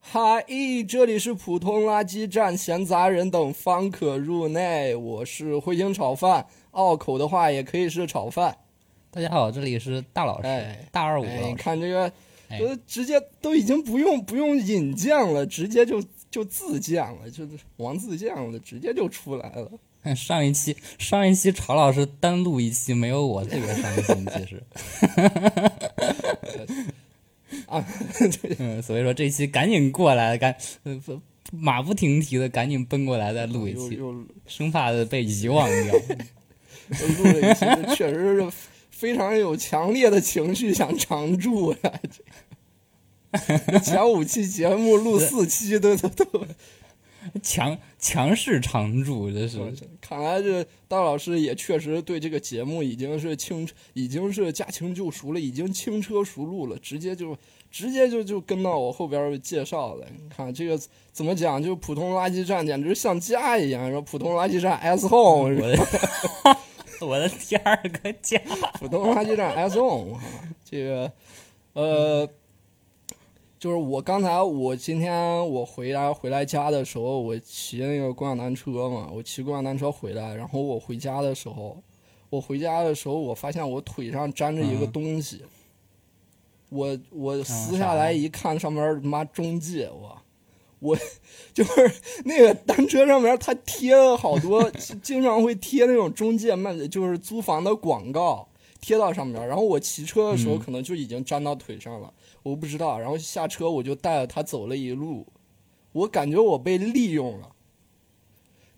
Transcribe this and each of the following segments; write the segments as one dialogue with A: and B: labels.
A: 嗨，这里是普通垃圾站，闲杂人等方可入内。我是汇星炒饭，拗口的话也可以是炒饭。
B: 大家好，这里是大老师，
A: 哎
B: 大二五啊
A: 哎，
B: 老
A: 你
B: 师。
A: 看这个，
B: 哎
A: 都直接都已经不用不用引荐了，直接就就自荐了，就是王自荐了，直接就出来了。
B: 上一期上一期曹老师单录一期，没有我特别伤心，其实，
A: 啊，
B: 嗯，所以说这期赶紧过来，赶呃不马不停蹄的赶紧奔过来再录一
A: 又
B: 期，
A: 又录
B: 生怕被遗忘掉。
A: 了一期，这确实是非常有强烈的情绪想常驻呀、这前五期节目 录四期都都都
B: 强强势常驻，这是
A: 是看来这大老师也确实对这个节目已经是轻，已经是驾轻就熟了，已经轻车熟路了，直接就直接就就跟到我后边儿介绍了。你看这个怎么讲，就普通垃圾站简直像家一样，说普通垃圾站 S home，
B: 我的 我的第二个家。
A: 普通垃圾站 S on 这个，呃，就是我刚才我今天我回来回来家的时候，我骑那个共享单车嘛，我骑共享单车回来，然后我回家的时候，我回家的时候，我发现我腿上粘着一个
B: 嗯
A: 东西，我我撕
B: 啊啥
A: 下来
B: 呀
A: 一看，上面儿他妈中介我。我就是 那个单车上面，它贴了好多，经经常会贴那种中介卖，就是租房的广告贴到上面。然后我骑车的时候，
B: 嗯
A: 可能就已经粘到腿上了，我不知道。然后下车我就带着它走了一路，我感觉我被利用了。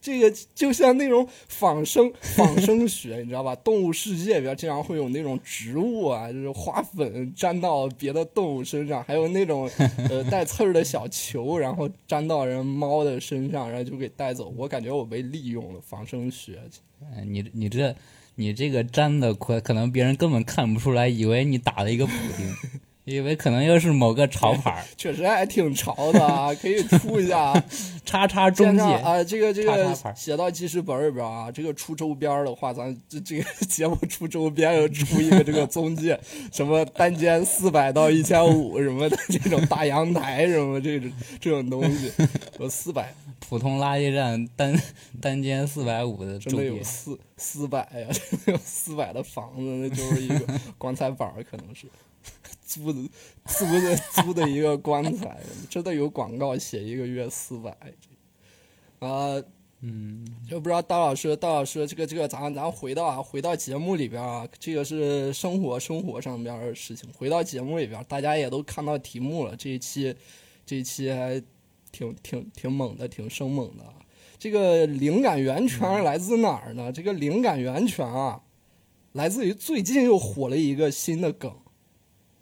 A: 这个就像那种仿生仿生学，你知道吧？动物世界里边经常会有那种植物啊，就是花粉粘到别的动物身上，还有那种呃带刺儿的小球，然后粘到人猫的身上，然后就给带走。我感觉我被利用了，仿生学。
B: 哎你你这你这个粘的快，可能别人根本看不出来，以为你打了一个补丁， 以为可能又是某个潮 牌儿，
A: 确实还挺潮的啊，可以出一下啊。
B: 叉叉
A: 线
B: 中
A: 上
B: 介。
A: 啊，这个这
B: 叉
A: 个
B: 叉牌儿
A: 写到记事本里边啊，这个出周边儿的话，咱这这个 节目出周边又出一个这个中介，什么单间四百到一千五什么的这种大阳台什么这种这种东西，有四百
B: 普通垃圾站单 单间四百五的
A: 真
B: 周
A: 的
B: 边
A: 有，四四百呀，真的有四百的房子，那就是一 个棺材板儿，可能是租的租的租的一个棺材，真的有广告写一个月四百，啊、
B: 嗯，
A: 就不知道大老师，大老师，这个这个，咱咱回到啊，回到节目里边啊，这个是生活生活上边的事情。回到节目里边，大家也都看到题目了，这一期，这一期还挺挺挺猛的，挺生猛的啊。这个灵感源泉来自哪儿呢？这个灵感源泉啊，来自于最近又火了一个新的梗，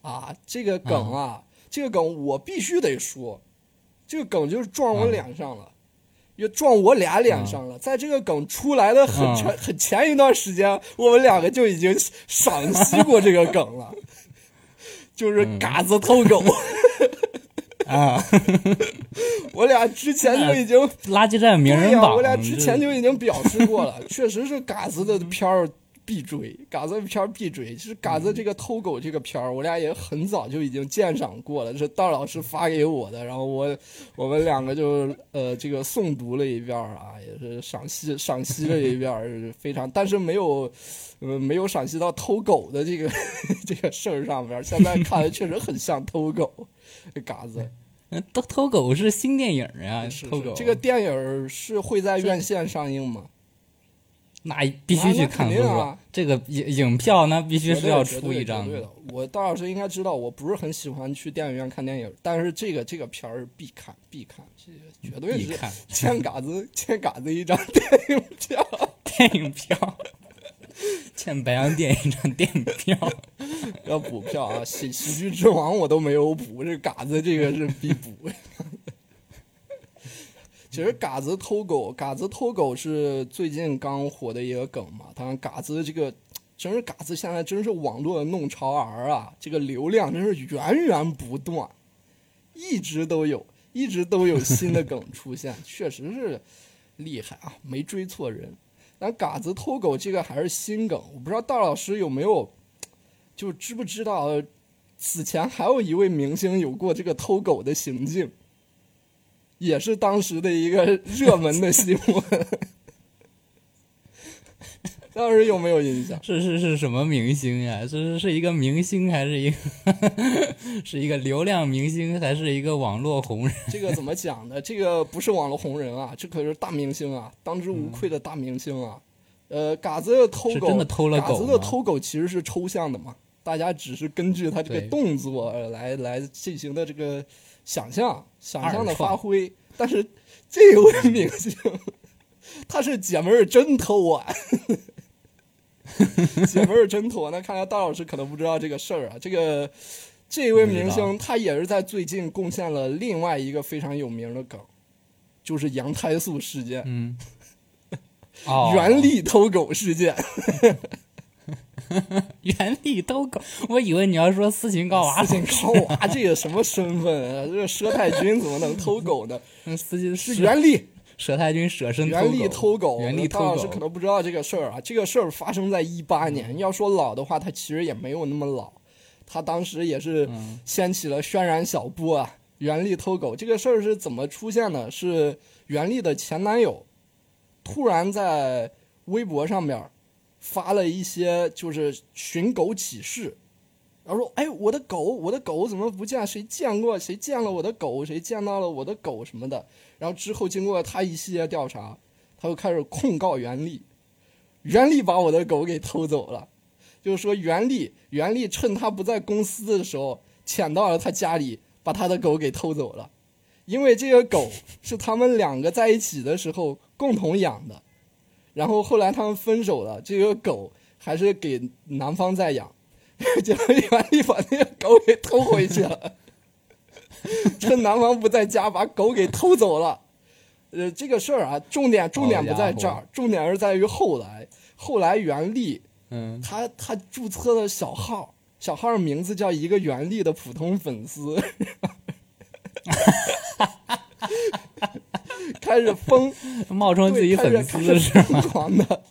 A: 啊，这个梗啊，这个梗我必须得说，这个梗就是撞我
B: 嗯
A: 脸上了。又撞我俩脸上了。在这个梗出来的很前、很前一段时间，我们两个就已经赏析过这个梗了，就是嘎子偷狗。
B: 啊，
A: 我俩之前就已经
B: 垃圾站名
A: 对
B: 人
A: 呀、
B: 榜，
A: 我俩之前
B: 这
A: 就已经表示过 了，确实是嘎子的片儿必追，嘎子的片儿必追。其实嘎子
B: 嗯
A: 这个偷狗这个片儿，我俩也很早就已经鉴赏过了，是道老师发给我的，然后我我们两个就呃这个诵读了一遍儿啊，也是赏析赏析了一遍儿，是非常，但是没有。呃，没有赏析到偷狗的这个 这个事儿上边儿，现在看来确实很像偷狗，这嘎 子。
B: 嗯偷偷狗是新电影啊，
A: 哎是
B: 偷
A: 是
B: 狗
A: 这个电影儿是会在院线上映吗？
B: 那必须去
A: 那那肯
B: 看，不
A: 定
B: 是
A: 啊
B: 说这个影影票那必须
A: 绝
B: 是
A: 对
B: 要
A: 绝
B: 出
A: 对
B: 一张
A: 绝对
B: 的，
A: 的。我大老师应该知道，我不是很喜欢去电影院看电影，但是这个这个片儿必看必看，这个绝对
B: 必
A: 是
B: 看
A: 欠嘎子欠嘎子一张电影票。
B: 电影票，欠白洋淀一张电影票。
A: 要补票啊！喜喜剧之王我都没有补，这嘎子这个是必补。 其实嘎子偷狗，嘎子偷狗是最近刚火的一个梗嘛。当然，嘎子这个真是嘎子现在真是网络的弄潮儿啊，这个流量真是源源不断，一直都有，一直都有新的梗出现，确实是厉害啊，没追错人。但嘎子偷狗这个还是新梗，我不知道大老师有没有就知不知道，此前还有一位明星有过这个偷狗的行径，也是当时的一个热门的新闻。 当时有没有印象？
B: 是是是什么明星呀？是是是一个明星还是一个是一个流量明星还是一个网络红人？
A: 这个怎么讲呢？这个不是网络红人啊，这可是大明星啊，当之无愧的大明星啊。呃，嘎子偷
B: 是
A: 狗，
B: 真的偷了
A: 嘎
B: 狗
A: 子
B: 吗
A: 的？偷狗其实是抽象的嘛，大家只是根据他这个
B: 对
A: 动作而来来进行的这个想象、想象的
B: 二创
A: 发挥。但是这位明星，他是姐们儿真偷啊！ 姐们儿真偷啊！那看来大老师可能不知道这个事儿啊。这个这位明
B: 不
A: 星，他也是在最近贡献了另外一个非常有名的梗，就是羊胎素事件。
B: 嗯，哦，
A: 原力偷狗事件，
B: 原力都狗，我以为你要说斯琴高娃
A: 斯，琴高娃这个什么身份啊？这个佘太君怎么能偷狗呢？
B: 嗯斯琴
A: 是
B: 是
A: 袁立，
B: 佘太君舍身
A: 袁立偷狗。
B: 原力
A: 大
B: 偷
A: 老师可
B: 狗，嗯
A: 能不知道这个事儿啊。这个事儿发生在一八年，要说老的话，它其实也没有那么老。他当时也是
B: 嗯
A: 掀起了轩然小波啊。袁立偷狗这个事儿是怎么出现的？是袁立的前男友突然在微博上面发了一些就是寻狗启事，然后说：“哎，我的狗，我的狗怎么不见？谁见过？谁见了我的狗？谁见到了我的狗什么的？”然后之后经过他一系列调查，他就开始控告袁立，袁立把我的狗给偷走了。就是说袁立，袁立趁他不在公司的时候，潜到了他家里，把他的狗给偷走了。因为这个狗是他们两个在一起的时候共同养的，然后后来他们分手了，这个狗还是给男方在养， 结果袁立把那个狗给偷回去了， 趁男方不在家把狗给偷走了。呃，这个事儿啊，重点重点不在这
B: 好家
A: 儿，重点是在于后来，后来袁立
B: 嗯，
A: 他他注册了小号，小号名字叫一个袁立的普通粉丝，开始疯
B: 冒充 自
A: 对
B: 己
A: 开
B: 粉
A: 始
B: 丝
A: 开
B: 是
A: 始
B: 吗？
A: 疯狂的，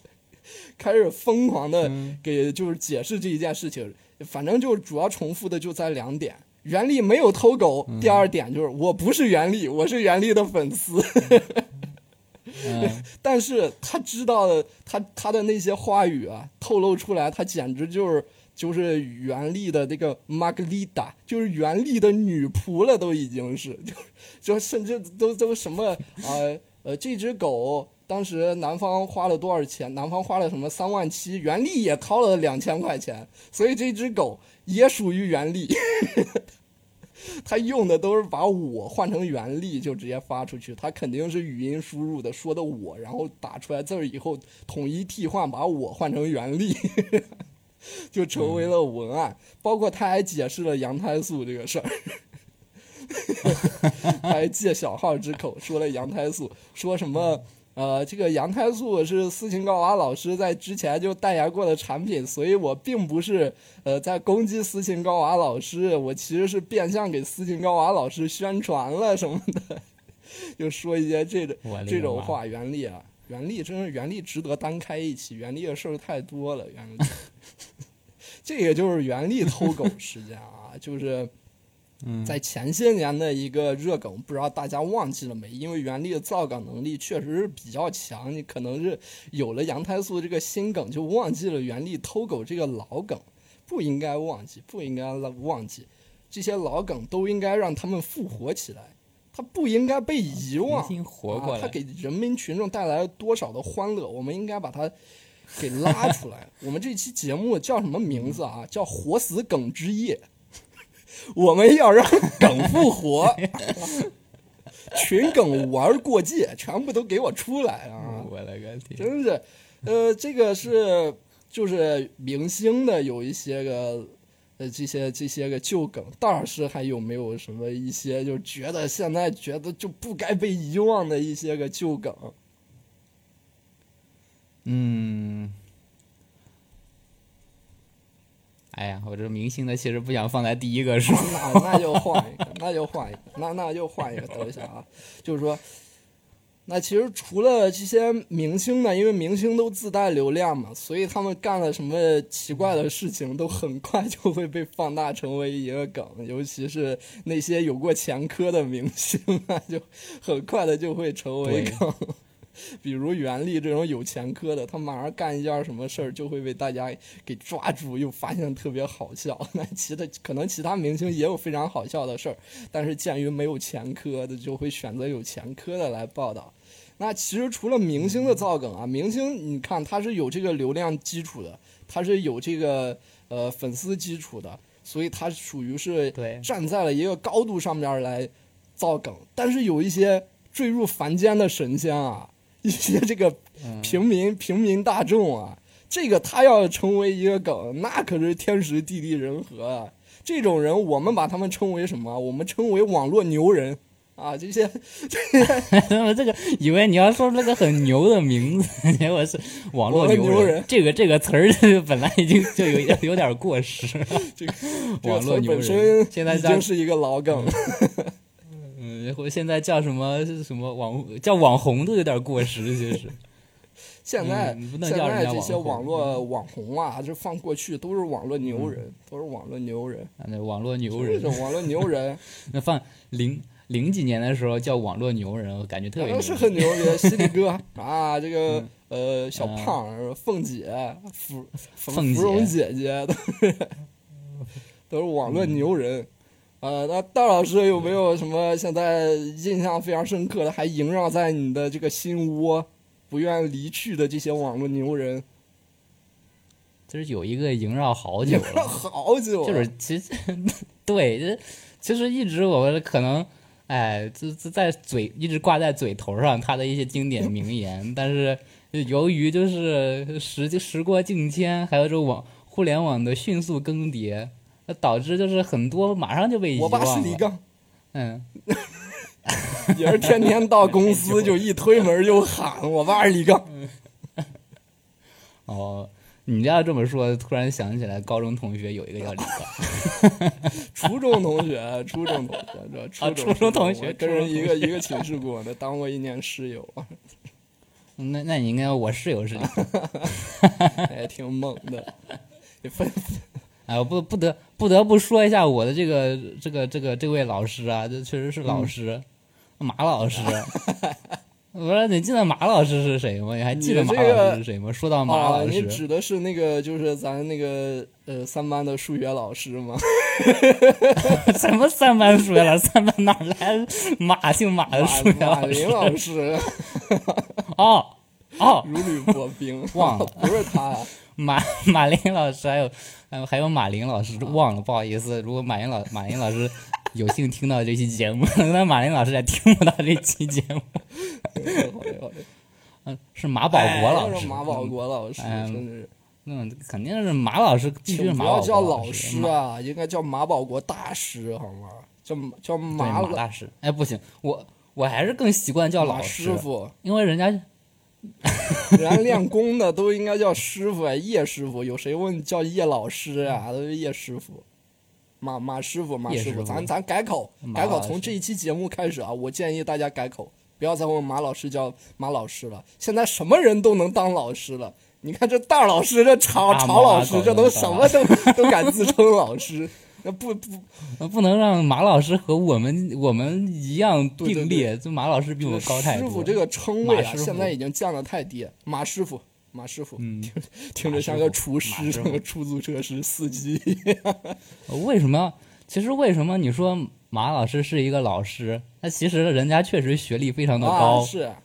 A: 开始疯狂的
B: 嗯
A: 给就是解释这一件事情，反正就是主要重复的就在两点。袁立没有偷狗，
B: 嗯
A: 第二点就是我不是袁立，我是袁立的粉丝。
B: 嗯，
A: 但是他知道的，他他的那些话语啊，透露出来，他简直就是就是袁立的这个玛格丽达，就是袁立的女仆了，都已经是， 就就甚至都都什么呃呃，这只狗当时男方花了多少钱？男方花了什么三万七，袁立也掏了两千块钱，所以这只狗也属于袁立。他用的都是把我换成原力就直接发出去，他肯定是语音输入的，说的我，然后打出来字儿以后统一替换，把我换成原力，就成为了文案。包括他还解释了羊胎素这个事儿， 他还借小号之口说了羊胎素，说什么。呃，这个羊胎素是斯琴高娃老师在之前就代言过的产品，所以我并不是呃在攻击斯琴高娃老师，我其实是变相给斯琴高娃老师宣传了什么的， 就说一些这种
B: 我勒个
A: 这种
B: 妈
A: 话。袁立啊，袁立真是袁立值得单开一期，袁立的事儿太多了，袁立。 这个就是袁立偷狗事件啊，就是
B: 嗯
A: 在前些年的一个热梗，不知道大家忘记了没？因为袁立的造梗能力确实是比较强，你可能是有了杨太素这个新梗，就忘记了袁立偷狗这个老梗，不应该忘记，不应该忘记，这些老梗都应该让他们复活起来，它不应该被遗
B: 重
A: 忘。
B: 新活过
A: 啊，他
B: 来，
A: 给人民群众带来了多少的欢乐，我们应该把它给拉出来。 我们这期节目叫什么名字啊？叫“活死梗之夜”。我们要让梗复活， 群梗玩过界，全部都给我出来啊！
B: 嗯我勒个天！
A: 真是，呃，这个是就是明星的有一些个。呃，这些这些个旧梗，大老师还有没有什么一些就觉得现在觉得就不该被遗忘的一些个旧梗？
B: 嗯，哎呀，我这明星的其实不想放在第一个说。
A: 那那就换一个，那就换一个，那那就换一个。等一下啊，就是说，那其实除了这些明星呢，因为明星都自带流量嘛，所以他们干了什么奇怪的事情，都很快就会被放大成为一个梗。尤其是那些有过前科的明星啊，就很快的就会成为
B: 对
A: 梗。 比如袁立这种有前科的，他马上干一件什么事儿就会被大家给抓住，又发现特别好笑。 那其他可能其他明星也有非常好笑的事儿，但是鉴于没有前科的，就会选择有前科的来报道。那其实除了明星的造梗啊，明星你看他是有这个流量基础的，他是有这个呃粉丝基础的，所以他属于是
B: 对
A: 站在了一个高度上面来造梗。但是有一些坠入凡间的神仙啊， 一些这个平民、平民大众啊，这个他要成为一个梗，那可是天时地利人和啊。这种人，我们把他们称为什么？我们称为网络牛人啊！这些
B: 那 么这个以为你要说这个很牛的名字，结果是网络
A: 网络牛
B: 人
A: 人。
B: 这个这个词儿 本来已经就有一点有点过时了。
A: 这个这个
B: 网
A: 词
B: 络
A: 儿
B: 牛
A: 本
B: 人
A: 身
B: 现在
A: 已
B: 叫
A: 经是一个老梗了。
B: 嗯，然后现在叫什么什么网叫网红都有点过时，其实。
A: 现在、
B: 嗯不能
A: 现
B: 叫人
A: 在
B: 家
A: 这些
B: 网
A: 网
B: 红嗯
A: 络网红啊，这放过去都是网络牛人，都是网络牛人，
B: 啊，那网络嗯牛
A: 这
B: 人，
A: 种网络牛 人
B: 那放零零几年的时候叫网络牛人，我感觉特
A: 反
B: 别
A: 正
B: 牛
A: 是很牛逼。犀利哥啊，这个、
B: 嗯
A: 呃小
B: 啊
A: 胖、凤姐、芙
B: 凤
A: 芙
B: 姐
A: 芙蓉姐姐都是 都是网
B: 嗯
A: 络牛人。呃，那戴老师有没有什么现在印象非常深刻的，还萦绕在你的这个心窝，不愿离去的这些网络牛人？
B: 就是有一个萦绕好久
A: 也
B: 了，
A: 好久了，
B: 就是其实对，就是其实一直我可能哎，这这在嘴一直挂在嘴头上他的一些经典名言，但是由于就是时时过境迁，还有这网互联网的迅速更迭，那导致就是很多马上就被遗
A: 我
B: 忘
A: 爸是
B: 了
A: 李。刚。
B: 嗯，
A: 也是天天到公
B: 哎
A: 司就一推门就喊我爸是李刚，
B: 哦，你要这么说，突然想起来高中同学有一个叫李刚。
A: 初中同学，初中同学，这初
B: 啊初
A: 中
B: 中同学
A: 我跟人一
B: 初中
A: 个
B: 同学
A: 一个寝室过的，当过一年室 友，
B: 那那你应该我室友是你
A: 还哎挺猛的。也 分
B: 哎，我不不得不得不说一下我的这个这个这个这位老师啊，这确实是
A: 嗯
B: 老师，马老师。 我说你记得马老师是谁吗？你还记得
A: 你
B: 马
A: 这个
B: 老师是谁吗？说到马
A: 啊，
B: 老
A: 你
B: 师，
A: 指的是那个就是咱那个呃三班的数学老师吗？
B: 什么三班数学老师？ 三班哪来马姓马的哎数学
A: 马
B: 老
A: 林
B: 师？
A: 老师
B: 哦哦，
A: 如履薄冰，
B: 忘了
A: 不是他呀，
B: 马马林老师，还有还有还有马林老师，忘了，不好意思。如果马林老马林老师有幸听到这期节目， 那马林老师也听不到这期节目。
A: 好嘞好嘞，
B: 嗯，是马保国老
A: 哎
B: 师，
A: 马保国老师
B: 嗯
A: 真是。
B: 嗯，肯定是马老师，必须是
A: 请不
B: 马
A: 要
B: 保
A: 叫
B: 国
A: 老
B: 师，
A: 师
B: 马
A: 啊，应该叫马保国大师好吗？叫叫
B: 对
A: 马
B: 马
A: 老
B: 大师。哎，不行，我我还是更习惯叫
A: 马
B: 老
A: 师
B: 师，
A: 傅，
B: 因为人家
A: 人家练功的都应该叫师傅啊，叶师傅。有谁问叫叶老师啊？都是叶师傅。马马师傅，马
B: 嗯叶
A: 师
B: 师
A: 傅，
B: 傅
A: 咱咱改口，
B: 马
A: 改口，
B: 老
A: 从
B: 师
A: 这一期节目开始啊，我建议大家改口，不要再问马老师叫马老师了。现在什么人都能当老师了，你看这大老师，这曹
B: 啊
A: 曹老师
B: 马，老
A: 这都
B: 师
A: 什么都都敢自称老师，那不不
B: 呃不能让马老师和我们我们一样
A: 对对
B: 并
A: 对
B: 列，这马老师比我
A: 这
B: 们高太
A: 师
B: 多
A: 傅。这个称谓啊，
B: 马师傅
A: 现在已经降得太低。马师傅，马师傅，
B: 嗯，
A: 听着像个厨师，像个出租车司司机。
B: 为什么？其实为什么你说马老师是一个老师？那其实人家确实学历非常的
A: 啊，
B: 高，
A: 是，嗯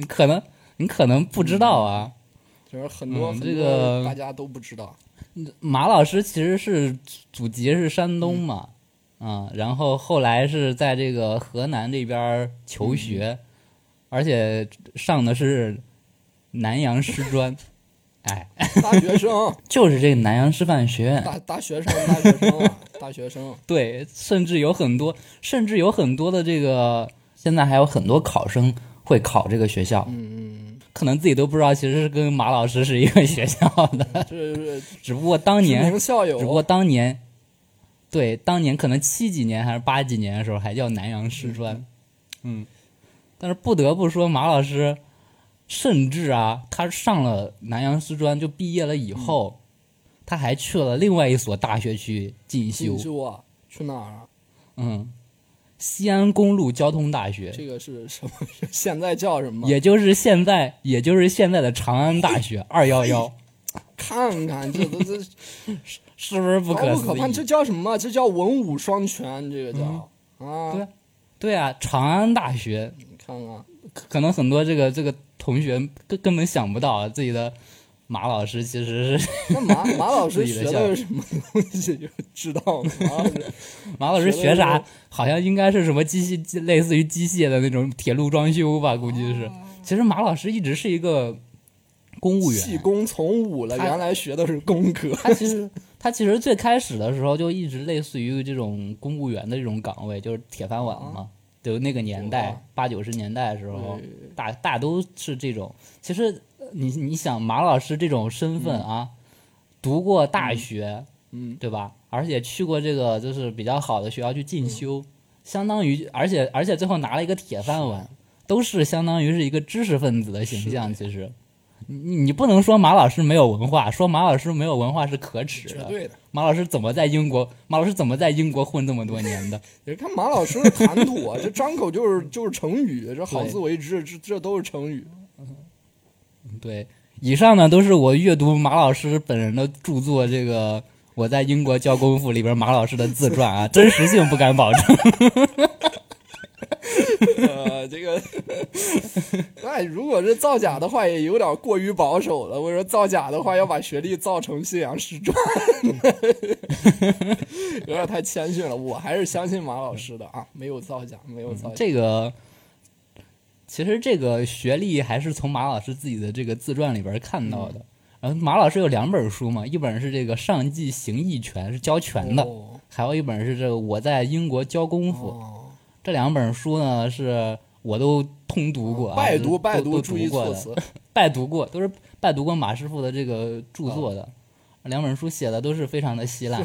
B: 你可能你可能不知道啊。
A: 就是很多很
B: 嗯这
A: 多
B: 个
A: 大家都不知道。
B: 马老师其实是祖籍是山东嘛，啊、然后后来是在这个河南这边儿求学，而且上的是南阳师专，哎，
A: 大学生，
B: 就是这个南阳师范学院。
A: 大大学生，大学生啊，大学生。
B: 对，甚至有很多，甚至有很多的这个，现在还有很多考生会考这个学校，
A: 嗯，
B: 可能自己都不知道，其实是跟马老师是一个学校的，
A: 嗯这是知
B: 只不过当年，
A: 名校
B: 只不过
A: 友。
B: 当年，
A: 嗯
B: 对，当年可能七几年还是八几年的时候还叫南阳师专，嗯，但是不得不说，马老师，甚至啊，他上了南洋师专就毕业了以
A: 嗯
B: 后，他还去了另外一所大学去进修
A: 进，修啊，去哪儿啊？
B: 嗯，西安公路交通大学，
A: 这个是什么？ 现在叫什么？
B: 也就是现在，也就是现在的长安大学
A: 哎
B: 二幺幺，
A: 看看这都这
B: 是不是不
A: 高
B: 可
A: 不可
B: 思
A: 攀，这
B: 议？嗯
A: 叫什么？啊这叫文武双全，这个叫、啊。
B: 对对啊，长安大学
A: 你看看，啊
B: 可可能很多这个这个同学根根本想不到啊自己的马老师其实是
A: 那马马老师
B: 自己
A: 学
B: 的
A: 的是什么东西？ 就知道吗？马老 师
B: 马老
A: 学
B: 师
A: 的
B: 学
A: 是
B: 啥？好像应该是什么机械，机类似于机械的那种铁路装修吧，估计是。其实马老师一直是一个公务
A: 弃
B: 员，
A: 工从武了，
B: 他
A: 原来学的是工科。
B: 他其实他其实最开始的时候就一直类似于这种公务员的这种岗位，就是铁饭碗嘛。就那个年代
A: 哇，
B: 八九十年代的时候
A: 对，
B: 大大都是这种。其实呃你你想，马老师这种身份啊，读过大学，
A: 嗯，
B: 对吧？而且去过这个就是比较好的学校去进修，相当于而且而且最后拿了一个铁饭碗，都是相当于是一个知识分子的形象。其实，你你不能说马老师没有文化，说马老师没有文化是啊可耻
A: 绝
B: 的。
A: 对的。
B: 马老师怎么在英国？马老师怎么在英国混这么多年的？
A: 你看马老师的谈吐啊，这张口就是就是成语，这好自为之，这这都是成语。
B: 对，以上呢都是我阅读马老师本人的著作，这个我在英国教功夫里边马老师的自传啊，真实性不敢保证。
A: 呃，这个， 那如果是造假的话，也有点过于保守了。我说造假的话，要把学历造成信仰师专， 有点太谦逊了。我还是相信马老师的啊，没有造假，没有造假。
B: 这个其实这个学历还是从马老师自己的这个自传里边看到的。
A: 嗯
B: 然后马老师有两本书嘛，一本是这个《上技形意拳》是教拳的，
A: 哦
B: 还有一本是这个《我在英国教功夫》。
A: 哦
B: 这两本书呢是我都通读过、啊，
A: 拜
B: 都
A: 读拜
B: 都
A: 读，
B: 都
A: 注意
B: 读过
A: 措
B: 的。
A: 辞。
B: 拜读过，都是拜读过马师傅的这个著作的。两本书写的都是非常的稀烂，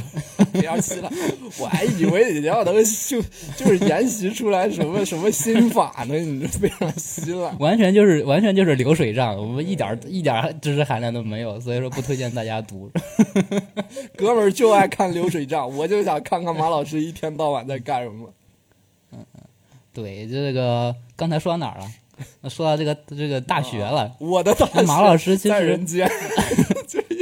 A: 不要吸了，我还以为你要能就就是研习出来什么什么心法呢，你这非常稀了。
B: 完全就是完全就是流水账，我们一点儿一点儿知识含量都没有，所以说不推荐大家读。
A: 哥们儿就爱看流水账，我就想看看马老师一天到晚在干什么。
B: 对，这个刚才说到哪儿了？那说到这个这个大学了。
A: 啊我的大
B: 那马老师其
A: 在人
B: 实
A: 间，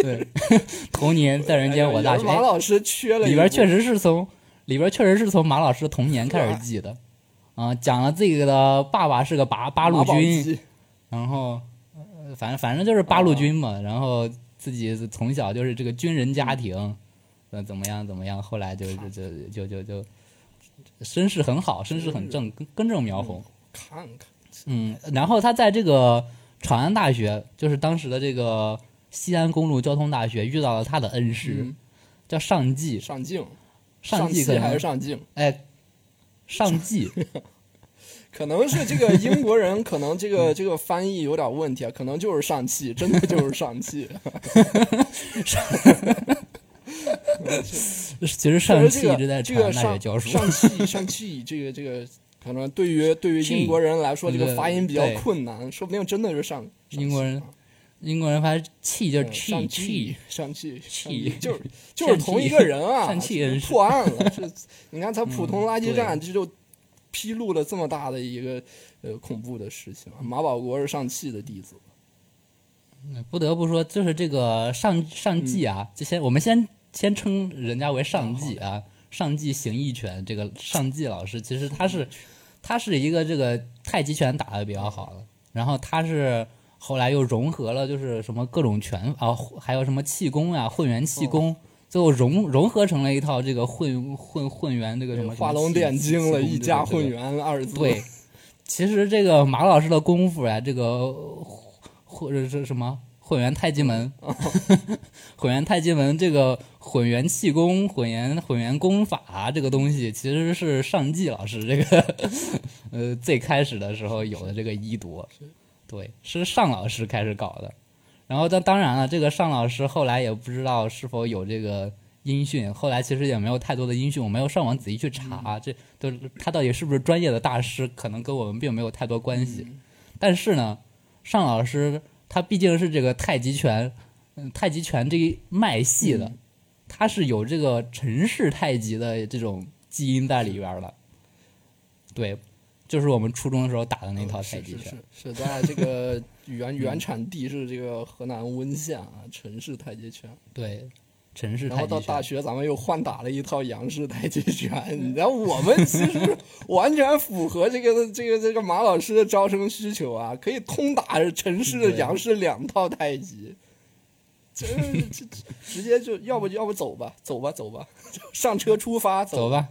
B: 对， 童年在人间我大学
A: 哎马老师缺了
B: 里边确
A: 实
B: 实是从里边确实是从马老师童年开始记的，啊、讲了自己的爸爸是个八八路军，然后，呃，反正反正就是八路军嘛，然后自己从小就是这个军人家庭，呃，怎么样怎么样，后来就就就就就就身世很好，身世很正，根根正苗红。
A: 看看
B: 嗯，然后他在这个长安大学，就是当时的这个西安公路交通大学，遇到了他的恩师，
A: 嗯
B: 叫上季，
A: 上镜，
B: 上季可
A: 戏还
B: 能
A: 是上镜？
B: 哎，上季
A: 可能是这个英国人，可能这
B: 嗯
A: 个这个翻译有点问题啊，可能就是上气，真的就是上气。
B: 其
A: 确
B: 实 上
A: 实
B: 季
A: 这
B: 一
A: 个
B: 直在
A: 这
B: 长
A: 个
B: 安大学
A: 上
B: 教书，
A: 上汽上汽这个这个，可能对于对于英国人来说，这个
B: 对
A: 发音比较
B: 对
A: 困难，说不定真的是上
B: 英国人英国人发气就是
A: 上嗯上
B: chi
A: 气
B: chi，
A: 上气
B: 气
A: 就是 就是同一个人啊，
B: 上气人士嗯
A: 破案 了。这你看，咱普通垃圾
B: 对
A: 站这就披露了这么大的一个呃恐怖的事情啊。马保国是上汽的弟子，
B: 不得不说，就是这个上上季啊，就先我们先先称人家为上季啊，上季形意拳这个上季老师，其实他是他是一个这个太极拳打的比较好的，然后他是后来又融合了就是什么各种拳啊，还有什么气功啊，混元气功。最后融融合成了一套这个混混混元这个什么
A: 画龙点睛了，一家混
B: 元。
A: 元二字。
B: 对，其实这个马老师的功夫呀、这个或者是什么混元太极门、 混元太极门这个混元气功、混元混元功法、这个东西，其实是上季老师这个 呃最开始的时候有的这个医夺，对，是尚老师开始搞的。然后，但当然了，这个尚老师后来也不知道是否有这个音讯，后来其实也没有太多的音讯，我没有上网仔细去
A: 嗯
B: 查，这都是他到底是不是专业的大师，可能跟我们并没有太多关系。
A: 嗯
B: 但是呢，尚老师他毕竟是这个太极拳，嗯，太极拳这一脉系
A: 嗯
B: 的，他是有这个陈氏太极的这种基因在里边儿的。对，就是我们初中的时候打的嗯那套太极拳。
A: 哦是是是是在这个原原产地是这个河南温县啊，陈氏太极拳。
B: 对，陈氏
A: 然后
B: 太
A: 到
B: 极
A: 大
B: 拳。
A: 学，咱们又换打了一套杨氏太极拳。然后我们其 实完全符合这个这个这个马老师的招生需求啊，可以通打陈氏的
B: 对
A: 杨氏两套太极。这这这直接就要不要不走吧，走吧走吧， 上车出发
B: 走
A: 走。
B: 吧，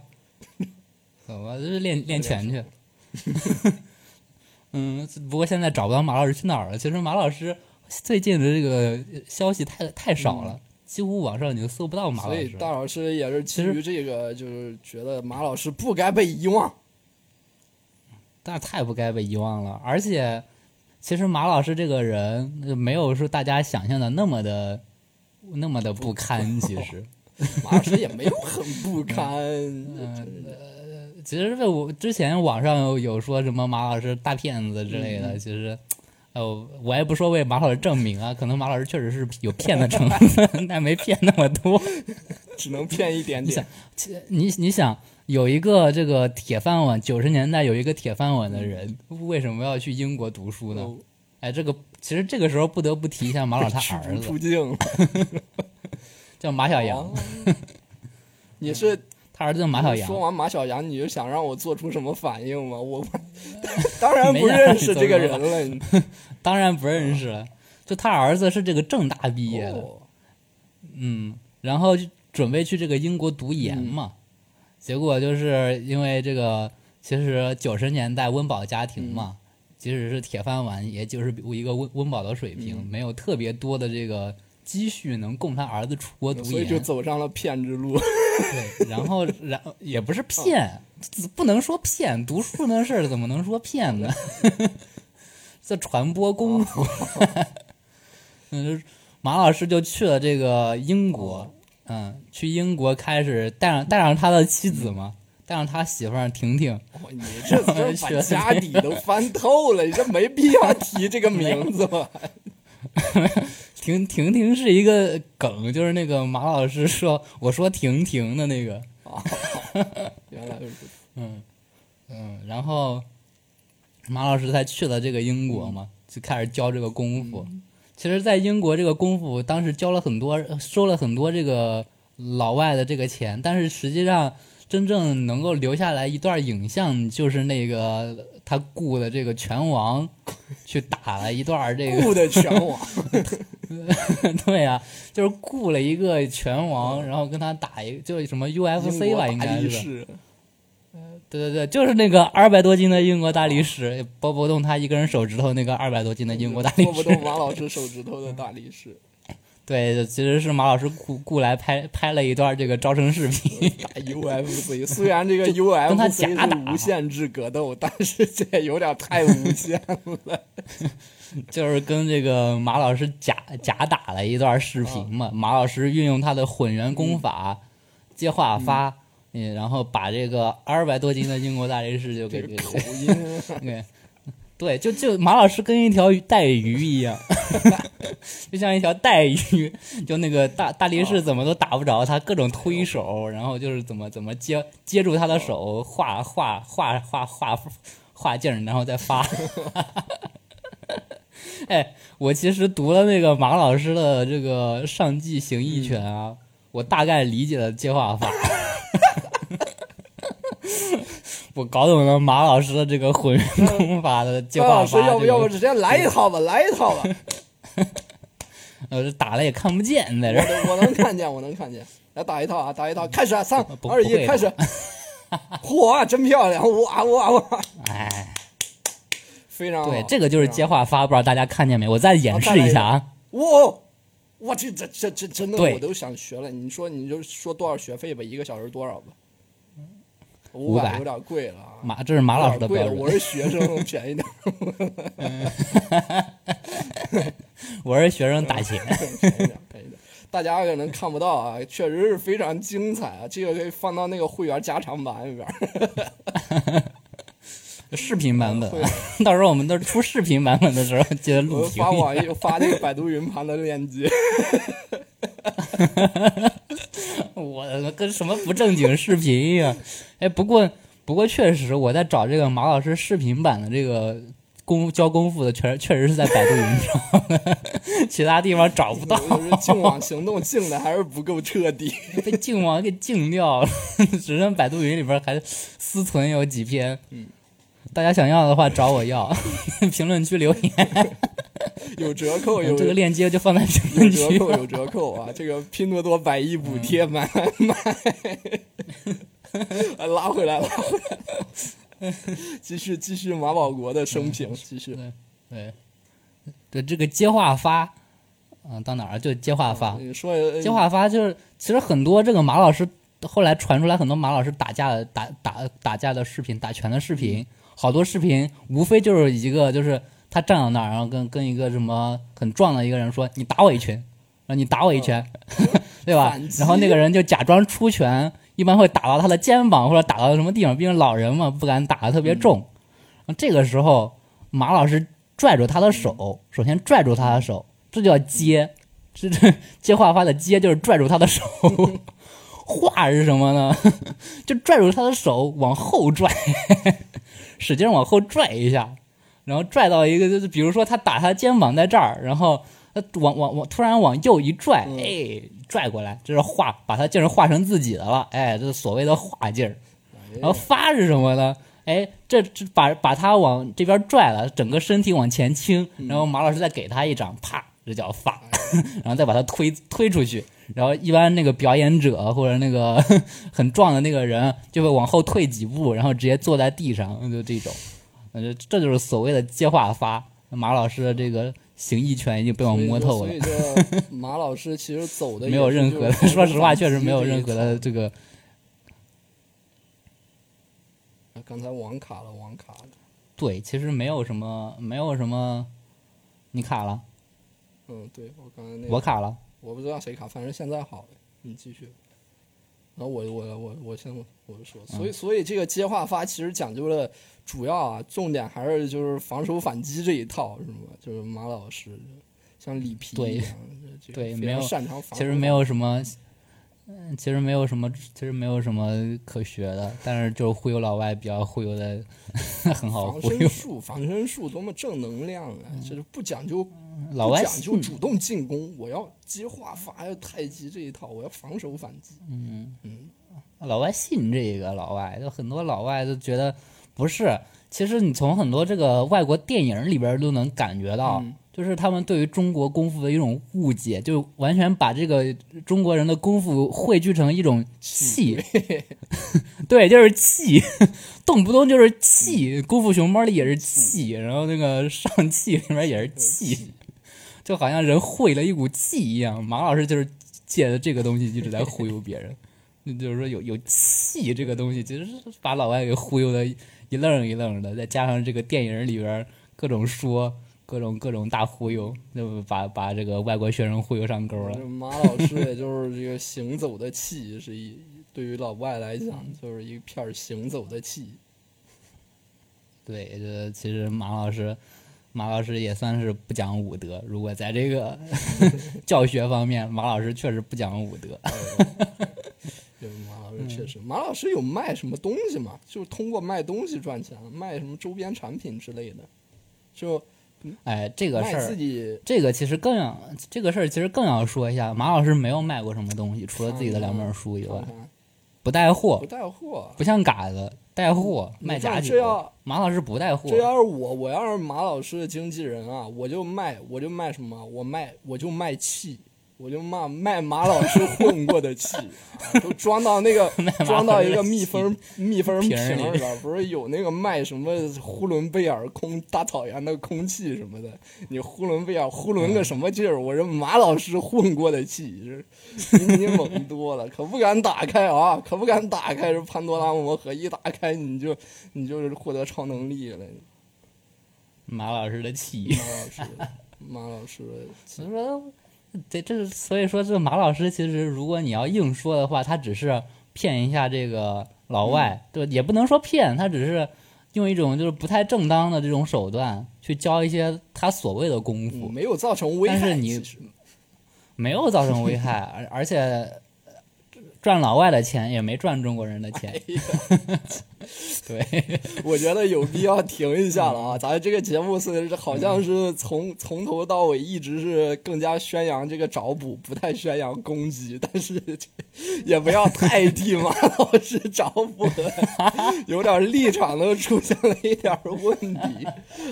B: 走吧，就是练练拳去。 嗯，不过现在找不到马老师去哪儿了。其实马老师最近的这个消息太太少了，几乎网上你就搜不到马老
A: 所以
B: 师。
A: 大老师也是基
B: 其实
A: 于这个，就是觉得马老师不该被遗忘。
B: 那太不该被遗忘了。而且，其实马老师这个人呃没有说大家想象的那么的那么的不堪。其实，
A: 马老师也没有很
B: 嗯
A: 不堪，
B: 其实为我之前网上有有说什么马老师大骗子之类
A: 嗯
B: 的，其实，呃，我也不说为马老师证明啊，可能马老师确实是有骗的成分， 但没骗那么多。
A: 只能骗一点点。
B: 其你你想有一个这个铁饭碗，九十年代有一个铁饭
A: 嗯
B: 碗的人，为什么要去英国读书
A: 哦
B: 呢？哎，这个其实这个时候不得不提一下马老 师他
A: 取
B: 儿
A: 不
B: 子
A: 出境。
B: 叫马小阳，
A: 哦你是
B: 他儿子叫马小阳
A: 说，完马小阳，你就想让我做出什么反应吗？ 我当然
B: 没
A: 不
B: 想让
A: 认
B: 你
A: 识
B: 做
A: 这个
B: 什
A: 人
B: 么
A: 了。
B: 当然不认识了。就他儿子是这个正大毕业的，
A: 哦
B: 嗯，然后就准备去这个英国读研嘛，结果就是因为这个，其实九十年代温饱家庭嘛，即使是铁饭碗，也就是一个温温饱的水
A: 嗯
B: 平，没有特别多的这个积蓄能供他儿子出国读
A: 所以
B: 研，
A: 就走上了骗之路。
B: 对，然后然也不是骗，不能说骗，读书那事儿怎么能说骗呢？这传播功夫，嗯，马老师就去了这个英国，嗯，去英国开始带上带上他的妻子嘛，带上他媳妇儿婷婷，
A: 哇哦你这 这把
B: 学的
A: 家底都翻透了，你这没必要提这个名字吧？
B: 婷婷婷是一个梗，就是那个马老师说我说婷婷的那个，
A: 原来如此
B: 嗯，嗯，然后马老师才去了这个英国嘛，就开始教这个功夫。
A: 嗯
B: 其实，在英国这个功夫，当时教了很多，收了很多这个老外的这个钱，但是实际上真正能够留下来一段影像，就是那个他雇的这个 拳王去打了一段这个，
A: 顾的全网，
B: 对啊，就是雇了一个拳王，然后跟他打一，就是什么
A: 嗯英
B: UFC
A: 国
B: 吧，应
A: 大
B: 该
A: 力
B: 是。
A: 士，
B: 对对对，就是那个二百多斤的英国大力士，拨不动他一个人手指头那个二百多斤的英国大力
A: 握不
B: 士。
A: 动马老师手指头的大力士，
B: 对，其实是马老师雇雇来拍拍了一段这个招生视频。
A: 打 UFC，虽然这个
B: 跟他
A: UFC
B: 假打
A: 是无限制格斗，但是这也有点太无限 了。
B: 就是跟这个马老师假假打了一段视频嘛。马老师运用他的混元功法、接话发，嗯，然后把这个二百多斤的英国大力士就给
A: 这
B: 给
A: 个口音，
B: 对，对，就就马老师跟一条鱼带鱼一样， 就像一条带鱼，就那个大大
A: 哦
B: 力士怎么都打不着他，各种推手，然后就是怎么怎么接接住他的手，
A: 哦
B: 画画画画画画劲儿，然后再发。 哎，我其实读了那个马老师的这个上技形意拳啊，
A: 嗯
B: 我大概理解了接话法。 我搞懂了马老师的这个混元功法的接
A: 高嗯
B: 话
A: 啊老师要不
B: 法，，这个
A: 要不直接来一套吧，来一套 吧，
B: 呃，这打了也看不见，在这
A: 我
B: 儿。
A: 能我能看见，我能看见，来打一套啊，打一套，开始啊，三
B: 不
A: 二
B: 不会
A: 一，
B: 的
A: 开始，嚯，真漂亮，哇哇哇，
B: 哎，
A: 非常好，
B: 对，这个就是
A: 非常
B: 接话发，不知道大家看见没？我再演示一下啊。
A: 好，哇，哇，这这这这真的
B: 对
A: 我都想学了，你说你就说多少学费吧，一个小时多少吧，五
B: 五百
A: 百有点贵了啊。
B: 马，这是马老师的
A: 贵
B: 标
A: 了，
B: 准。
A: 我是学生，便 宜点。
B: 我是学生打钱，
A: 便宜点，便宜点。大家可能看不到啊，确实是非常精彩啊，这个可以放到那个会员加长版里边 儿。
B: 视频版本
A: 会
B: 啊，到时候我们都出视频版本的时候，记得
A: 我
B: 录
A: 们
B: 屏
A: 发。网易发那个百度云盘的链 接，
B: 我跟什么不正经视频一样。哎，不过不过确实，我在找这个马老师视频版的这个功教功夫的确，确实是在百度云上， 其他地方找不到，
A: 就是净网行动净的还是不够彻底。
B: 被净网给净掉了，只剩百度云里边还私存有几篇。
A: 嗯，
B: 大家想要的话找我要， 评论区留言，
A: 有折扣， 有
B: 这个链接就放在评
A: 有
B: 论
A: 折
B: 区。
A: 扣，有折扣啊！这个拼多多百亿补贴买买
B: 嗯
A: 买，拉回来，拉回来，继续继续马保国的生
B: 嗯
A: 平，继续
B: 对，对，这个接话发，嗯、到哪儿了就接话发。
A: 你说呃
B: 接话发就是，其实很多这个马老师后来传出来很多马老师打架的打打打架的视频，打拳的
A: 嗯
B: 视频，好多视频无非就是一个就是他站到那儿，然后跟跟一个什么很壮的一个人说：“你打我一拳。”然后你打我 一拳， 对
A: 嗯
B: 吧
A: 反？击
B: 然后那个人就假装出拳，一般会打到他的肩膀或者打到什么地方，毕竟老人嘛不敢打得特别重。然后这个时候马老师拽住他的手，首先拽住他的手，这就叫接，这这接话发的接就是拽住他的手。话是什么呢？就拽住他的手往后拽，使劲往后拽一下，然后拽到一个就是，比如说他打他肩膀在这儿，然后他往往往突然往右一拽，
A: 嗯
B: 哎，拽过来，这是化把他劲儿化成自己的了，哎，这是所谓的化劲儿。然后发是什么呢？哎，这这把把他往这边拽了，整个身体往前倾，然后马老师再给他一掌，啪，这叫发， 然后再把他推推出去。然后一般那个表演者或者那个很壮的那个人就会往后退几步，然后直接坐在地上， 就这种。呃，这就是所谓的接话发。马老师的这个形意拳已经被我摸透了
A: 呃所以，说所以这马老师其实走的
B: 没有任何的，说实话，确实没有任何
A: 的。
B: 的这个
A: 刚才网卡了，网卡了。
B: 对，其实没有什么，没有什么，你卡了，
A: 嗯，对我刚才那个
B: 我卡了，
A: 我不知道谁卡，反正现在好了。你继续。然后我我我我先我就说，
B: 嗯
A: 所以所以这个接话发其实讲究了主要啊，重点还是就是防守反击这一套，是吗？就是马老师像里皮
B: 对
A: 一样，这个
B: 对
A: 非
B: 没
A: 常
B: 有
A: 擅长防守。
B: 其实没有什么，嗯，其实没有什么，其实没有什么可学的，但是就是忽悠老外比较忽悠的 很好
A: 防
B: 忽悠嗯
A: 身，术，防身术多么正能量啊！就是不讲究
B: 老
A: 不
B: 外
A: 讲究主动进攻，我要接话发，要太极这一套，我要防守反击。
B: 嗯老外信这个，老外就很多老外都觉得不是。其实你从很多这个外国电影里边都能感觉到，
A: 嗯
B: 就是他们对于中国功夫的一种误解，就完全把这个中国人的功夫汇聚成一种气， 对，就是气，动不动就是气。功夫熊猫里也是气，然后那个上气里面也是气，就好像人会了一股气一样。马老师就是借着这个东西一直在忽悠别人，那就是说有有气这个东西，其实是把老外给忽悠的一愣一愣的，再加上这个电影里边各种说。各种各种大忽悠，就把把这个外国学生忽悠上钩了。
A: 这马老师也就是这个行走的气，是一对于老外来讲
B: 嗯
A: 就是一片儿行走的气。
B: 对，这其实马老师，马老师也算是不讲武德。如果在 这个教学方面，马老师确实不讲武德。
A: 就是马老师
B: 嗯
A: 确实，马老师有卖什么东西吗？就是通过卖东西赚钱，卖什么周边产品之类的，就
B: 哎，这个事
A: 卖自
B: 儿，
A: 己
B: 这个其实更要，这个事儿其实更要说一下，马老师没有卖过什么东西，除了自己的两本书以外
A: 看，看
B: 不带货
A: 不，带货。啊
B: 不像嘎子带货卖假酒
A: 这。要
B: 马老师不带货
A: 这，要是我，我要是马老师的经纪人啊，我就卖我就卖什么，我卖我就卖气，我就卖卖马老师混过的气，啊都装到那 个
B: 马
A: 装到
B: 老师
A: 一个
B: 的
A: 密
B: 气
A: 封密封
B: 瓶
A: 瓶
B: 儿
A: 儿
B: 里
A: 里边儿，不是有那个卖什么呼伦贝尔空大草原的空气什么的，你呼伦贝尔呼伦
B: 嗯
A: 个什么劲儿？我这马老师混过的气，这比你猛多了，可不敢打开啊，可不敢打开这潘多拉魔盒，一打开你就你就是获得超能力了。
B: 马老师的气。
A: 马老师，马老师，
B: 所以说，对，这是所以说，这马老师其实如果你要硬说的话，他只是骗一下这个老
A: 嗯
B: 外，对吧，也不能说骗，他只是用一种就是不太正当的这种手段去教一些他所谓的功夫，
A: 嗯没有造成危害。
B: 但是你
A: 其实
B: 没有造成危害，而而且呃赚老外的钱也没赚中国人的钱，
A: 哎
B: 对，
A: 我觉得有必要停一下了
B: 嗯
A: 啊！咱这个节目是好像是从从头到尾一直是更加宣扬这个找补，不太宣扬攻击，但是这也不要太替马老师找补了，有点立场都出现了一点问题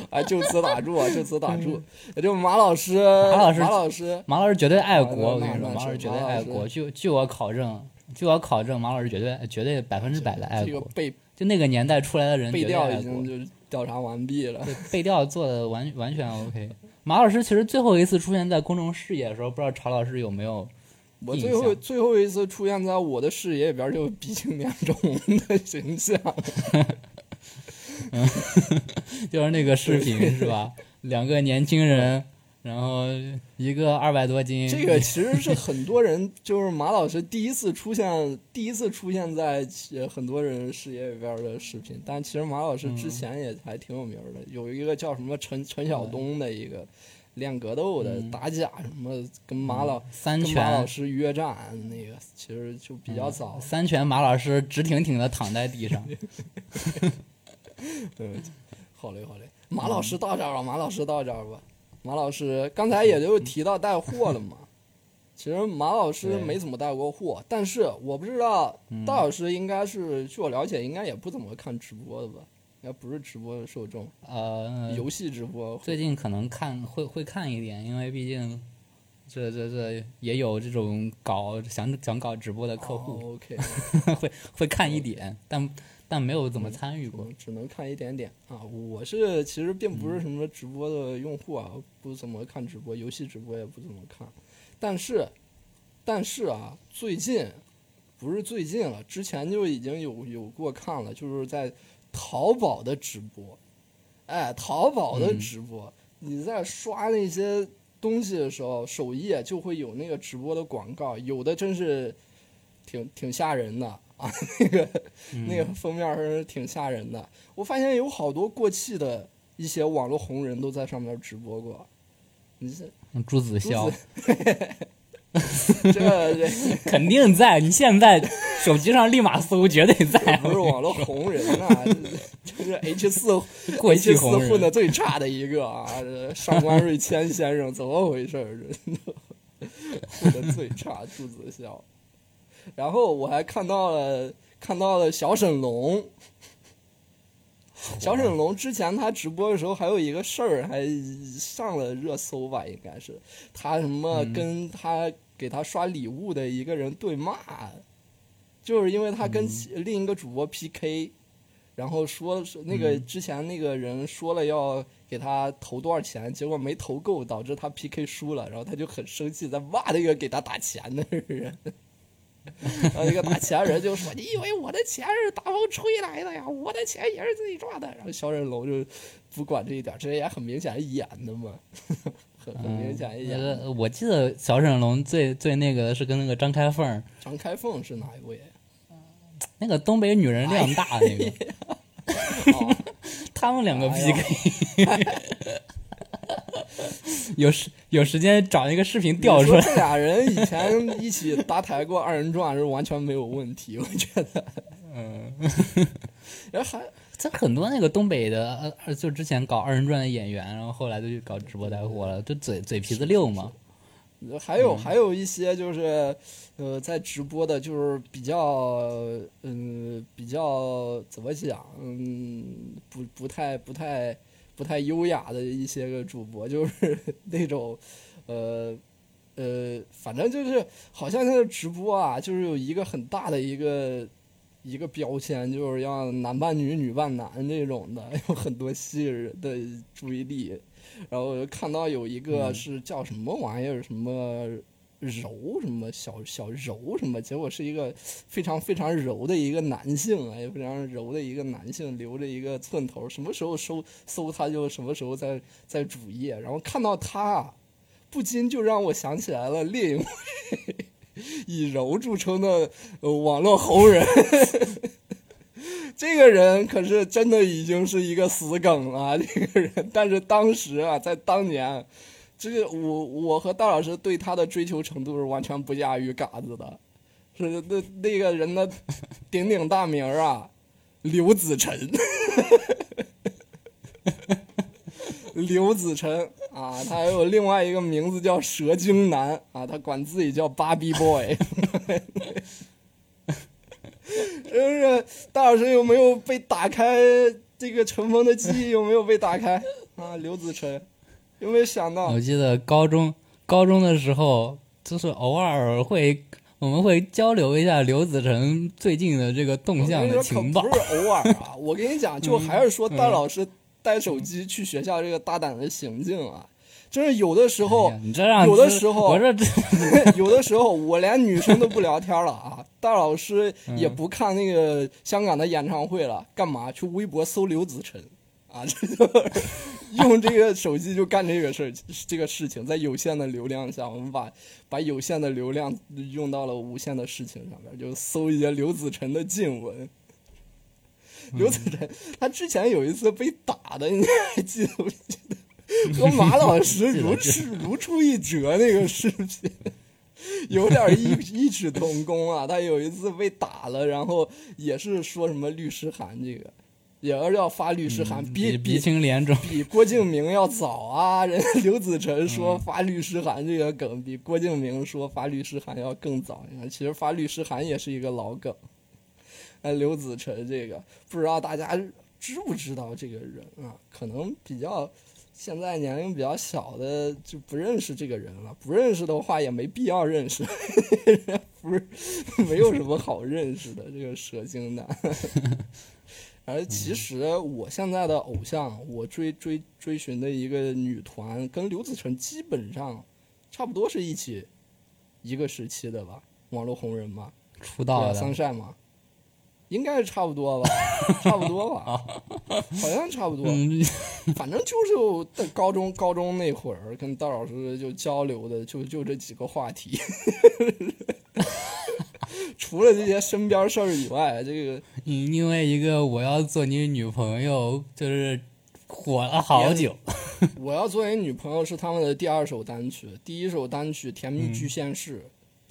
A: 啊！就此打住啊！就此打住！也就马老师，马
B: 嗯老师
A: 马老师，
B: 马老师绝对爱
A: 那
B: 国，我跟你
A: 那
B: 说，马老师
A: 是
B: 绝
A: 马
B: 对
A: 老
B: 爱
A: 师
B: 国，据据我考证，据我考证，马老师绝对绝对百分之百的爱
A: 这个
B: 国，
A: 背
B: 就那个年代出来的人
A: 背
B: 绝对
A: 调
B: 爱
A: 已
B: 国
A: 经。就是调查完毕了。
B: 对，背调做的完 完全 OK。马老师其实最后一次出现在公众视野的时候，不知道曹老师有没有？
A: 我
B: 印
A: 最后
B: 象
A: 最后一次出现在我的视野里边，就是鼻青脸肿的形象。
B: 嗯就是那个视频是吧？两个年轻人，然后一个二百多斤，嗯
A: 这个其实是很多人，就是马老师第一次出现，第一次出现在呃很多人视野里边的视频。但其实马老
B: 嗯
A: 师之前也还挺有名的，有一个叫什么陈陈晓东的一个练格斗的、
B: 嗯
A: 打假什么，跟马老、
B: 三
A: 跟马老
B: 拳
A: 师约战那个，其实就比
B: 嗯
A: 较早。
B: 三拳，马老师直挺挺的躺在 地上。
A: 对，好嘞好嘞，马老师到这儿了，马老师到这儿吧。
B: 嗯
A: 马老师刚才也就提到带货了 嘛，其实马老师
B: 对
A: 没怎么带过货，但是我不知道
B: 嗯
A: 大老师应该是，据我了解，应该也不怎么看直播的吧。应该不是直播受众，
B: 呃，
A: 游戏直播
B: 最近可能看会会看一点，因为毕竟这这这也有这种搞想想搞直播的客户，
A: 哦 OK，
B: 会会看一点，但但没有怎么
A: 嗯
B: 参与过
A: 我。只能看一点点啊。我是其实并不是什么直播的用户啊，不怎么看直播，游戏直播也不怎么看。但是，但是啊，最近不是最近了，之前就已经有有过看了，就是在淘宝的直播，哎，淘宝的
B: 嗯
A: 直播，你在刷那些东西的时候，首页就会有那个直播的广告，有的真是挺挺吓人的啊，那个、那个封面儿挺吓人的。我发现有好多过气的一些网络红人都在上面直播过，你这
B: 嗯朱子骁。
A: 这这
B: 肯定在，你现在手机上立马搜，绝对在。
A: 不是网络红人啊，这是 H 四
B: 过
A: H
B: 气
A: 四
B: 红
A: 混
B: 人，
A: 的最差的一个啊，这上官瑞谦先生怎么回事儿？真 的混的最差，朱子骁。然后我还看到了看到了小沈龙，小沈龙之前他直播的时候还有一个事儿还上了热搜吧，应该是他什么
B: 嗯
A: 跟他给他刷礼物的一个人对骂，就是因为他跟其另一个主播 PK，、然后说是那个之前那个人说了要给他投多少钱，结果没投够，导致他 PK 输了，然后他就很生气，在骂那个给他打钱的人。 然后那个打钱人就说：“你以为我的钱是大风吹来的呀？我的钱也是自己赚的。”然后肖振龙就不管这一点，这也很明显是演的嘛， 很很明显是演的。
B: 嗯呃我记得小沈龙最最那个的是跟那个张开凤儿，
A: 张开凤是哪一位？
B: 那个东北女人量大那个，
A: 哦，
B: 他们两个
A: 哎呀
B: PK。有时有时间找一个视频调出
A: 你
B: 来，
A: 说这俩人以前一起搭台过二人转是完全没有问题，我觉得。 嗯，然后还
B: 这很多那个东北的，呃呃，就之前搞二人转的演员，然后后来就去搞直播带货了，就嘴嘴皮子溜嘛。
A: 还有还有一些就是，呃，在直播的，就是比较，嗯、比较怎么讲，嗯，不不太不太不太优雅的一些个主播，就是 那种，呃。呃，反正就是好像那个直播啊，就是有一个很大的一个一个标签，就是要男扮女、女扮男这种的， 有很多吸引人的注意力。然后我就看到有一个是叫什么玩意儿，什么柔什么小小柔什么，结果是一个非常非常柔的一个男性啊，也非常柔的一个男性，留着一个寸头，什么时候搜搜他就什么时候在在主页，然后看到他。啊不禁就让我想起来了猎鹰以柔著称的、呃、网络红人。这个人可是真的已经是一个死梗了，这个人。但是当时啊，在当年，这个我我和大老师对他的追求程度是完全不亚于嘎子的，是那那个人的鼎鼎大名啊，刘子晨，刘子晨啊，他还有另外一个名字叫蛇精男啊，他管自己叫芭比 boy。就是大老师有没有被打开？这个尘封的记忆有没有被打开啊？刘子晨有没有想到
B: 哦我？记得高中高中的时候，就是偶尔会我们会交流一下刘子晨最近的这个动向的
A: 我跟你说
B: 情
A: 可
B: 报。嗯
A: 不是偶尔啊！我跟你讲， 就还是说大老师带手机去学校这个大胆的行径啊，真是有的时候
B: 哎呀，你这让
A: 有的
B: 这
A: 时候
B: 我这这
A: 有的时候我连女生都不聊天了啊！大老师也
B: 嗯
A: 不看那个香港的演唱会了，干嘛去微博搜刘子晨啊？这就是用这个手机就干这个事儿，这个事情在有限的流量下，我们把把有限的流量用到了无限的事情上面，就搜一些刘子晨的近闻。刘子晨，他之前有一次被打的，你还记得不 记得？和马老师如
B: 记
A: 出如出一辙那个视频，有点异异曲同工啊。他有一次被打了，然后也是说什么律师函这个，也是要发律师函，比
B: 鼻
A: 比
B: 鼻青脸肿，
A: 比郭敬明要早啊！ 人家刘子晨说发律师函这个梗比郭敬明说发律师函要更早。你看，其实发律师函也是一个老梗。那刘子晨这个，不知道大家知不知道这个人啊？可能比较现在年龄比较小的就不认识这个人了。不认识的话也没必要认识， 不是 没有什么好认识的这个蛇精男。而其实我现在的偶像，我追追追寻的一个女团，跟刘子晨基本上差不多是一起一个时期的吧，网络红人嘛，
B: 出
A: 对
B: 道
A: 啊，
B: 的
A: 桑晒嘛，应该是差不多吧， 差不多吧， 好像差不多，
B: 嗯，
A: 反正就是在高中高中那会儿跟道老师就交流的，就就这几个话题。 除了这些身边事儿以外，这个
B: 因因为一个我要做你女朋友，就是火了好久。
A: 我要作为女朋友是他们的第二首单曲，第一首单曲《甜蜜巨现世》，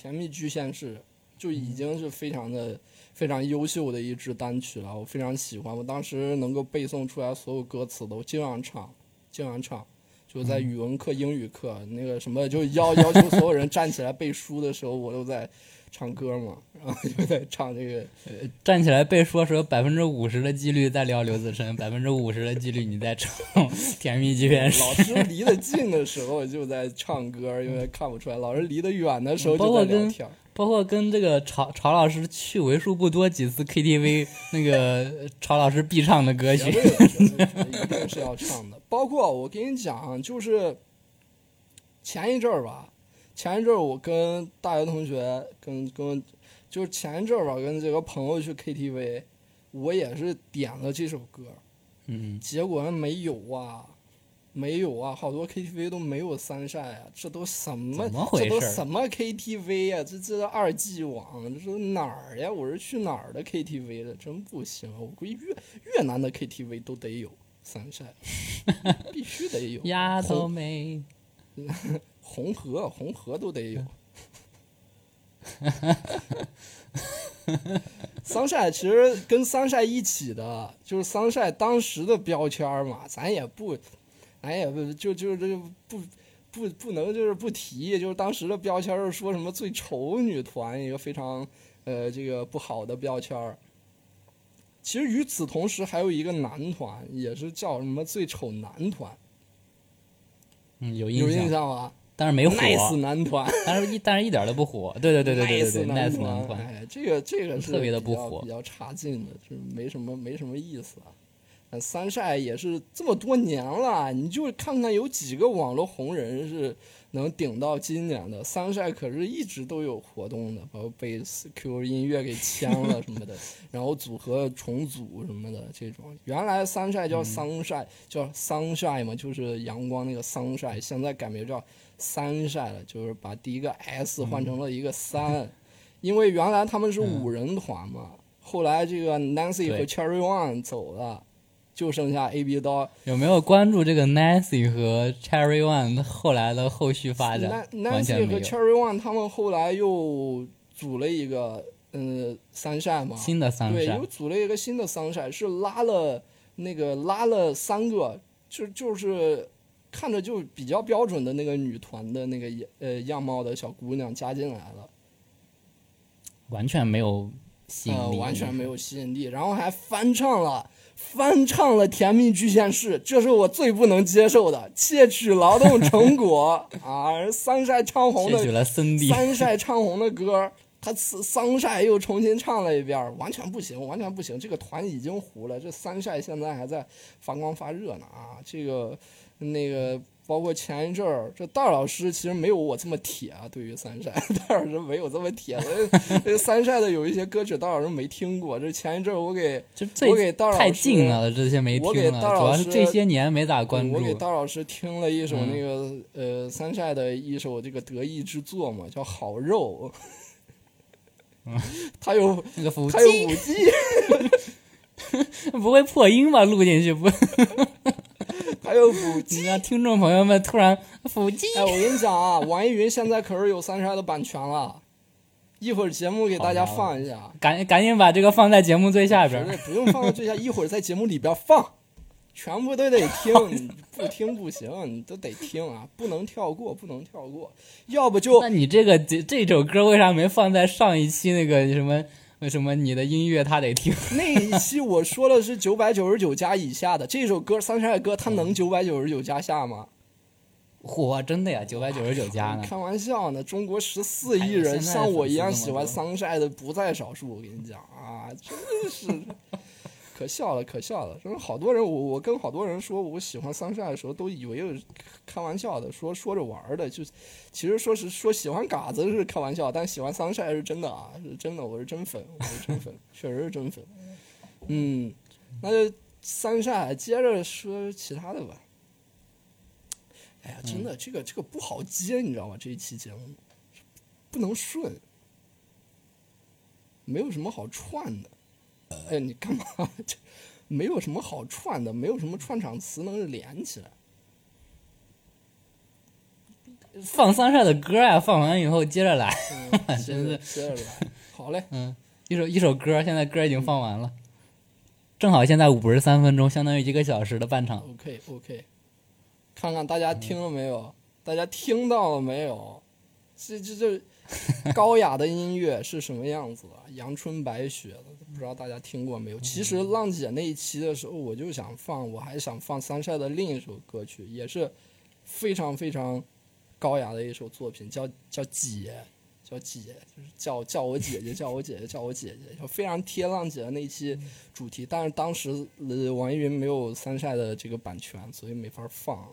A: 甜蜜巨现世》就已经是非常的、非常优秀的一支单曲了，我非常喜欢。我当时能够背诵出来所有歌词的，我经常唱，经常唱。就在语文课、英语课，那个什么，就要要求所有人站起来背书的时候，我都在唱歌嘛，然后就在唱这个
B: 站起来被说时候，百分之五十的几率在聊刘子晨，百分之五十的几率你在唱《 甜蜜剧变室
A: 老师离得近的时候就在唱歌，因为看不出来；老师离得远的时候
B: 包
A: 就
B: 括
A: 在聊
B: 跟
A: 天。
B: 包括跟这个曹曹老师去为数不多几次 KTV，那个曹老师必唱的歌
A: 绝
B: 曲
A: 对，的，绝对的一定是要唱的。包括我跟你讲，就是前一阵儿吧，前一阵儿我跟大学同学，跟跟就是前一阵儿吧，跟几个朋友去 KTV，我也是点了这首歌，
B: 嗯，
A: 结果没有啊。没有啊，好多 KTV 都没有三晒啊，这都什么？
B: 怎么回事
A: 这都什么 KTV 呀、啊这这二 G 网，这都哪儿呀？我是去哪儿的 KTV 了？真不行啊！我估计越越南的 KTV 都得有三 晒，必须得有。
B: 丫头妹，
A: 红河，红河都得有。桑晒其实跟桑晒一起的，就是桑晒当时的标签儿嘛，咱也不，咱也不就就这个不不不能就是不提，就是当时的标签儿是说什么最丑女团，一个非常呃这个不好的标签儿。其实与此同时，还有一个男团，也是叫什么最丑男团，
B: 嗯，有
A: 有
B: 印
A: 印
B: 象，
A: 象吗
B: 但是没火，
A: ？Nice 男团。
B: 但是一但是一点都不火。对对对对对对对
A: nice
B: ，nice 男团，
A: 哎，这个这个是
B: 特别的
A: 比较
B: 不火
A: 比较差劲的，就是没什么没什么意思啊。呃三晒也是这么多年了，啊你就看看有几个网络红人是能顶到今年的。三晒可是一直都有活动的，包括被 QQ 音乐给签了什么 的，然后组合重组什么的这种。原来三晒
B: 嗯
A: 叫桑晒，叫桑晒嘛，就是阳光那个桑晒，现在改名叫三晒了，就是把第一个
B: 嗯
A: S 换成了一个三、因为原来他们是五人团嘛，后来这个 Nancy 和
B: 对
A: Cherry One 走了，就剩下 AB 刀。
B: 有没有关注这个 Nancy 和 Cherry One 后来的后续发展
A: Nan-？
B: 完全
A: Nancy
B: 没
A: 和
B: 有。
A: Cherry One 他们后来又组了一个嗯三晒嘛，
B: 新的桑
A: 对，
B: 晒
A: 又，组了一个新的桑晒，是拉了那个拉了三个，就就是看着就比较标准的那个女团的那个样呃样貌的小姑娘加进来了。
B: 完全没有吸引
A: 呃，
B: 力，
A: 完全没有吸引力，然后还翻唱了翻唱了《甜蜜巨县市》，这是我最不能接受的，窃取劳动成果 啊！三晒唱红
B: 窃取
A: 的
B: 了森地。
A: 三晒唱红的歌，他桑晒又重新唱了一遍，完全不行，完全不行，这个团已经糊了，这三晒现在还在发光发热呢啊！这个那个。包括前一阵儿，这戴尔老师其实没有我这么铁啊。对于三晒， 戴尔老师没有这么铁，所以这三晒的有一些歌曲，大老师没听过。这前一阵儿我给
B: 就
A: 我
B: 这
A: 给大老师
B: 太近了，这些没
A: 我给
B: 听了，
A: 大老
B: 主要是
A: 师
B: 这些年没咋关
A: 我给
B: 注。
A: 大老师听了一首
B: 嗯
A: 那个、呃三晒的一首这个得意之作嘛，叫《好肉》。他有
B: 那个腹
A: 他有
B: 肌
A: 五 G，
B: 不会破音吧？录进 去不？
A: 他有五 G。
B: 你让听众朋友们突然啊腹肌
A: 哎，我跟你讲啊，网易云现在可是有三晒的版权了，一会儿节目给大家
B: 好呀
A: 放一下，
B: 赶赶紧把这个放在节目最下边
A: 绝对
B: 儿。
A: 不用放到最下，一会儿在节目里边放，全部都得听，你不听不行，你都得听啊，不能跳过，不能跳过，要不就
B: 那你这个这这首歌为啥没放在上一期那个什么？为什么你的音乐他得听？
A: 那一期我说的是九百九十九加以下的这首歌，三山的歌，它能九百九十九加下吗？
B: 嚯，真的呀，九百九十九加呢！
A: 开玩笑呢，中国十四亿
B: 哎
A: 人、
B: 呀现在
A: 像我一样
B: 粉丝
A: 喜
B: 这么
A: 欢
B: 多
A: 桑晒的不在少数，我跟你讲啊，真是可笑了，可笑了。真是好多人，我我跟好多人说我喜欢桑晒的时候，都以为是开玩笑的，说说着玩儿的，就其实说是说喜欢嘎子是开玩笑，但喜欢桑晒是真的啊，是真的，我是真粉，我是真粉，确实是真粉。嗯，那就桑晒，接着说其他的吧。哎呀，真的，这个这个不好接，你知道吗？这一期节目不能顺，没有什么好串的。哎，你干嘛？ 这没有什么好串的，没有什么串场词能连起来。
B: 放桑晒的歌啊，放完以后接着来。
A: 嗯
B: 真是
A: 接着接着来。好嘞，
B: 嗯，一首一首歌，现在歌已经放完了，正好现在五十三分钟，相当于一个小时的半场。
A: OK OK，看看大家听了没有？大家听到了没有？这这这高雅的音乐是什么样子的？阳春白雪的，不知道大家听过没有？其实浪姐那一期的时候，我就想放，我还想放三晒的另一首歌曲，也是非常非常高雅的一首作品，叫叫姐。叫姐，就是叫叫我姐姐，叫我姐姐，叫我姐姐，就非常贴浪姐的那一期主题。但是当时呃，网易云没有三晒的这个版权，所以没法放。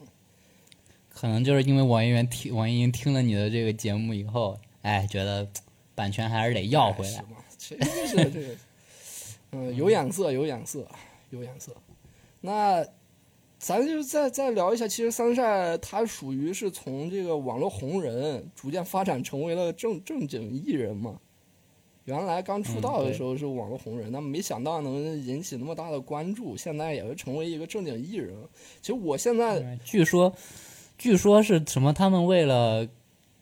B: 可能就是因为网易云听网易云听了你的这个节目以后，哎，觉得嘖版权还是得要回
A: 是
B: 来。
A: 吗？真是这个，嗯，有眼色，有眼色，有眼色。那咱就再再聊一下，其实三晒他属于是从这个网络红人逐渐发展成为了正正经艺人嘛。原来刚出道的时候是网络红人，那、没想到能引起那么大的关注，现在也是成为一个正经艺人。其实我现在
B: 嗯据说，据说是什么？他们为了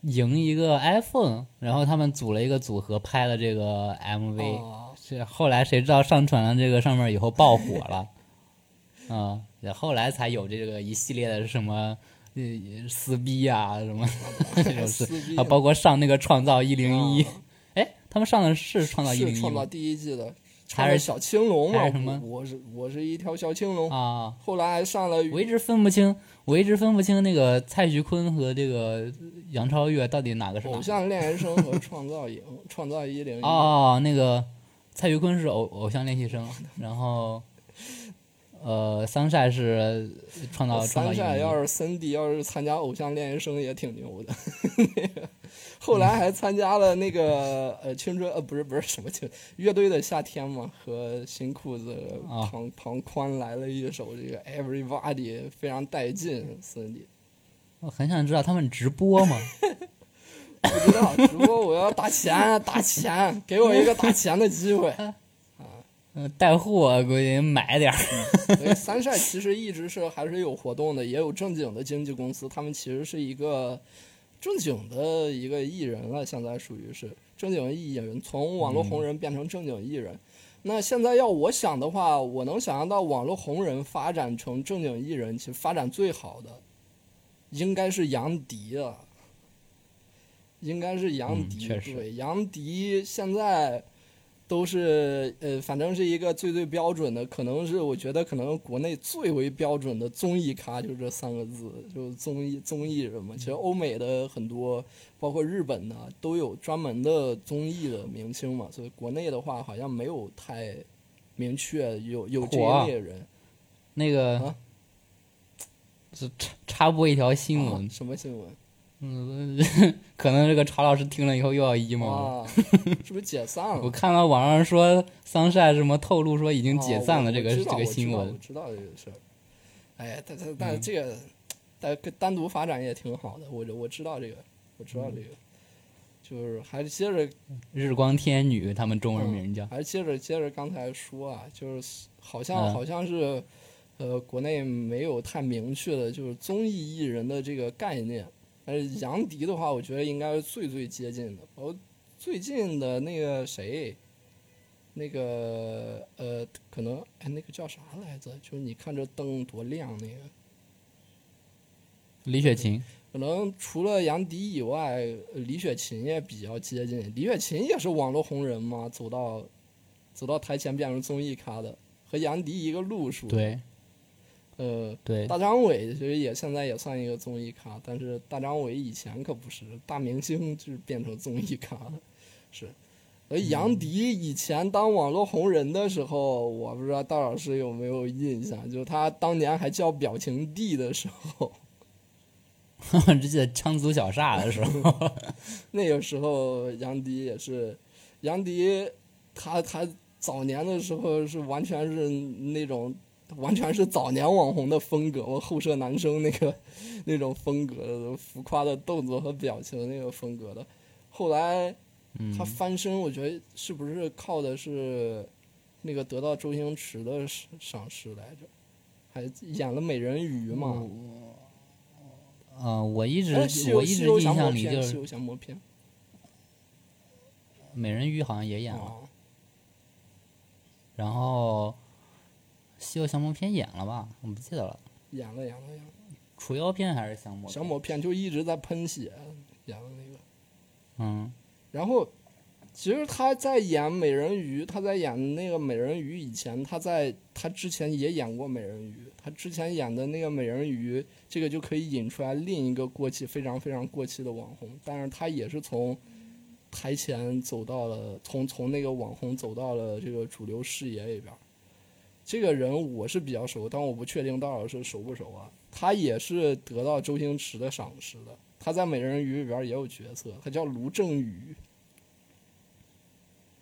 B: 赢一个 iPhone，然后他们组了一个组合拍了这个 MV，、
A: 啊、
B: 是后来谁知道上传了这个上面以后爆火了，嗯，然后来才有这个一系列的什么呃撕逼啊什么 这种事
A: 撕逼
B: 啊，包括上那个创造一零一
A: 哎啊，
B: 哎，他们上的是创造一
A: 是
B: 零一
A: 创造
B: 吗？
A: 第一季的，
B: 还
A: 创造
B: 是
A: 小青龙嘛？
B: 还是什么
A: 我我是我是一条小青龙，
B: 啊，
A: 后来还上了
B: 我一直分不清，我一直分不清那个蔡徐坤和这个杨超越到底哪个是哪哦
A: 偶
B: 个。
A: 像练 习生和创造营，创造一零一。
B: 哦，那个蔡徐坤是偶偶像练习生，然后呃，Sunshine 是创造哦创造
A: 哦三
B: 一
A: 善
B: 个
A: 要是森迪要是参加偶像练习生也挺牛的， 那个后
B: 嗯
A: 来还参加了那个呃青春呃不是不是什么青乐队的夏天嘛，和新裤子
B: 啊
A: 庞庞宽来了一首这个 Everybody 非常带劲，森迪
B: 我很想知道他们直播吗？
A: 不知道直播我要打钱打钱，给我一个打钱的机会。
B: 嗯，带货估计买点儿。
A: 所以三晒其实一直是还是有活动的，也有正经的经纪公司，他们其实是一个正经的一个艺人了，现在属于是正经艺人，从网络红人变成正经艺人。那现在要我想的话，我能想象到网络红人发展成正经艺人，其实发展最好的应该是杨迪啊，应该是杨
B: 嗯
A: 迪。
B: 确实
A: 对，杨迪现在都是呃，反正是一个最最标准的，可能是我觉得可能国内最为标准的综艺咖，就是这三个字，就是综艺综艺人嘛。其实
B: 嗯
A: 欧美的很多，包括日本的，都有专门的综艺的明星嘛。所以国内的话，好像没有太明确有有这
B: 火啊
A: 一类人。
B: 那个
A: 啊，
B: 是插插播一条新
A: 啊
B: 闻，
A: 什么新闻？
B: 嗯，可能这个曹老师听了以后又要 emo 了。
A: 啊，是不是解散了
B: 嗯我？看到网上说桑晒什么透露说已经解
A: 哦
B: 散
A: 我
B: 了这个、
A: 我知道
B: 这个
A: 我知
B: 新
A: 道
B: 闻
A: 我，知道这个事儿。哎呀，但但但这个，哎但单独发展也挺好的，我我知道这个，我知道这
B: 嗯
A: 个，就是还是接着
B: 日光天女他们
A: 嗯
B: 中文名叫。
A: 还是接着接着刚才说啊，就是好像、
B: 嗯
A: 好像是，呃，国内没有太明确的，就是综艺艺人的这个概念。但是杨迪的话，我觉得应该是最最接近的。我、最近的那个谁，那个呃，可能哎，那个叫啥来着？就是你看这灯多亮那个。
B: 李雪琴，
A: 可能除了杨迪以外，呃李雪琴也比较接近。李雪琴也是网络红人嘛，走到走到台前变成综艺咖的，和杨迪一个路数。，
B: 对
A: 呃，
B: 对，
A: 嗯大张伟其实也现在也算一个综艺咖，但是大张伟以前可不是大明星，就是变成综艺咖了，是。而杨迪以前当网络红人的时候，我不知道大老师有没有印象，就是他当年还叫表情帝的时候，
B: 我只记得羌族小煞的 时候，
A: 那个时候杨迪也是，杨迪他他早年的时候是完全是那种完全是早年网红的风格，我后舍男生那个那种风格，浮夸的动作和表情那个风格的。后来
B: 嗯
A: 他，翻身，我觉得是不是靠的是那个得到周星驰的赏赏识来着？还演了《美人鱼》嘛？
B: 呃，我一直
A: 哎西
B: 嗯我
A: 游
B: 一
A: 西
B: 直
A: 游
B: 印
A: 降魔
B: 象里
A: 篇
B: 就》，
A: 《西
B: 是
A: 游降魔篇》
B: 美人鱼好像也演了，
A: 啊。
B: 然后《西游降魔篇》演了吧？我不记得了，
A: 演了演了演了，
B: 《除妖篇》还是降魔？
A: 降魔。篇就一直在喷血，演的那个。
B: 嗯，
A: 然后，其实他在演美人鱼，他在演那个美人鱼以前，他在他之前也演过美人鱼，他之前演的那个美人鱼，这个就可以引出来另一个过气非常非常过气的网红，但是他也是从台前走到了，从从那个网红走到了这个主流视野里边儿。这个人我是比较熟，但我不确定大老师熟不熟啊。他也是得到周星驰的赏识的，他在《美人鱼》里边儿也有角色，他叫卢正雨。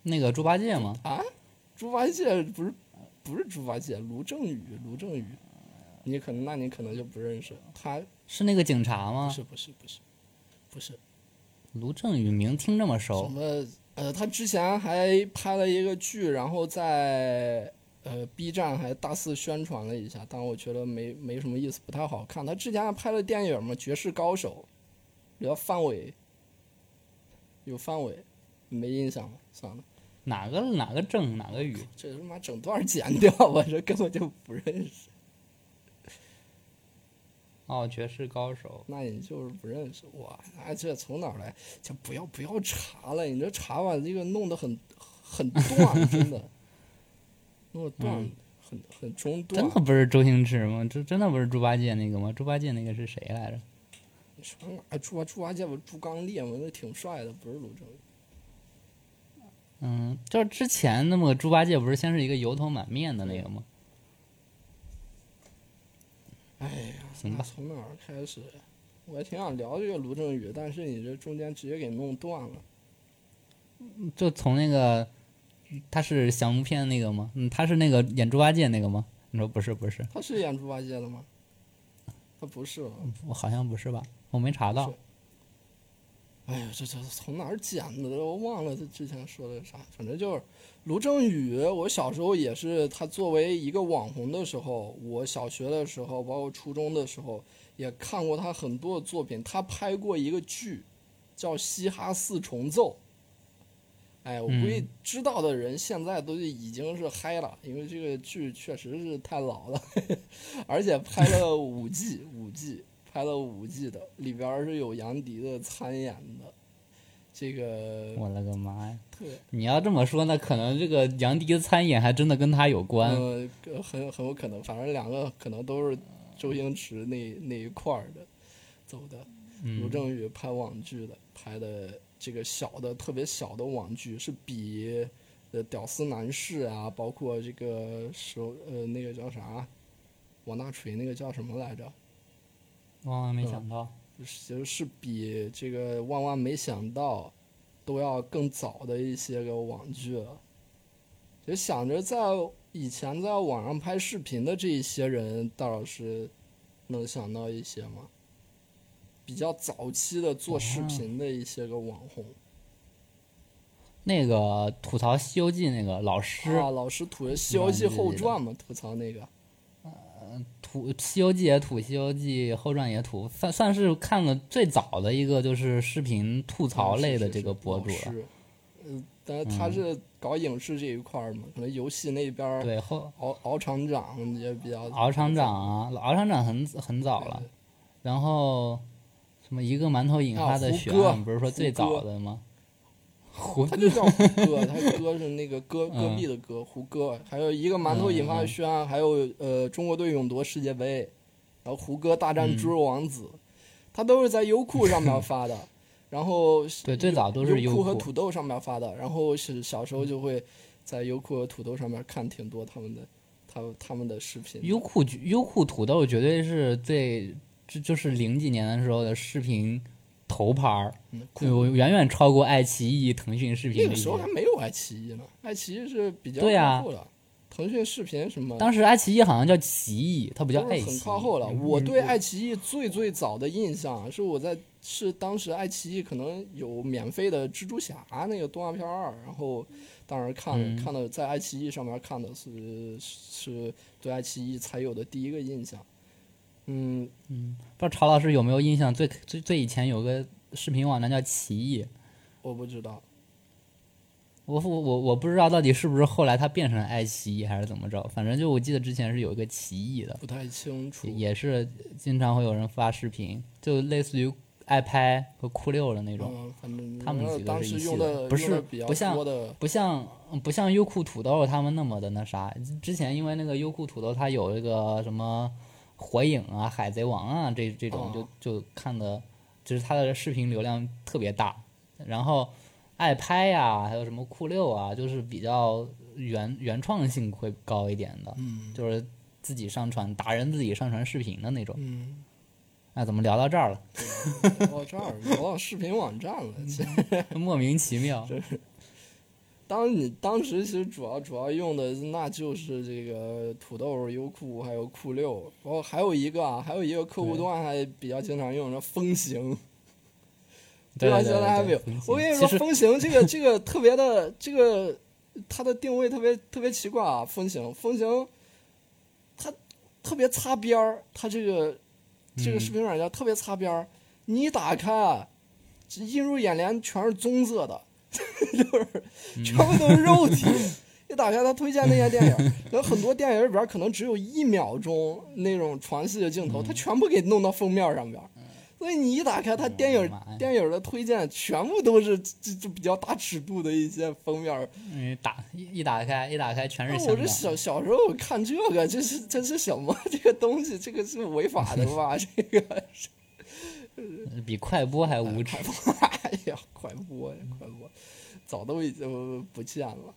B: 那个猪八戒嘛，
A: 啊，猪八戒不是不是猪八戒，卢正雨，卢正雨，你可能那你可能就不认识他，
B: 是那个警察
A: 不
B: 吗？
A: 是不是不是不是
B: 卢正雨名听这么
A: 什
B: 熟，
A: 么呃，他之前还拍了一个剧，然后在呃 B 站还大肆宣传了一下，但我觉得没没什么意思，不太好看。他之前还拍了电影嘛，《绝世高手》，比较范伟，有范伟，没印象了，算了。
B: 哪个哪个正哪个雨？
A: 这他妈整段儿剪掉吧，这根本就不认识。
B: 哦，绝世高手。
A: 那你就是不认识我，那这从哪儿来？就不要不要查了，你这查吧，这个弄得很很断，真的，弄得断，
B: 嗯
A: 很很中断
B: 真。的不是周星驰吗？这真的不是猪八戒那个吗？猪八戒那个是谁来着？
A: 你说哪儿哎猪八猪八戒不是猪刚鬣吗？那挺帅的，不是卢正雨。
B: 嗯，就是之前那么猪八戒不是先是一个油头满面的那个吗？
A: 哎呀，
B: 行
A: 那
B: 吧
A: 从哪儿开始？我还挺想聊这个卢正雨，但是你这中间直接给弄断了。
B: 就从那个他是降魔片那个吗？嗯，他是那个演猪八戒那个吗？你说不是不是，
A: 他是演猪八戒的吗？他不是吧？
B: 我好像不是吧？我没查到
A: 是。哎呀，这这从哪儿捡的？我忘了他之前说的啥，反正就是卢正雨。我小时候也是，他作为一个网红的时候，我小学的时候，包括初中的时候，也看过他很多的作品。他拍过一个剧，叫《嘻哈四重奏》。哎，我估计
B: 嗯
A: 知道的人现在都已经是嗨了，因为这个剧确实是太老了， 而且拍了五季，五季拍了五季的，里边儿是有杨迪的参演的，这个
B: 我了个妈呀！
A: 特
B: 你要这么说，那可能这个杨迪的参演还真的跟他有关。
A: 呃很很有可能，反正两个可能都是周星驰那那一块儿的走的。卢
B: 嗯，
A: 正雨拍网剧的，拍的这个小的特别小的网剧是比呃《屌丝男士》啊，包括这个手呃那个叫啥王大锤那个叫什么来着？
B: 万万哦没想到，
A: 其实是比这个万万没想到都要更早的一些个网剧了。就想着在以前在网上拍视频的这一些人，大老师能想到一些吗？比较早期的做视
B: 哦
A: 频的一些个网红
B: 那个吐槽《西游记》那个老师
A: 啊，老师吐《西游记后传》嘛，吐槽那个
B: 吐《西游记》也吐，《西游记》后传也吐，算算是看了最早的一个就是视频吐槽类的这个博主啊
A: 了。
B: 了。
A: 嗯是嗯，但是他是搞影视这一块儿嘛，可能游戏那边儿
B: 对，后
A: 敖敖厂长也比较
B: 敖厂长啊，敖厂长很很早了
A: 对，
B: 然后什么一个馒头引发的血
A: 啊胡歌
B: 案，不是说最早的吗？胡
A: 他就叫胡歌，他歌是那个戈
B: 嗯
A: 戈壁的戈，胡歌。还有一个馒头引发的轩，还有呃中国队勇夺世界杯，然后胡歌大
B: 嗯
A: 战猪肉王子，他都是在优酷上 面发的。然后
B: 对最早都是
A: 优
B: 优酷
A: 和土豆上面发的，然后是小时候就会在优酷和土豆上面看挺多他们的他他们的视频。
B: 优酷优酷土豆绝对是最这就是零几年的时候的视频头牌儿，
A: 嗯酷
B: 对我远远超过爱奇艺、腾讯视
A: 那
B: 频
A: 个
B: 这
A: 时候还
B: 些。
A: 没有爱奇艺呢，爱奇艺是比较
B: 对啊
A: 靠后的，腾讯视频什么。
B: 当时爱奇艺好像叫奇艺，它不叫
A: 都
B: 爱
A: 是
B: 奇艺。嗯
A: 很靠后了。我对爱奇艺最最早的印象是我在是当时爱奇艺可能有免费的蜘蛛侠那个动画片儿，然后当时看了、
B: 嗯
A: 看的在爱奇艺上面看的是是对爱奇艺才有的第一个印象。嗯，
B: 不知道曹老师有没有印象？最最最以前有个视频网站叫奇艺，
A: 我不知道，
B: 我我我我不知道到底是不是后来它变成了爱奇艺还是怎么着，反正就我记得之前是有一个奇艺的，
A: 不太清楚。
B: 也是经常会有人发视频，就类似于爱拍和酷六的那种，
A: 嗯，反正
B: 他们几个
A: 当
B: 是一
A: 时
B: 系
A: 用
B: 的
A: 的
B: 不
A: 用
B: 是
A: 的比较
B: 不像
A: 多的
B: 不像不像优酷土豆他们那么的那啥。之前因为那个优酷土豆它有那个什么火影啊、海贼王啊这这种
A: 哦
B: 就就看的，就是它的视频流量特别大。然后爱拍呀、还有什么酷六啊，就是比较原原创性会高一点的，
A: 嗯
B: 就是自己上传达人自己上传视频的那种。
A: 嗯。
B: 那怎么聊到这儿了？
A: 聊到这儿，聊到视频网站了。其实
B: 莫名其妙。
A: 当你当时其实主要主要用的那就是这个土豆、优酷还有酷六，然后还有一个啊，还有一个客户端还比较经常用的风行，
B: 对
A: 吧？
B: 对
A: 现
B: 对
A: 在还没有
B: 风。行
A: 我跟你
B: 其
A: 说，
B: 实
A: 风行这个这个特别的这个它的定位特别特别奇怪啊，风行风行，它特别擦边儿，它这个
B: 嗯
A: 这个视频软件特别擦边儿，你一打开啊，映入眼帘全是棕色的，就是全部都是肉体。一打开他推荐那些电影，有很多电影里边可能只有一秒钟那种床戏的镜头，他全部给弄到封面上边儿。所以你一打开他电影
B: 我的妈呀
A: 电影的推荐，全部都是这这比较大尺度的一些封面儿。
B: 嗯，打一一打开一打开全是
A: 那
B: 香
A: 啊我
B: 港
A: 这。小小时候看这个，这是这是什么？ 这个东西，这个是违法的吧？ 这个是
B: 比快播还无耻
A: 快。播，哎呀，快播呀，快播，早都已嗯经不见了。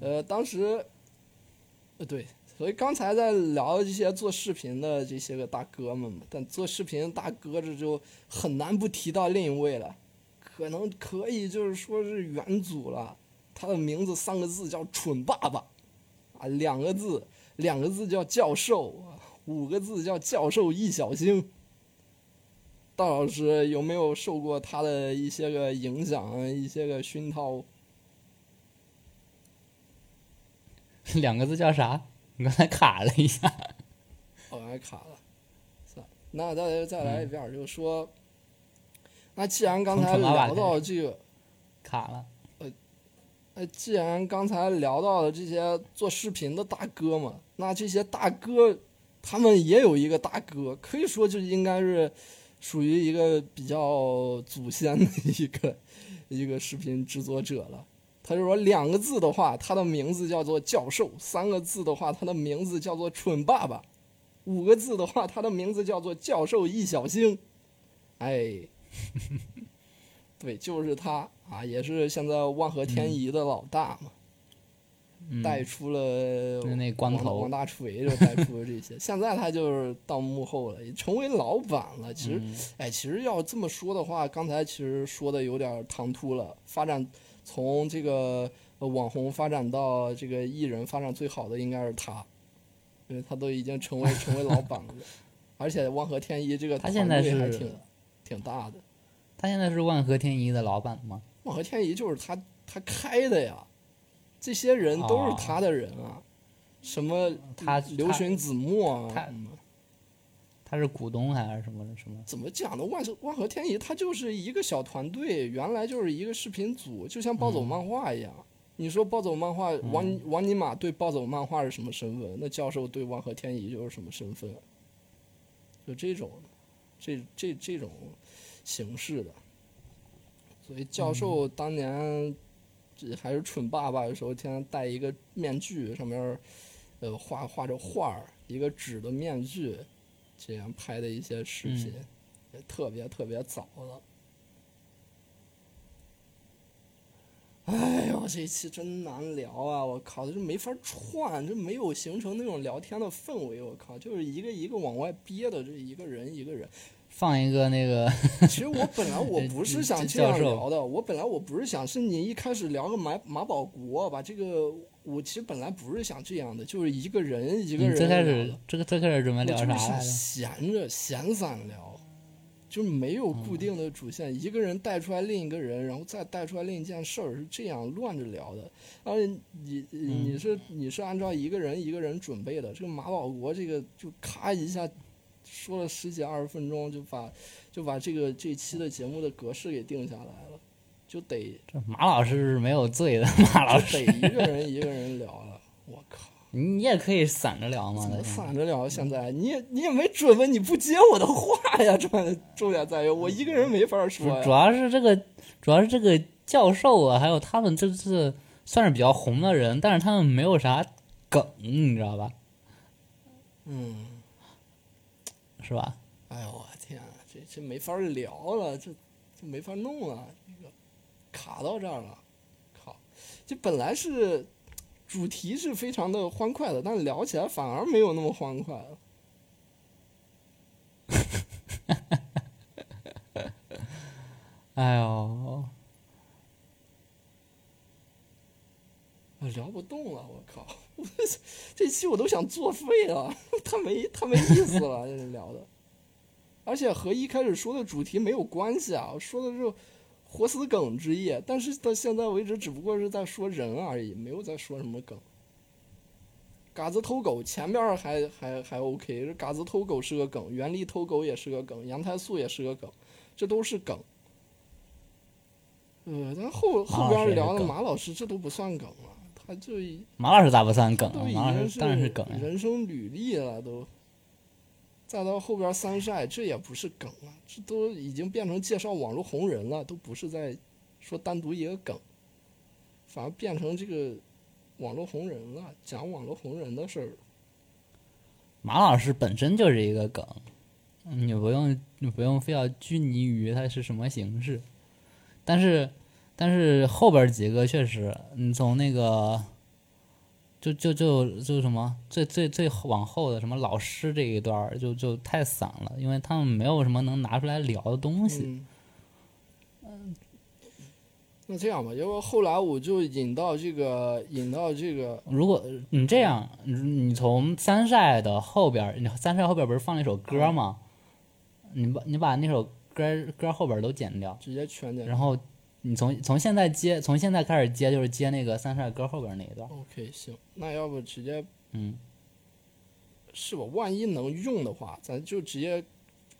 A: 呃，当时，呃，对，所以刚才在聊这些做视频的这些个大哥们嘛，但做视频大哥这就很难不提到另一位了，可能可以就是说是元祖了。他的名字三个字叫“蠢爸爸”，啊，两个字，两个字叫“教授”，五个字叫“教授易小星”。大老师有没有受过他的一些个影响，一些个熏陶？嗯
B: 两个字叫啥？你刚才卡了一下。
A: 我刚才卡了，算了那再再来一遍儿，就说，那既然刚才
B: 从蠢爸爸
A: 聊到这个，
B: 卡了。
A: 哎，既然刚才聊到了这些做视频的大哥嘛，那这些大哥他们也有一个大哥，可以说就应该是属于一个比较祖先的一个一个视频制作者了。他就说两个字的话，他的名字叫做教授；三个字的话，他的名字叫做蠢爸爸；五个字的话，他的名字叫做教授易小星。哎，对，就是他啊，也是现在万和天宜的老大嘛，
B: 嗯，
A: 带出了
B: 那那光
A: 王大
B: 头
A: 王大锤就带出了这些。现在他就是到幕后了，也成为老板了。其实，
B: 嗯
A: 哎，其实要这么说的话，刚才其实说的有点唐突了。发展从这个呃网红发展到这个艺人，发展最好的应该是他，因为他都已经成为成为老板了， 而且万和天宜这个
B: 他
A: 团
B: 现在
A: 队还
B: 是
A: 挺挺大的。
B: 他现在是万和天宜的老板吗？
A: 万和天宜就是他他开的呀，这些人都是
B: 哦
A: 他的人啊，什么
B: 他
A: 刘
B: 他
A: 玄子墨
B: 他
A: 啊，什么
B: 他是股东还是什么什么？
A: 怎么讲呢？万万和天宜他就是一个小团队，原来就是一个视频组，就像
B: 嗯
A: 暴走漫画一样。你说暴走漫画王、王尼玛对暴走漫画是什么身份？那教授对万和天宜就是什么身份？就这种，这这这种形式的。所以教授当年这还是蠢爸爸的时候，天天戴一个面具，上面儿呃画画着画儿，一个纸的面具，这样拍的一些视频，也特别特别早了。哎呦，这一期真难聊啊！我靠，这没法串，这没有形成那种聊天的氛围。我靠，就是一个一个往外憋的，这一个人一个人。
B: 放一个那个，
A: 其实我本来我不
B: 嗯
A: 是想这样聊的，我本来我不是想，是你一开始聊个马马保国，把这个我其实本来不是想这样的，就是一个人一个
B: 你
A: 人
B: 嗯最开
A: 聊
B: 始
A: 的
B: 这个最开始准备
A: 我
B: 聊
A: 就是
B: 啥
A: 想
B: 来着？
A: 闲着闲散聊，就没有固定的主线，一个人带出来另一个人，然后再带出来另一件事儿，是这样乱着聊的。而且你
B: 嗯
A: 你是你是按照一个人一个人准备的，这个马保国这个就咔一下说了十几二十分钟，就把就把这个这期的节目的格式给定下来了，就得
B: 这马老师是没有罪的， 马老
A: 就
B: 师，
A: 得一个人一个人聊了。我靠！
B: 你也可以散着聊嘛
A: 怎。么
B: 那是
A: 反着聊？现在你也你也没准备，你不接我的话呀！重重点在于我一个人没法
B: 主
A: 说
B: 主
A: 呀。
B: 要是这个，主要是这个教授啊，还有他们这次算是比较红的人，但是他们没有啥梗，你知道吧？
A: 嗯，
B: 是吧？
A: 哎呦我天啊，这这没法聊了，这这没法弄了，这个卡到这儿了，靠！这本来是主题是非常的欢快的，但聊起来反而没有那么欢快了。
B: 哎呦，
A: 啊，聊不动了，我靠！我这期我都想作废了，太没太没意思了，这聊的。而且和一开始说的主题没有关系啊，我说的是活死梗之夜，但是到现在为止，只不过是在说人而已，没有在说什么梗。嘎子偷狗前面儿还还还 OK，这嘎子偷狗是个梗，原力偷狗也是个梗，杨太素也是个梗，这都是梗。呃，但后后边
B: 马老师也
A: 儿
B: 是
A: 聊的
B: 梗
A: 马老师这都不算梗了，他就已
B: 马老师咋不算梗
A: 都
B: 啊？
A: 已
B: 马老
A: 经
B: 师当然是梗呀、
A: 人生履历了都。再到后边三晒，这也不是梗了，这都已经变成介绍网络红人了，都不是在说单独一个梗，反而变成这个网络红人了，讲网络红人的事儿。
B: 马老师本身就是一个梗，你不用你不用非要拘泥于它是什么形式，嗯但是但是后边几个确实，你从那个就就就就什么最最最往后的什么老师这一段儿就就太散了，因为他们没有什么能拿出来聊的东西。嗯
A: 嗯，那这样吧，要不后来我就引到这个，引到这个，
B: 如果你这样，你你从三晒的后边儿，你三晒后边儿不是放了一首歌吗？你把你把那首歌歌后边儿都剪掉，
A: 直接圈进来。
B: 然后你从从现在接，从现在开始接，就是接那个三晒歌后边儿那一段。
A: OK，行，那要不直接
B: 嗯，
A: 是吧？万一能用的话，咱就直接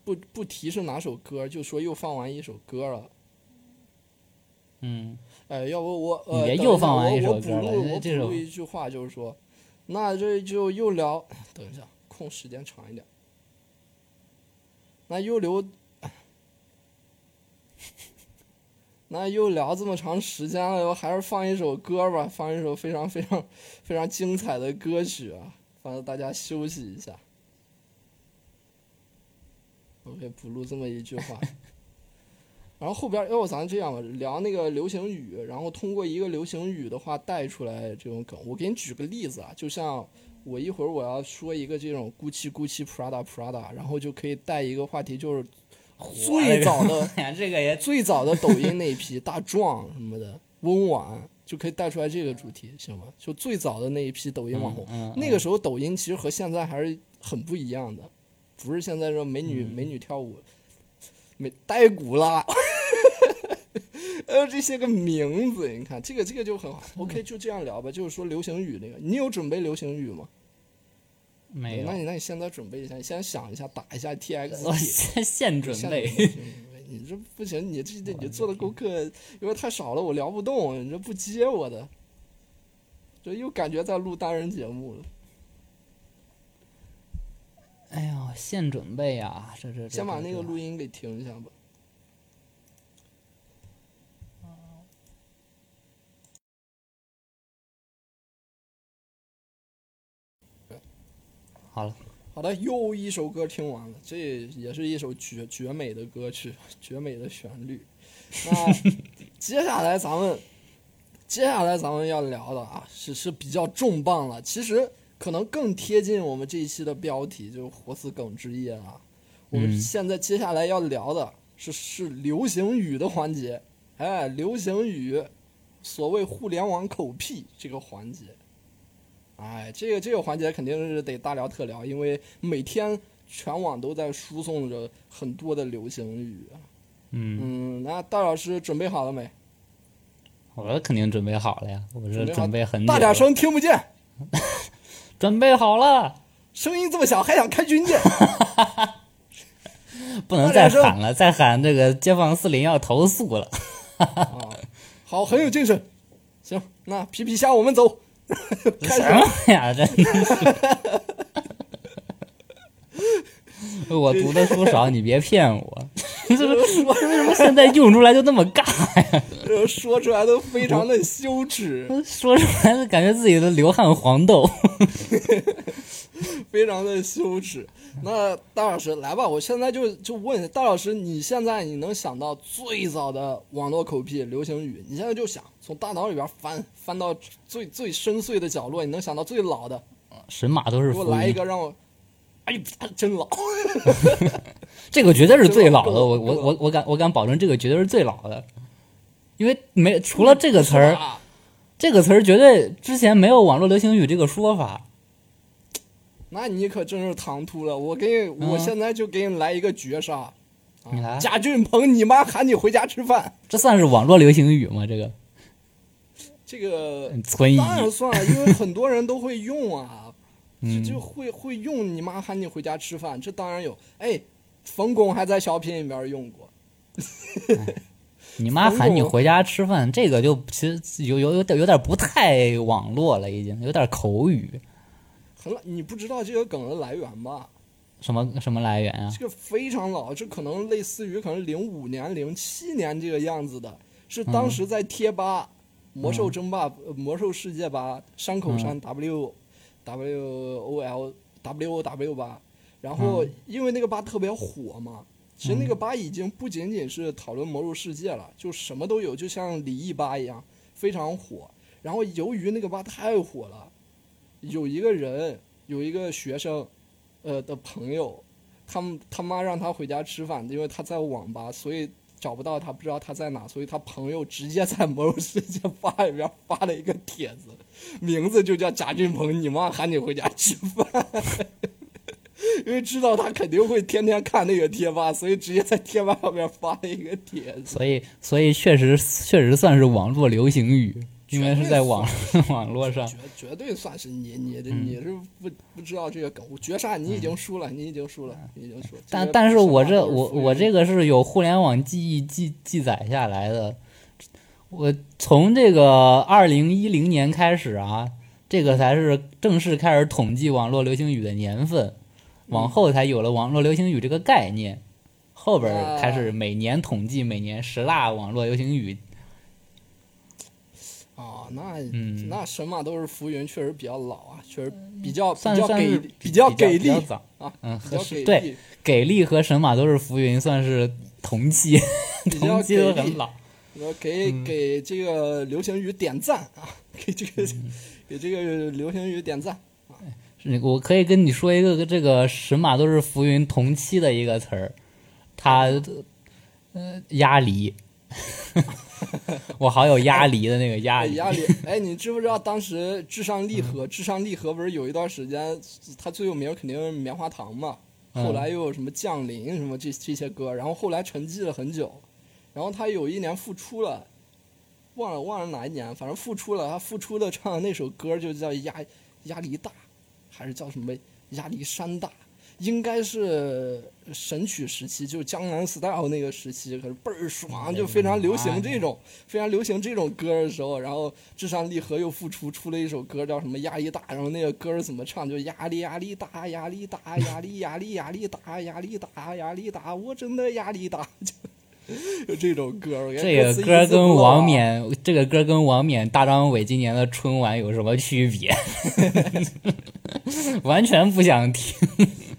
A: 不不提是哪首歌，就说又放完一首歌了。
B: 嗯，
A: 哎，要不我
B: 你
A: 呃，
B: 别
A: 等
B: 又
A: 一下
B: 放完
A: 我
B: 一首
A: 我补
B: 歌了
A: 录
B: 这
A: 我补
B: 这首
A: 录一句话，就是说，那这就又聊。等一下，空时间长一点。那又留，那又聊这么长时间了，我还是放一首歌吧，放一首非常非常非常精彩的歌曲啊，让大家休息一下。我给补录这么一句话。然后后边，要不咱这样吧，聊那个流行语，然后通过一个流行语的话带出来这种梗。我给你举个例子啊，就像我一会儿我要说一个这种 Gucci Gucci Prada Prada，然后就可以带一个话题，就是最早的
B: 哎呀，这个也
A: 最早的抖音那一批大壮什么的，温婉就可以带出来这个主题，行吗？就最早的那一批抖音网红，
B: 嗯嗯
A: 那个时候抖音其实和现在还是很不一样的，不是现在说美
B: 嗯
A: 女、美女跳舞，美呆鼓 啦，呃这些个名字，你看这个这个就很好。OK，就这 样聊吧，就是说流行语那个，你有准备流行语吗？
B: 没有哎
A: 那，你那你现在准备一下，你先想一下，打一下 TXT。
B: 我现现 准
A: 像
B: 备。
A: 你这种 行为你这不行，你这这你做的功课有点太少了，我聊不动，你这不接我的，这又感觉在录单人节目了。
B: 哎呦，现准备啊，这这这
A: 先把
B: 这
A: 那个
B: 这
A: 录音给停一下吧。
B: 好了，
A: 好的，又一首歌听完了，这也是一首绝绝美的歌曲， 绝美的旋律。那接下来咱们，接下来咱们要聊的啊，是是比较重磅了，其实可能更贴近我们这一期的标题，就是活死梗之夜啊。我们
B: 嗯
A: 现在接下来要聊的是是流行语的环节，哎，流行语，所谓互联网口癖这个环节。哎，这个这个环节肯定是得大聊特聊，因为每天全网都在输送着很多的流行语。啊
B: 嗯，
A: 嗯，那大老师准备好了没？
B: 我肯定准备好了呀，我这
A: 准备好
B: 准备很久
A: 大
B: 了
A: 点声，听不见，
B: 准备好了，
A: 声音这么小还想开 军舰？
B: 不能
A: 大
B: 再
A: 点声
B: 喊了，再喊这个街坊四邻要投诉了。
A: 啊，好，很有精神。行，那皮皮虾，我们 走，开始
B: 什
A: 吧。
B: 么呀，真的 是！我读的书少，你别骗我。
A: 说
B: 现在用出来就那么尬呀，
A: 呃说出来都非常的羞耻，
B: 说出来感觉自己都流汗黄豆。
A: 非常的羞耻。那大老师来吧，我现在就就问大老师，你现在你能想到最早的网络口癖、流行语，你现在就想从大脑里边翻翻到最最深邃的角落，你能想到最老的，
B: 神马都是
A: 给我
B: 浮
A: 来一
B: 云，
A: 个让我，哎呀，真老，
B: 这个绝对是最老的。
A: 够了
B: 我
A: 够
B: 我
A: 了
B: 我我敢我敢保证，这个绝对是最老的，因为没除了这个词儿，
A: 啊，
B: 这个词儿绝对之前没有网络流行语这个说法。
A: 那你可真是唐突了。我给你，我
B: 嗯
A: 现在就给你来一个绝杀，啊
B: 你来，
A: 贾俊鹏，你妈喊你回家吃饭，
B: 这算是网络流行语吗？这个
A: 这个
B: 嗯存疑。
A: 当然算了，因为很多人都会用啊，
B: 嗯
A: 就就会会用你妈喊你回家吃饭，这当然有。哎，冯巩还在小品里边用过，
B: 你妈喊你回家吃饭，这个就其实有有有点有点不太网络了，已经有点口语。
A: 很老，你不知道这个梗的来源吧？
B: 什么什么来源啊？
A: 这个非常老，这可能类似于可能零五年、零七年这个样子的，是当时在贴吧、魔兽争霸、呃魔兽世界吧、山口山 W、W O L W O W 吧，然后因为那个吧特别火嘛。其实那个吧已经不仅仅是讨论魔兽世界了，就什么都有，就像李毅吧一样非常火。然后由于那个吧太火了，有一个人，有一个学生，呃的朋友，他们他妈让他回家吃饭，因为他在网吧，所以找不到他，不知道他在哪，所以他朋友直接在魔兽世界吧里边发了一个帖子，名字就叫贾俊鹏，你妈喊你回家吃饭。 因为知道他肯定会天天看那个贴吧，所以直接在贴吧上面发了一个帖子。
B: 所以所以确实确实算是网络流行语，因为是在网 网络上
A: 绝绝对算是你你
B: 嗯
A: 的你是不不知道这个梗，绝杀你已经输了，你已经输了，你已经输了。
B: 嗯但
A: 个
B: 但是
A: 说法
B: 我
A: 都
B: 这
A: 是
B: 我
A: 浮云
B: 我这个是有互联网记忆记记载下来的。我从这个二零一零年开始啊，这个才是正式开始统计网络流行语的年份，
A: 嗯
B: 往后才有了网络流行语这个概念。后边儿开始每年统计每年十大网络流行语，
A: 啊，那
B: 嗯
A: 那神马都是浮云，确实比较老啊，确实比较比
B: 算
A: 较
B: 算
A: 给
B: 是
A: 力
B: 比
A: 较
B: 比
A: 给力
B: 比较早
A: 啊，
B: 嗯，
A: 比
B: 和
A: 较
B: 是
A: 给
B: 对
A: 力，
B: 给力和神马都是浮云，算是同期，
A: 比较
B: 同期都
A: 给
B: 很
A: 力。
B: 老。嗯
A: 我给给这个流行语点赞啊， 给这个
B: 嗯
A: 给这个流行语点赞。
B: 是我可以跟你说一个这个神马都是浮云同期的一个词儿，它呃鸭梨， 我好有鸭梨的那个鸭
A: 哎，
B: 梨，
A: 压力！ 哎，你知不知道当时至上励合，至上励合不是有一段时间，他最有名肯定是棉花糖嘛，
B: 嗯
A: 后来又有什么降临什么这这些歌，然后后来沉寂了很久，然后他有一年复出了，忘了忘了哪一年，反正复出了，他复出的唱的那首歌就叫压压力大，还是叫什么压力山大。应该是神曲时期，就是江南 style 那个时期，可是倍儿爽，就非常流行这种。非常流行这种歌的时候，然后至上励合又复出出了一首歌叫什么压力大，然后那个歌儿怎么唱就压力压力大压力大压力压力压力大压力大压力大，我真的压力大，就就这种歌儿。我感
B: 这
A: 觉
B: 个
A: 词一
B: 歌
A: 字不
B: 跟
A: 漏啊
B: 王，冕，这个歌跟王冕、大张伟今年的春晚有什么区别？ 完全不想听。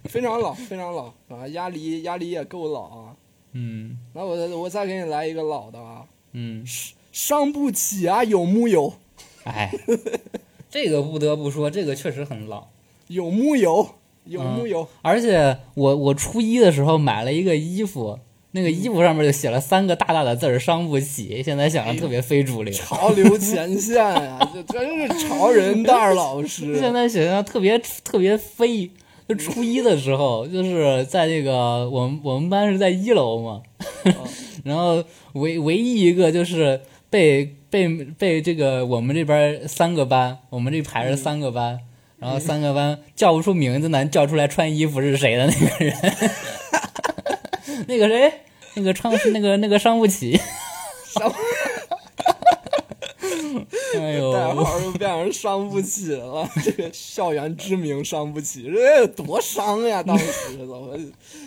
A: 非常老非常老啊，压力压力也够老啊。
B: 嗯
A: 那我我再给你来一个老的啊，
B: 嗯，
A: 伤不起啊，有木有？
B: 哎，这个不得不说，这个确实很老。
A: 有木有？有
B: 嗯
A: 木有？
B: 而且我我初一的时候买了一个衣服，那个衣服上面就写了三个大大的字儿“伤不起”，现在想着特别非主流。
A: 潮流前线啊，这真是潮人大老师。啊
B: 现在想想特别特别非，就初一的时候，就是在那个我们我们班是在一楼嘛， 然后唯唯一一个就是被被被这个我们这边三个班，我们这排是三个班，然后三个班叫不出名字呢，叫出来穿衣服是谁的那个人，那个谁，那个穿那个那个伤不起，
A: 伤，
B: 哎呦，
A: 代号就变成伤不起了，这个校园之名伤不起，这多伤呀！当 时怎么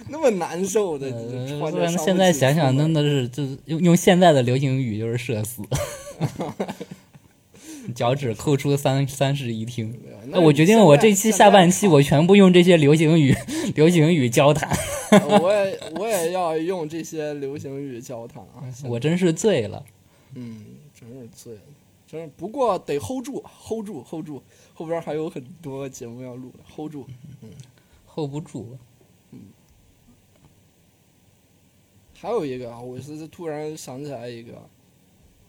A: 那么难受的？
B: 呃
A: 这穿
B: 不
A: 着
B: 然
A: 伤不起
B: 现在想想，
A: 出门
B: 真的是就是用用现在的流行语就是社死，脚趾抠出三三室一厅。
A: 对吧
B: 哎
A: 那
B: 我
A: 你
B: 决定，
A: 现
B: 我
A: 在
B: 这期
A: 现
B: 下
A: 在
B: 半期我全部用这些流行语流行语交 谈，
A: 呃我也我也要用这些流行语交谈啊！
B: 我真是醉了。
A: 嗯，真是醉了，真是。不过得 hold 住，hold 住，hold 住，后边还有很多节目要录的，hold 住。
B: hold 不住，
A: 还有一个啊，我是突然想起来一个，
B: 嗯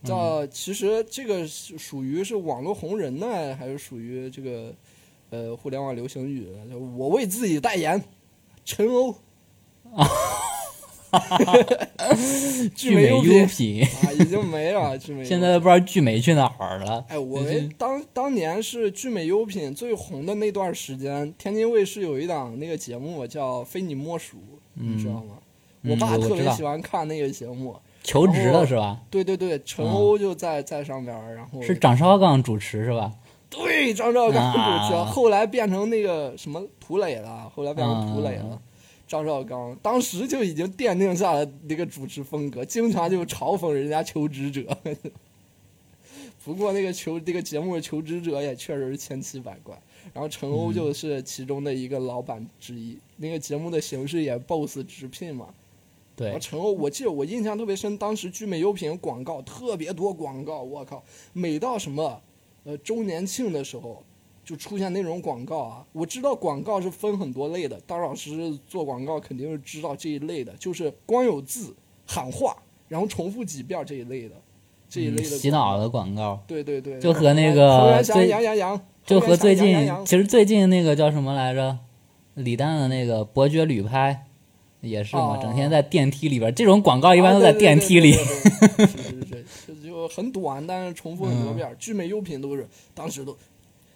A: 叫其实这个是属于是网络红人呢，还是属于这个呃互联网流行语？就我为自己代言，陈欧， 聚
B: 聚美
A: 优
B: 优品，
A: 啊，已经没 了，聚美优
B: 现在都不知道聚美去哪儿了。
A: 哎，我
B: 已经
A: 们当当年是聚美优品最红的那段时间，天津卫视有一档那个节目叫《非你莫属》，你知道吗？
B: 嗯
A: 我爸
B: 我我
A: 特
B: 知
A: 别
B: 道
A: 喜欢看那个节目。
B: 求职
A: 然后
B: 了是吧？
A: 对对对，陈
B: 嗯
A: 欧就在、在上边儿，然后
B: 是张绍刚主持是吧？
A: 对张绍刚主持，
B: 啊
A: 后来变成那个什么涂磊了，后来变成涂磊了。
B: 啊
A: 张绍刚当时就已经奠定下了那个主持风格，经常就嘲讽人家求职者。 不过那个求这个节目的求职者也确实是千奇百怪，然后陈欧就是其中的一个老板之一。那个节目的形式也 BOSS 直聘嘛，然后
B: 对，
A: 陈欧，我记得我印象特别深，当时聚美优品广告特别多广告，我靠，每到什么呃周年庆的时候，就出现那种广告啊。我知道广告是分很多类的，当老师做广告肯定是知道这一类的，就是光有字喊话，然后重复几遍这一类的，这一类的、
B: 嗯洗脑。的广告，
A: 对对对，
B: 就和那
A: 彭
B: 个
A: 元祥
B: 最
A: 杨洋洋，
B: 就和最
A: 彭元祥
B: 近
A: 杨洋
B: 其实最近那个叫什么来着，李诞的那个伯爵旅拍。也是嘛，
A: 哦
B: 整天在电梯里边，这种广告一般都在
A: 啊对对
B: 电梯里。
A: 对对对对对对对，就就很短，但是重复很多遍儿。聚美优品都是当时都，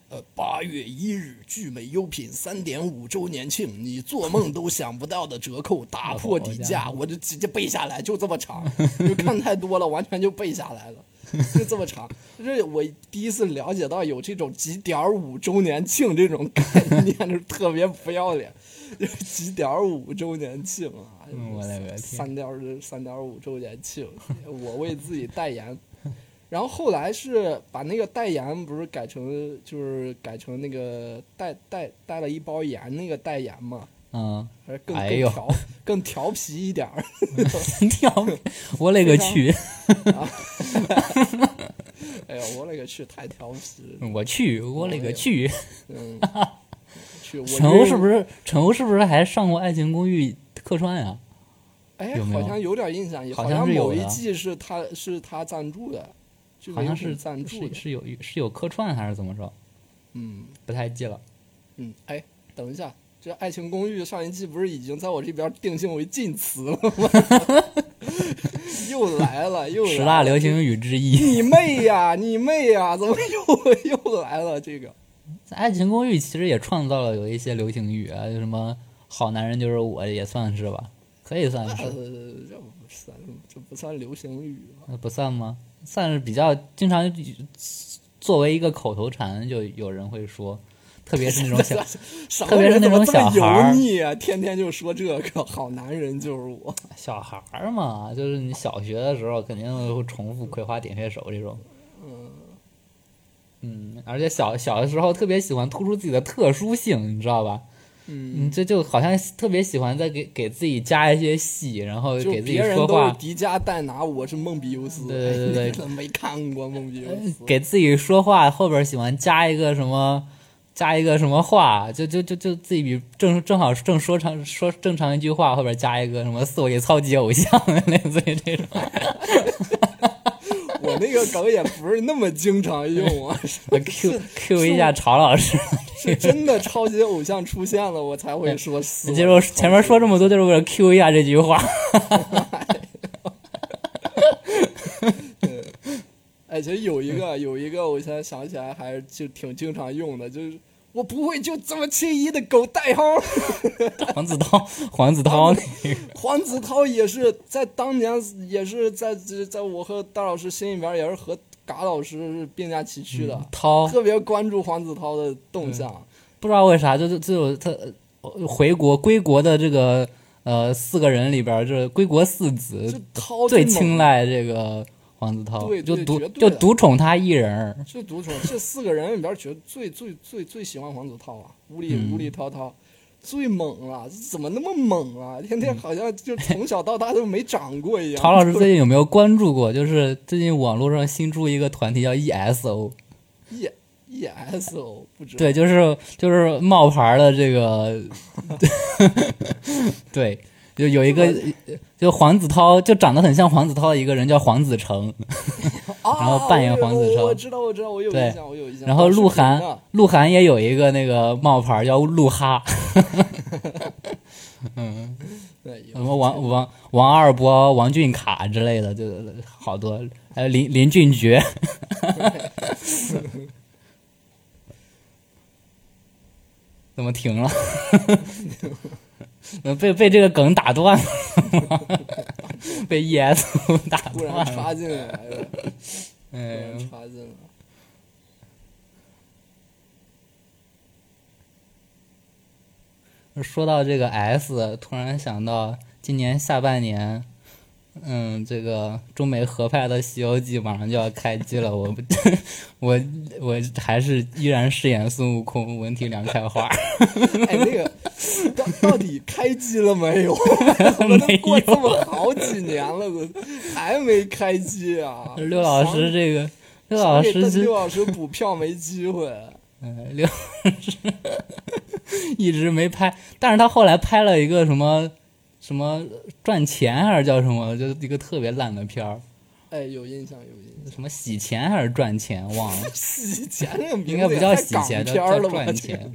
A: 呃，八月一日聚美优品三点五周年庆，你做梦都想不到的折扣，打破底价，我就直接背下来，就这么长，就看太多了，完全就背下来了。 就这么长，这我第一次了解到有这种几点五周年庆这种概念， 就是特别不要脸。几点五周年庆啊！
B: 嗯我勒个天
A: 三点三点五周年庆，我为自己代言。然后后来是把那个代言不是改成就是改成那个带带带了一包盐那个代言嘛，
B: 嗯，
A: 还是更
B: 哎
A: 更
B: 呦
A: 调更调皮一点儿。
B: 跳，我勒个去！
A: 哎呀，我勒个去，太调皮了！
B: 我去，我勒个去！
A: 嗯， 去我
B: 陈欧
A: 这
B: 是不是陈欧是不是还上过《爱情公寓》客串呀、
A: 哎，
B: 有没有
A: 好像有点印象，也
B: 好
A: 好
B: 像是有
A: 某一
B: 的
A: 季是他是他赞助的，就
B: 好
A: 没有
B: 像
A: 什么
B: 是
A: 赞助
B: 是
A: 的。
B: 是有是有客串还是怎么着？
A: 嗯
B: 不太记了。
A: 嗯，哎，等一下，这《爱情公寓》上一季不是已经在我这边定性为禁词了吗？ 又来了，又来了
B: 十大流行语之一，
A: 你妹呀，你妹呀，怎么又 又来了这个？
B: 在《爱情公寓》其实也创造了有一些流行语啊，就什么“好男人就是我”也算是吧，可以算
A: 呃，
B: 是，
A: 这不算，这不算流行语吧？
B: 那不算吗？算是比较经常作为一个口头禅，就有人会说，特别是那种小
A: 什
B: 特
A: 么
B: 别是
A: 人
B: 那
A: 怎么
B: 种
A: 这么
B: 小孩儿
A: 油腻啊？天天就说这个，好男人就是我。
B: 小孩儿嘛，就是你小学的时候肯定会重复《葵花点穴手》这种。嗯，而且小小的时候特别喜欢突出自己的特殊性，你知道吧？
A: 嗯，
B: 嗯，这就好像特别喜欢在给给自己加一些戏，然后
A: 就
B: 给自己
A: 别人
B: 说
A: 都是
B: 话，
A: 迪迦戴拿，我是梦比优斯。
B: 对对对哎
A: 哎你怎么没看过梦比优斯？
B: 给自己说话后边喜欢加一个什么，加一个什么话，就就就就自己比正正好正说长说正常一句话后边加一个什么四位超级偶像，类似于 这种。
A: 我那个梗也不是那么经常用 啊，
B: 我 Q Q 一下曹老师。
A: 是真的超级偶像出现了，我才会说死。
B: 哎你接着前面说这么多，就是为了 Q 一下这句话。
A: 哎，其实有一
B: 嗯
A: 个有一个，我现在想起来还是就挺经常用的，就是我不会就这么轻易的狗代号。
B: 黄子韬，黄子韬那个，
A: 黄子韬也是在当年，也是在在我和大老师心里边也是和嘎老师是并驾齐驱的，
B: 涛
A: 特别关注黄子韬的动向。
B: 不知道为啥，就是就是他呃回国归国的这个呃四个人里边儿，就是归国四
A: 这
B: 子
A: 涛
B: 最
A: 猛
B: 青睐这个黄子韬
A: 对，
B: 就
A: 对
B: 独
A: 绝对
B: 就
A: 的
B: 独宠他一人儿。
A: 是独宠，这四个人里边，觉得最最最最喜欢黄子韬啊，无理
B: 嗯
A: 无理滔滔，最猛了，怎么那么猛啊？天天好像就从小到大都没长过一样。
B: 曹老师最 近有没有关注过？就是最近网络上新出一个团体叫 ESO，
A: E E S O 不知道
B: 对，就是就是冒牌儿的这个， 对，就有一个呃就黄子韬，就长得很像黄子韬的一个人叫黄子成，
A: 啊，
B: 然后扮演黄子韬
A: 哦我我知道我知道我有
B: 对
A: 印象我有印象。
B: 然后鹿
A: 晗
B: 晗，鹿晗也有一个那个冒牌儿叫鹿哈，
A: 对，有
B: 什么王王王二波、王俊卡之类的，就好多，还有林林 俊杰， 怎么停了？呃被被这个梗打断了吗， 被 ES 打
A: 突
B: 断
A: 然
B: 了。
A: 插进来了，突
B: 哎
A: 然插进来。
B: 说到这个 S，突然想到今年下半年，嗯，这个中美合拍的《西游记》马上就要开机了，我 我我还是依然饰演孙悟空，文体两开花，
A: 哎，那个到到底开机了没 有？我都过这么好几年了，都还没开机啊！
B: 刘老师这个。
A: 想，
B: 刘
A: 想
B: 老
A: 给
B: 师
A: 邓
B: 这
A: 六老师补票没机会。
B: 嗯，六十 一直没拍，但是他后来拍了一个什么什么赚钱还是叫什么，就是一个特别烂的片儿，
A: 哎，有印象，有印象。，
B: 什么洗钱还是赚钱忘了
A: 洗钱这个名字
B: 应该不
A: 也
B: 叫
A: 太
B: 洗
A: 港
B: 钱，叫
A: 片儿
B: 叫
A: 了吧？
B: 赚
A: 这个
B: 钱。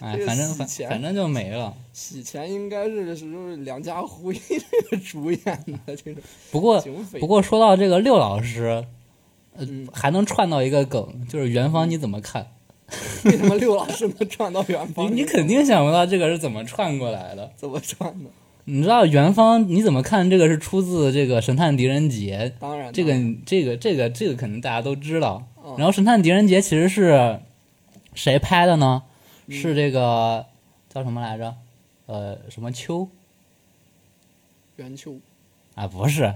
B: 哎
A: 这，个
B: 反正
A: 洗
B: 反
A: 钱
B: 反正就没了。
A: 洗钱应该是是就是梁家辉这个主演的这种
B: 不过
A: 警匪。
B: 呃不过说到这个六老师，呃
A: 嗯，
B: 还能串到一个梗，就是元芳你怎么看？
A: 为什么六老师能转到嗯元
B: 你
A: 芳？
B: 你肯定想不到这个是怎么串过来的。
A: 怎么转的？
B: 你知道元芳你怎么看？这个是出自这个《神探狄仁杰》，
A: 当然，
B: 这个这个这个这个肯定大家都知道。
A: 嗯
B: 然后《神探狄仁杰》其实是谁拍的呢？
A: 嗯
B: 是这个叫什么来着？呃，什么秋
A: 袁秋
B: 啊？不是，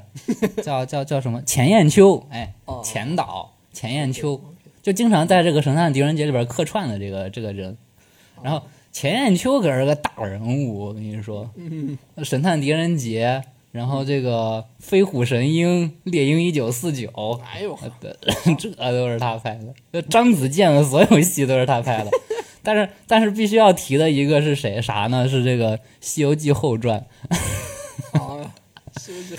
B: 叫叫叫什么？钱雁秋，哎，
A: 哦，
B: 钱导，钱雁秋，就经常在这个《神探狄仁杰》里边客串的这个这个人。然后钱雁秋可是个大人物，我跟你说，
A: 嗯，
B: 《神探狄仁杰》，然后这个《飞虎神鹰》《猎鹰一九四九》，
A: 哎呦，
B: 呃 对这都是他拍的。就张子健的所有戏都是他拍的，但是但是必须要提的一个是谁啥呢？是这个《西游记后传》。《
A: 啊，哎是不是《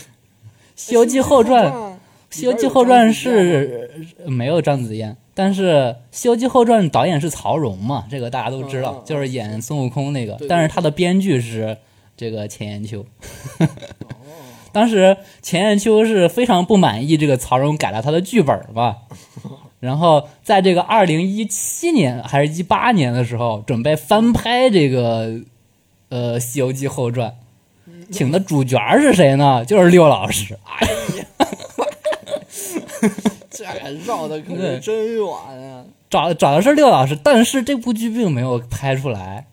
B: 西游记后传》《
A: 《
B: 西游记后传》
A: 里边有
B: 是呃没有张子健，但是《西游记后传》导演是曹荣嘛，这个大家都知
A: 嗯嗯
B: 道
A: 嗯，
B: 就是演孙悟空那个
A: 对对。
B: 但是他的编剧是这个钱雁秋。
A: 张子健哦，
B: 当时钱雁秋是非常不满意这个曹荣改了他的剧本 嘛，然后在这个二零一七年还是一八年的时候，准备翻拍这个呃《西游记后传》，
A: 嗯
B: 请的主角是谁呢？就是六老师。
A: 这绕的可是
B: 对
A: 真远啊！
B: 找找的是六老师，但是这部剧并没有拍出来，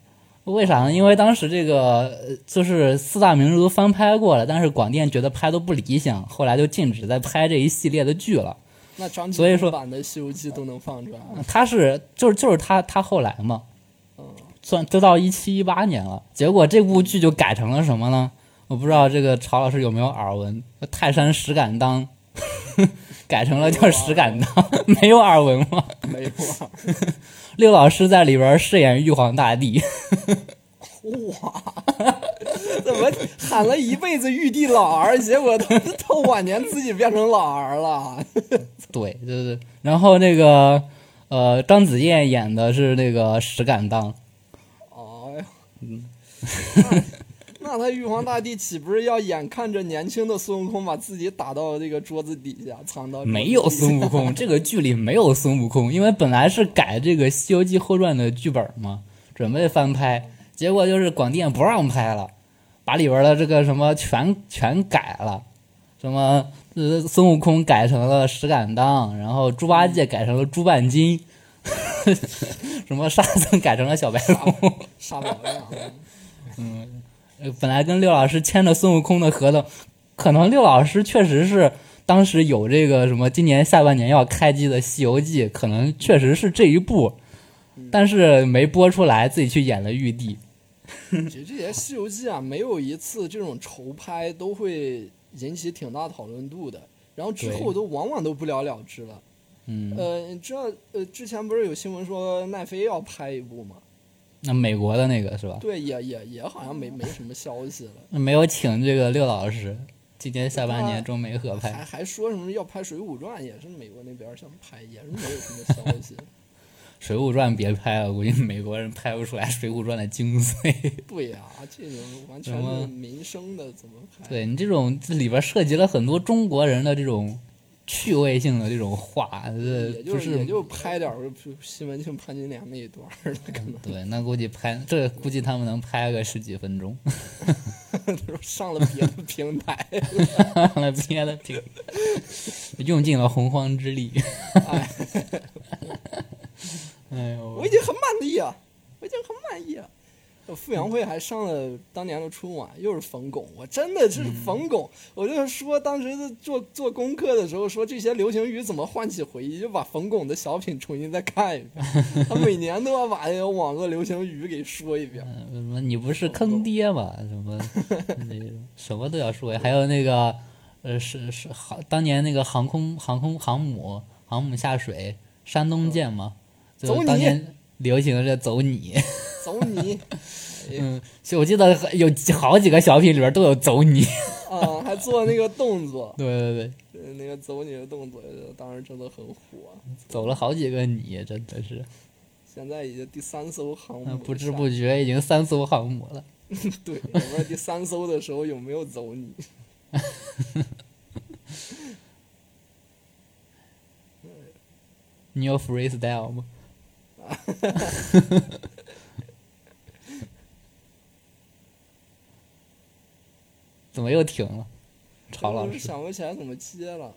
B: 为啥呢？因为当时这个呃就是四大名著都翻拍过了，但是广电觉得拍的不理想，后来就禁止再拍这一系列的剧了。
A: 那张
B: 所以
A: 纪中
B: 说
A: 版的《西游记》都能放出来，
B: 他是就是就是他他后来嘛，
A: 嗯
B: 算都到一七一八年了，结果这部剧就改成了什么呢？我不知道这个曹老师有没有耳闻，泰山石敢当 改成了叫石敢当， 没有耳闻吗？
A: 没有
B: 六老师在里边饰演玉皇大帝，
A: 哇，怎么喊了一辈子玉帝老儿，结果他到晚年自己变成老儿了？
B: 对，就是然后那个呃张子健演的是那个石敢当，
A: 哎呀，
B: 嗯
A: 那那他玉皇大帝岂不是要眼看着年轻的孙悟空把自己打到这个桌子底下，藏到桌子底下
B: 没有孙悟空，这个剧里没有孙悟空，因为本来是改这个《西游记后传》的剧本嘛，准备翻拍，结果就是广电不让拍了，把里边的这个什么全全改了，什么呃孙悟空改成了石敢当，然后猪八戒改成了猪半斤， 什么沙僧改成了小白龙，
A: 傻宝亮？
B: 呃本来跟六老师签着孙悟空的合同，可能六老师确实是当时有这个什么，今年下半年要开机的《西游记》，可能确实是这一部，
A: 嗯
B: 但是没播出来，自己去演了玉帝。
A: 其实这些《西游记》啊，没有一次这种筹拍都会引起挺大讨论度的，然后之
B: 对
A: 后都往往都不了了之了。
B: 嗯，
A: 呃，你知道呃，之前不是有新闻说奈飞要拍一部吗？
B: 那美国的那个是吧？
A: 对，也也也好像没没什么消息了，
B: 没有请这个六老师，今年下半
A: 啊
B: 年中美合
A: 还
B: 拍。
A: 还说什么要拍《水浒传》，也是美国那边想拍，也是没有什么消息。
B: 《水浒传》别拍了，估计美国人拍不出来《水浒传》的精 髓。
A: 对呀、这种完
B: 什
A: 全是
B: 么
A: 民生的，怎么拍？
B: 对你这种这里边涉及了很多中国人的这种趣味性的这种话，这
A: 嗯也
B: 呃不
A: 就是
B: 是
A: 也就拍点儿西门庆、潘金莲那一段儿了，可能
B: 对，那估计拍这估计他们能拍个十几分钟，
A: 都上了别的平台。
B: 来憋的挺，用尽了洪荒之力。 哎
A: 我
B: 呦，
A: 已经很满意了，我已经很满意了。呃傅园慧还上了当年的春晚，又是冯巩，我真的是冯巩。我就是说，当时在做做功课的时候，说这些流行语怎么唤起回忆，就把冯巩的小品重新再看一 遍。他每年都要把这个网络流行语给说一遍。
B: 嗯什么你不是坑爹吗？什么那种什么都要说，还有那个呃是是航当年那个航空航空航母航母下水，山东舰嘛，就是
A: 嗯走你
B: 当年流行的这走你，
A: 走你
B: 嗯，就我记得有几好几个小品里边都有走你，
A: 啊，还做那个动作，
B: 对对对，
A: 呃那个走你的动作，当时真的很火。
B: 走了好几个你，真的是，
A: 现在已经第三艘航母
B: 嗯
A: 了，
B: 不知不觉已经三艘航母了。
A: 对，有没有第三艘的时候有没有走你？
B: 你有 freestyle 吗？ 怎么又停了？曹老
A: 嗯我是啊
B: 师，
A: 想不起来怎么接 了。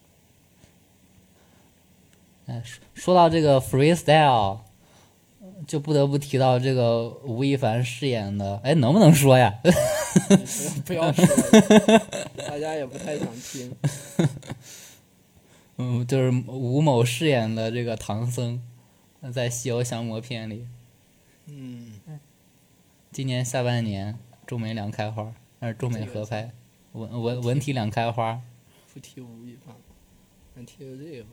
B: 哎，说说到这个 freestyle，就不得不提到这个吴亦凡饰演的，哎，能不能说呀？
A: 不要说了，大家也不太想听。
B: 嗯，就是吴某饰演的这个唐僧，在《西游降魔篇》里，
A: 嗯，
B: 今年下半年中美两开花，那是中美合拍，文文文体两开花，
A: 不提吴亦凡，咱提个这个吧。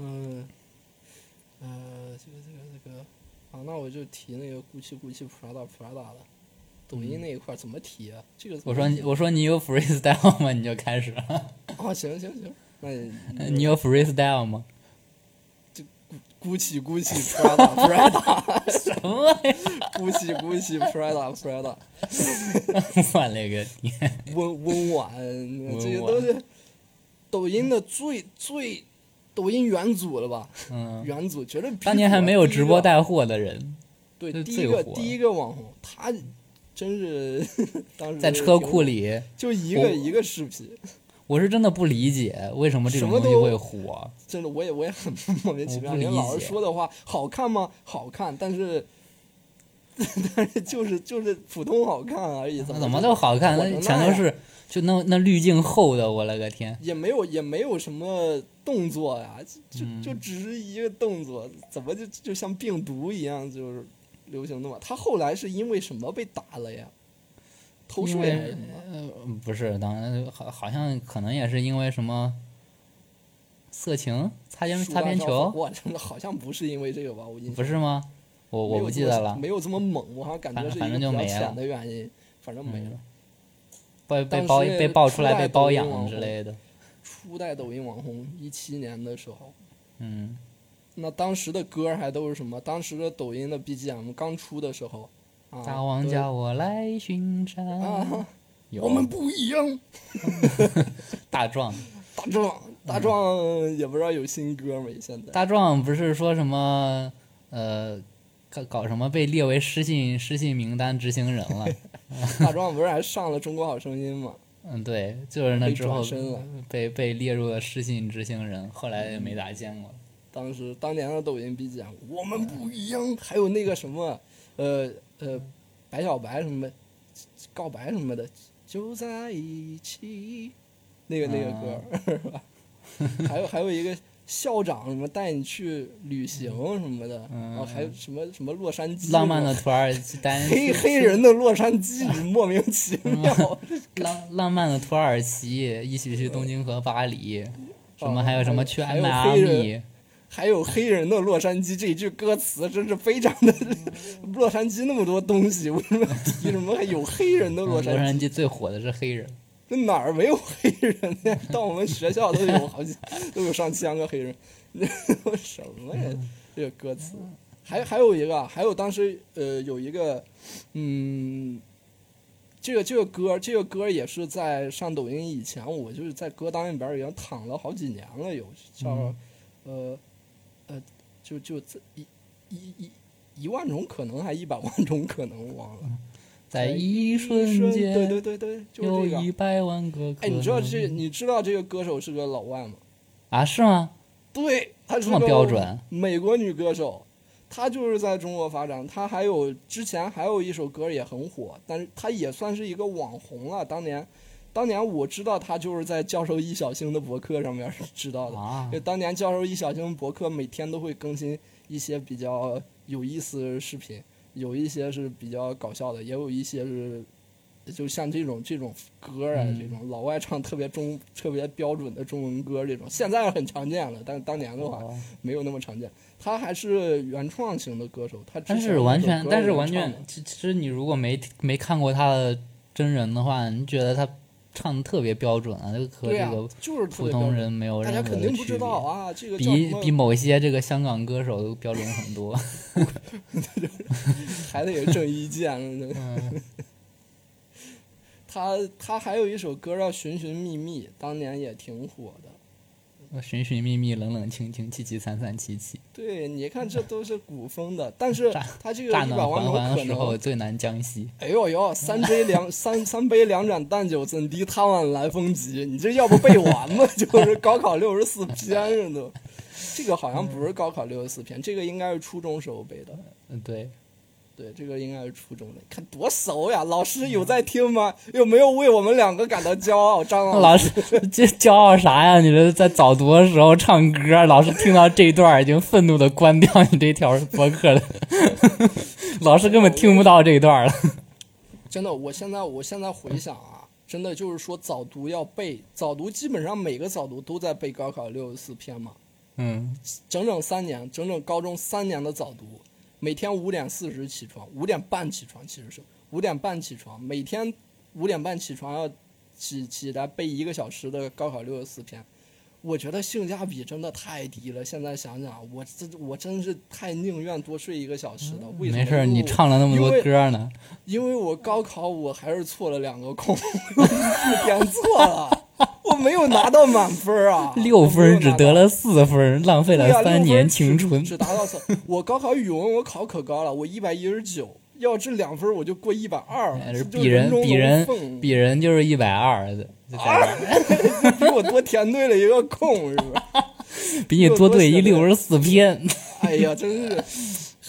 A: 嗯，呃，这个这个这个，啊，那我就提那个 Gucci Gucci Prada Prada 了。抖音那一块儿怎么提啊？这个怎
B: 嗯我
A: 么
B: 说你
A: 提
B: 我说你有 freestyle 吗？你 就开始了。
A: 啊，行行行，那你
B: 呃你有 freestyle 吗？
A: Gucci Gucci Prada Prada
B: 什么呀？
A: Gucci Gucci Prada Prada，
B: 我勒个天！
A: 温温婉，这些都是抖音的最最抖音元祖了吧？
B: 嗯，
A: 元祖绝对比
B: 当年还没有直播
A: 第一个
B: 带货的人，
A: 对第
B: 最
A: 一个
B: 火
A: 第一个网红，他真是当时
B: 在车库里，
A: 就一个
B: 我
A: 一个视频，
B: 我是真的不理解为什么这种
A: 什么
B: 东西
A: 都
B: 会火。
A: 真的我也我也很 莫名其妙。
B: 我不理
A: 人
B: 解
A: 老师说的话好看吗？好看，但是 但是就是就是普通好看而已，怎
B: 那
A: 么
B: 啊怎么
A: 就
B: 都好看，
A: 火
B: 那
A: 成
B: 全
A: 那
B: 都
A: 样
B: 是就那那滤镜厚的，我勒个天！
A: 也没有也没有什么动作呀，就
B: 嗯
A: 就只是一个动作，怎么就就像病毒一样就是流行那么？他后来是因为什么被打了呀？偷
B: 因
A: 税还是
B: 为
A: 什么？
B: 呃不是，当然好好像可能也是因为什么色情擦边
A: 树
B: 擦边
A: 大招风
B: 球，
A: 我真的好像不是因为这个吧，我印象
B: 不是吗？我
A: 没
B: 我
A: 有
B: 不
A: 这
B: 记
A: 么
B: 得了，
A: 没有这么猛，我好像感觉
B: 反
A: 是一
B: 反
A: 个
B: 正
A: 比
B: 就
A: 较
B: 没了嗯
A: 浅的原因，反正没了。
B: 被被
A: 当
B: 包
A: 时
B: 被爆出来
A: 初代
B: 被包
A: 抖音
B: 养
A: 网
B: 之
A: 红
B: 类的，
A: 初代抖音网红一七年的时候，
B: 嗯。
A: 那当时的歌还都是什么？当时的抖音的 BGM 刚出的时候，啊，
B: 大王
A: 都
B: 叫我来巡山
A: 啊，
B: 有
A: 我们不一样。
B: 大壮，
A: 大壮，大壮也不知道有新歌没？现在
B: 嗯大壮不是说什么呃，搞搞什么被列为失信失信名单执行人 了？
A: 大壮不是还上了《中国好声音》吗？
B: 嗯，对，就是那
A: 被
B: 之后
A: 转身了嗯
B: 被被列入了失信执行人，后来也没咋见过。
A: 当时当年的抖音 BGM，我们不一样。还有那个什么，呃呃，白小白什么，告白什么的，就在一起，那个那
B: 啊
A: 个歌、是 吧？还有还有一个校长什么带你去旅行什么的，然
B: 嗯
A: 后还有什么什么洛杉矶，
B: 浪漫的土耳其单
A: 黑黑人的洛杉矶，莫名其
B: 嗯
A: 妙。
B: 浪浪漫的土耳其，一起去东京和巴黎，什么还有什么去
A: 还有
B: 迈
A: 哦还有
B: 阿
A: 黑人
B: 密，
A: 还有黑人的洛杉矶这一句歌词，真是非常的 洛杉矶那么多东西，为什么要 提什么还有黑人的
B: 嗯
A: 洛
B: 洛
A: 杉矶？
B: 杉矶最火的是黑人。
A: 那哪儿没有黑人呢？ 到我们学校都有好几都有上千个黑人，那 什么呀？
B: 嗯
A: 这个歌词，还还有一个啊，还有当时呃有一个，嗯，这个这个歌这个歌也是在上抖音以前，我就是在歌单里边已经躺了好几年了，有叫、
B: 嗯
A: 呃呃就就这一一一一万种可能还一百万种可能，我忘了，
B: 在一
A: 一
B: 瞬间，
A: 对对对对，就是
B: 有
A: 这个。啊
B: 一百万个可能。
A: 哎，你知道这你知道这个歌手是个老外吗？
B: 啊？是吗？
A: 对，她是
B: 这么
A: 个
B: 标准
A: 美国女歌手，她就是在中国发展。她还有之前还有一首歌也很火，但是她也算是一个网红了。当年，当年我知道她就是在教授易小星的博客上面知道的。
B: 啊
A: 就，当年教授易小星博客每天都会更新一些比较有意思的视频，有一些是比较搞笑的，也有一些是就像这种这种歌啊，
B: 嗯
A: 这种老外唱特别中特别标准的中文歌，这种现在很常见了，但当年的话
B: 哦
A: 没有那么常见。他还是原创型的歌手，他之
B: 但
A: 前
B: 是
A: 有
B: 完
A: 首
B: 全，
A: 歌
B: 但是
A: 原
B: 完
A: 创的
B: 全，其其实你如果没没看过他的真人的话，你觉得他唱的特别标准啊，就和
A: 对
B: 这
A: 啊
B: 个，
A: 就是特
B: 普
A: 别标
B: 通
A: 准，
B: 人没有
A: 大家
B: 任何
A: 肯
B: 的
A: 定不
B: 区
A: 知道
B: 别。
A: 啊，这个叫什
B: 比
A: 么
B: 比某一些这个香港歌手都标准很多，
A: 还得有郑伊健了呢。
B: 嗯，
A: 他他还有一首歌叫《寻寻觅觅》，当年也挺火的。
B: 嗯寻寻觅觅，冷冷清清，凄凄惨惨戚戚，
A: 对，你看这都是古风的，但是
B: 乍
A: 他这个
B: 乍
A: 一百
B: 暖
A: 万
B: 还
A: 种
B: 寒的
A: 可
B: 时候
A: 能，
B: 最难将息。
A: 哎呦呦，三杯两三三杯两盏淡酒，怎敌他晚来风急？你这要不背完吗？ 就是高考六十四篇了都。这个好像不是高考六十四篇，这个应该是初中时候背的。
B: 嗯，对，
A: 对，这个应该是初中的。看多熟呀！老师有在听吗？有没有为我们两个感到骄傲？张老师
B: 老师这骄傲啥呀？你这在早读的时候唱歌，老师听到这一段儿已经愤怒的关掉你这条博客了， 老师根本听不到这一段儿了。
A: 真的，我现在我现在回想啊，真的就是说早读要背，早读基本上每个早读都在背高考六十四篇嘛，
B: 嗯，
A: 整整三年，整整高中三年的早读，每天五点四十起床，五点半起床，其实是五点半起床，每天五点半起床要起起来背一个小时的高考六十四篇。我觉得性价比真的太低了。现在想想，我这我真是太宁愿多睡一个小时了。为什么？
B: 没事儿，
A: 因为
B: 你
A: 我
B: 唱了那么多歌呢，
A: 因为我高考我还是错了两个空，我字点错了， 我没有拿到满分啊，
B: 六分儿只得
A: 了
B: 了四分儿，浪费
A: 哎啊
B: 了三年青春。
A: 只达到四。我高考语文我考可高了，我一百一十九，要这两分我就过一百二
B: 哎
A: 了，
B: 比人比人
A: 比
B: 比人就是一百二，
A: 啊比我多填对了一个空，是不 是？
B: 比你多对一六十四篇。
A: 哎呀，真是。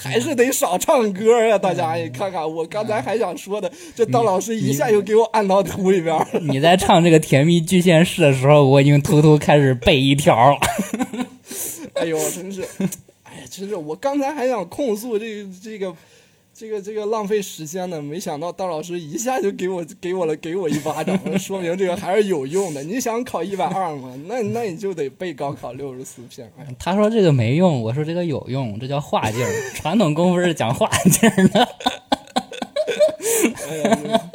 A: 还是得少唱歌呀、大
B: 哎
A: 家也看看，我刚才还想说的，这当老师一下又给我按到土里边儿了。
B: 你在唱这个《甜蜜巨现式》的时候，我已经偷偷开始背一条儿了。
A: 哎呦，真是，哎呀，真是，我刚才还想控诉这个这个这个这个浪费时间呢，没想到大老师一下就给我给我了给我一巴掌，说明这个还是有用的。你想考一百二吗？那那你就得背高考六十四篇。哎呀，
B: 他说这个没用，我说这个有用，这叫画劲儿。传统功夫是讲画劲儿的。
A: 哎呀，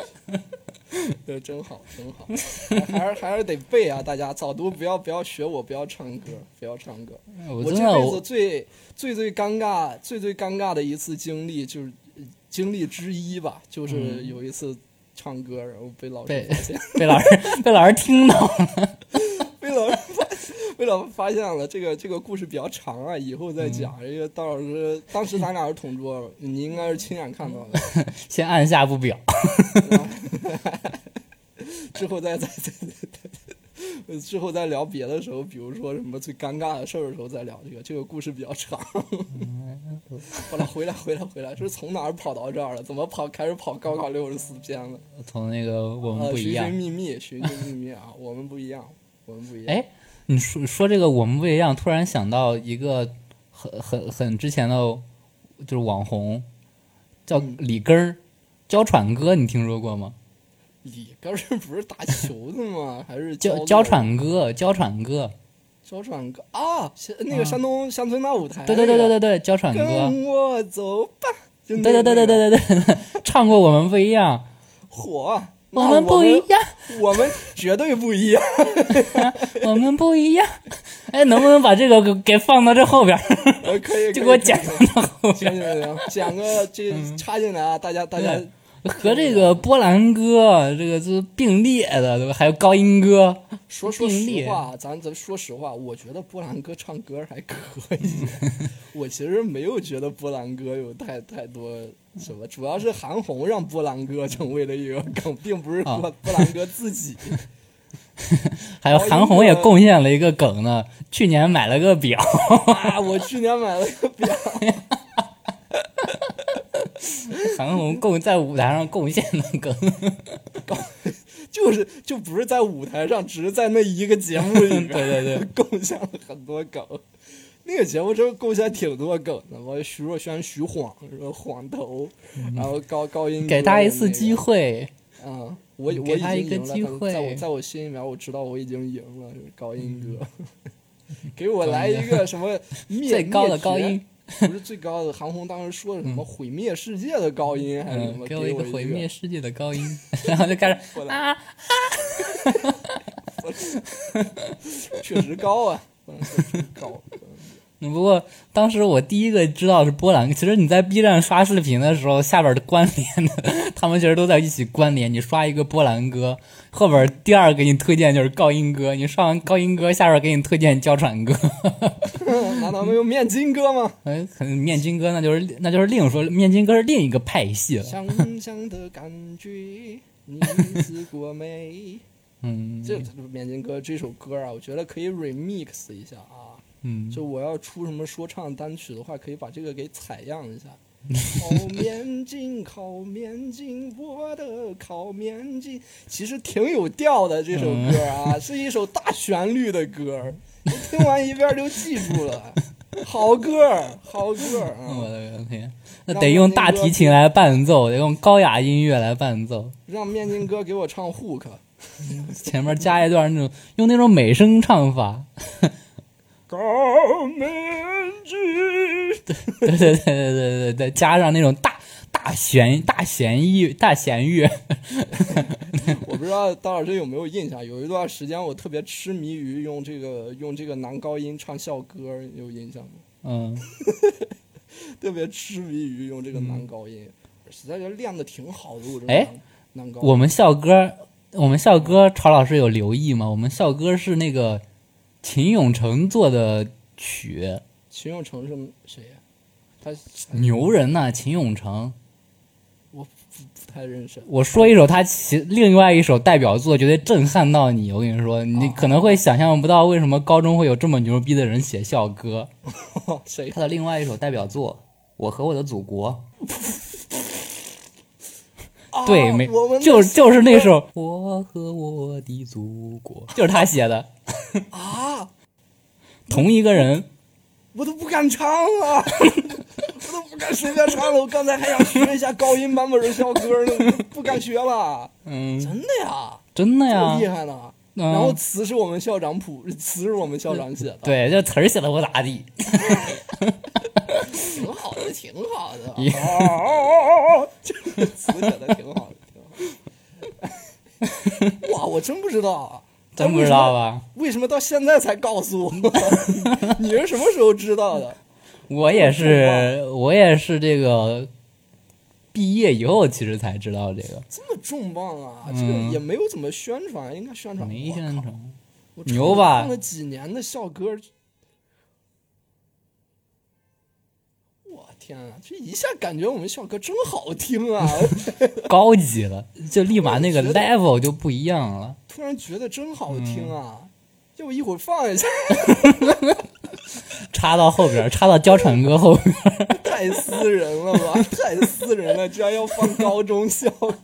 A: 这真好，真好，还是还是得背啊！大家早读不要不要学我，不要唱歌，不要唱歌。
B: 我
A: 我
B: 真
A: 这
B: 的
A: 辈子
B: 我
A: 最最最尴尬、最最尴尬的一次经历，就是呃经历之一吧，
B: 嗯
A: 就是有一次唱歌，然后被老师
B: 被
A: 发现，
B: 被老师被老师听到了，
A: 被老师发，被老师发现了。这个这个故事比较长啊，以后再讲。
B: 嗯
A: 这个当老师当时咱俩是同桌，你应该是亲眼看到的，
B: 先按下不表。
A: 之后再再再再再，之后再聊别的时候，比如说什么最尴尬的事儿的时候再聊这个。这个故事比较长。
B: 嗯
A: 好了，回来回来回来，这是从哪儿跑到这儿了？怎么跑开始跑高考六十四篇了？
B: 从那个我们
A: 呃，
B: 不一
A: 寻
B: 样
A: 寻，觅觅，寻寻觅觅啊，我们不一样，我们不一样。
B: 哎你说说这个我们不一样，突然想到一个很很很之前的，就是网红叫
A: 嗯
B: 李根儿，娇喘哥，你听说过吗？
A: 李根儿不是打球的吗？还是
B: 娇娇
A: 娇
B: 喘哥，娇喘哥，
A: 娇喘哥啊？是那个
B: 啊
A: 山东乡村大舞台。
B: 对对对对，对对，娇喘哥，
A: 跟我走吧。就
B: 对
A: 那
B: 对对对
A: 那个
B: 对对对， 唱过我们不一样，
A: 火，那
B: 我们不一样。
A: 我们绝对不一样。
B: 我们不一样。哎，能不能把这个 给给放到这后边儿？
A: 呃，可以，
B: 就
A: 可
B: 给我
A: 以
B: 讲
A: 可以
B: 到后
A: 行
B: 边
A: 行行，讲个
B: 嗯
A: 这插进来啊，大家大家
B: 对儿，和这个波兰歌这个是并列的，对吧？还有高音歌，
A: 说说
B: 并
A: 实
B: 列
A: 话，咱咱说实话，我觉得波兰哥唱歌还可 以。我其实没有觉得波兰哥有太太多什么，主要是韩红让波兰哥成为了一个梗，并不是
B: 啊
A: 波波兰哥自 己。
B: 还有
A: 高音
B: 韩红也
A: 歌
B: 贡献了一个梗呢。去年买了个 表，
A: 啊，我去年买了个表，
B: 韩红贡在舞台上贡献的梗，
A: 就是就不是在舞台上，只是在那一个节 目里面，
B: 对对对，
A: 贡献了很多梗。那个节目真贡献挺多梗的，我徐若瑄徐晃，说晃头，然后高高音
B: 嗯给
A: 他
B: 他一次机
A: 会，
B: 会。
A: 嗯，我我已
B: 给他
A: 经
B: 一个
A: 赢了但
B: 机
A: 在我
B: 会嗯
A: 在我心里面，我知道我已经赢了，就是高音歌。 给我来一个什么灭
B: 最高的高，
A: 灭
B: 音
A: 绝，不是最高的。韩红当时说的什么毁灭世界的高音还是什
B: 嗯
A: 么？，
B: 给
A: 我
B: 我一
A: 个
B: 个毁灭世界的高音， 然后就开始
A: 过来
B: 啊，
A: 确实高啊，嗯确实高。
B: 嗯不过当时我第一个知道是波兰，其实你在 B 站刷视频的时候，下边的关联的， 他们其实都在一起关联。你刷一个波兰歌，后边第二个给你推荐就是高音歌，你刷完高音歌，下边给你推荐娇喘歌。
A: 嗯难道没有面筋歌吗？
B: 哎，可能面筋歌那就是那就是另说，面筋歌是另一个派系了。
A: 香香的感觉，你是果 美。
B: 嗯，
A: 这这面筋歌这首歌啊，我觉得可以 remix 一下啊。
B: 嗯，
A: 就我要出什么说唱单曲的话，可以把这个给采样 一下。烤面筋，烤面筋，我的烤面筋，其实挺有调的这首歌啊，是一首大旋律的歌儿，我听完一遍儿就记住了。好歌儿，好歌儿
B: 嗯我
A: 啊！
B: 的天，那
A: 然后
B: 得用
A: 那
B: 大
A: 个
B: 提琴来伴奏，得用高雅音乐来伴奏。
A: 让面筋哥给我唱 hook，
B: 前面加一段那种用那种美声唱法，
A: 烤面筋。
B: 对对对对对对对，加上那种大大弦大弦乐大弦乐，
A: 我不知道大老师有没有印象，有一段时间我特别痴迷于用这个用这个男高音唱校歌，有印象吗？
B: 嗯
A: 特别痴迷于用这个男高音，实在是练的挺好的，我这
B: 哎
A: 男男高音。
B: 我们校歌，我们校歌，曹老师有留意吗？我们校歌是那个秦永成做的曲，
A: 秦永成是谁呀、他是
B: 牛人呐、秦永成。
A: 不太认识。
B: 我说一首他其另外一首代表作，绝对震撼到你。我跟你说，你可能会想象不到为什么高中会有这么牛逼的人写校歌。
A: 谁？
B: 他的另外一首代表作《我和我的祖国》。
A: 啊
B: 对，没
A: 我们，
B: 就是就是那首《我和我的祖国》， 就是他写的，
A: 啊，
B: 同一个人。
A: 我都不敢唱了，我都不敢随便唱了。我刚才还想学一下高音版本的校歌呢，我都不敢学了。
B: 嗯，
A: 真的呀，
B: 真的
A: 这么
B: 呀
A: 厉。害呢！
B: 嗯
A: 然后词是我们校长谱，词是我们校长写的，，
B: 对，这词儿写的不咋地。
A: 挺好的，挺好的。哦，这个词写的挺好的，挺好的。哇，我真不知道啊，
B: 真不知道吧？
A: 为什么到现在才告诉我？你是什么时候知道的？
B: 我也是，我也是这个毕业以后其实才知道这个，
A: 这么重磅啊！
B: 嗯
A: 这个也没有怎么宣传，应该宣传。
B: 没
A: 我靠
B: 宣传。
A: 我
B: 牛吧
A: 唱了几年的校歌，我天啊！这一下感觉我们校歌真好听啊！
B: 高级了，就立马那个
A: 我觉得
B: level 就不一样了。
A: 突然觉得真好
B: 嗯
A: 听啊！要不一会儿放一下，
B: 插到后边儿，插到娇喘哥后 边儿。
A: 太私人了吧？太私人了，居然要放高中校歌，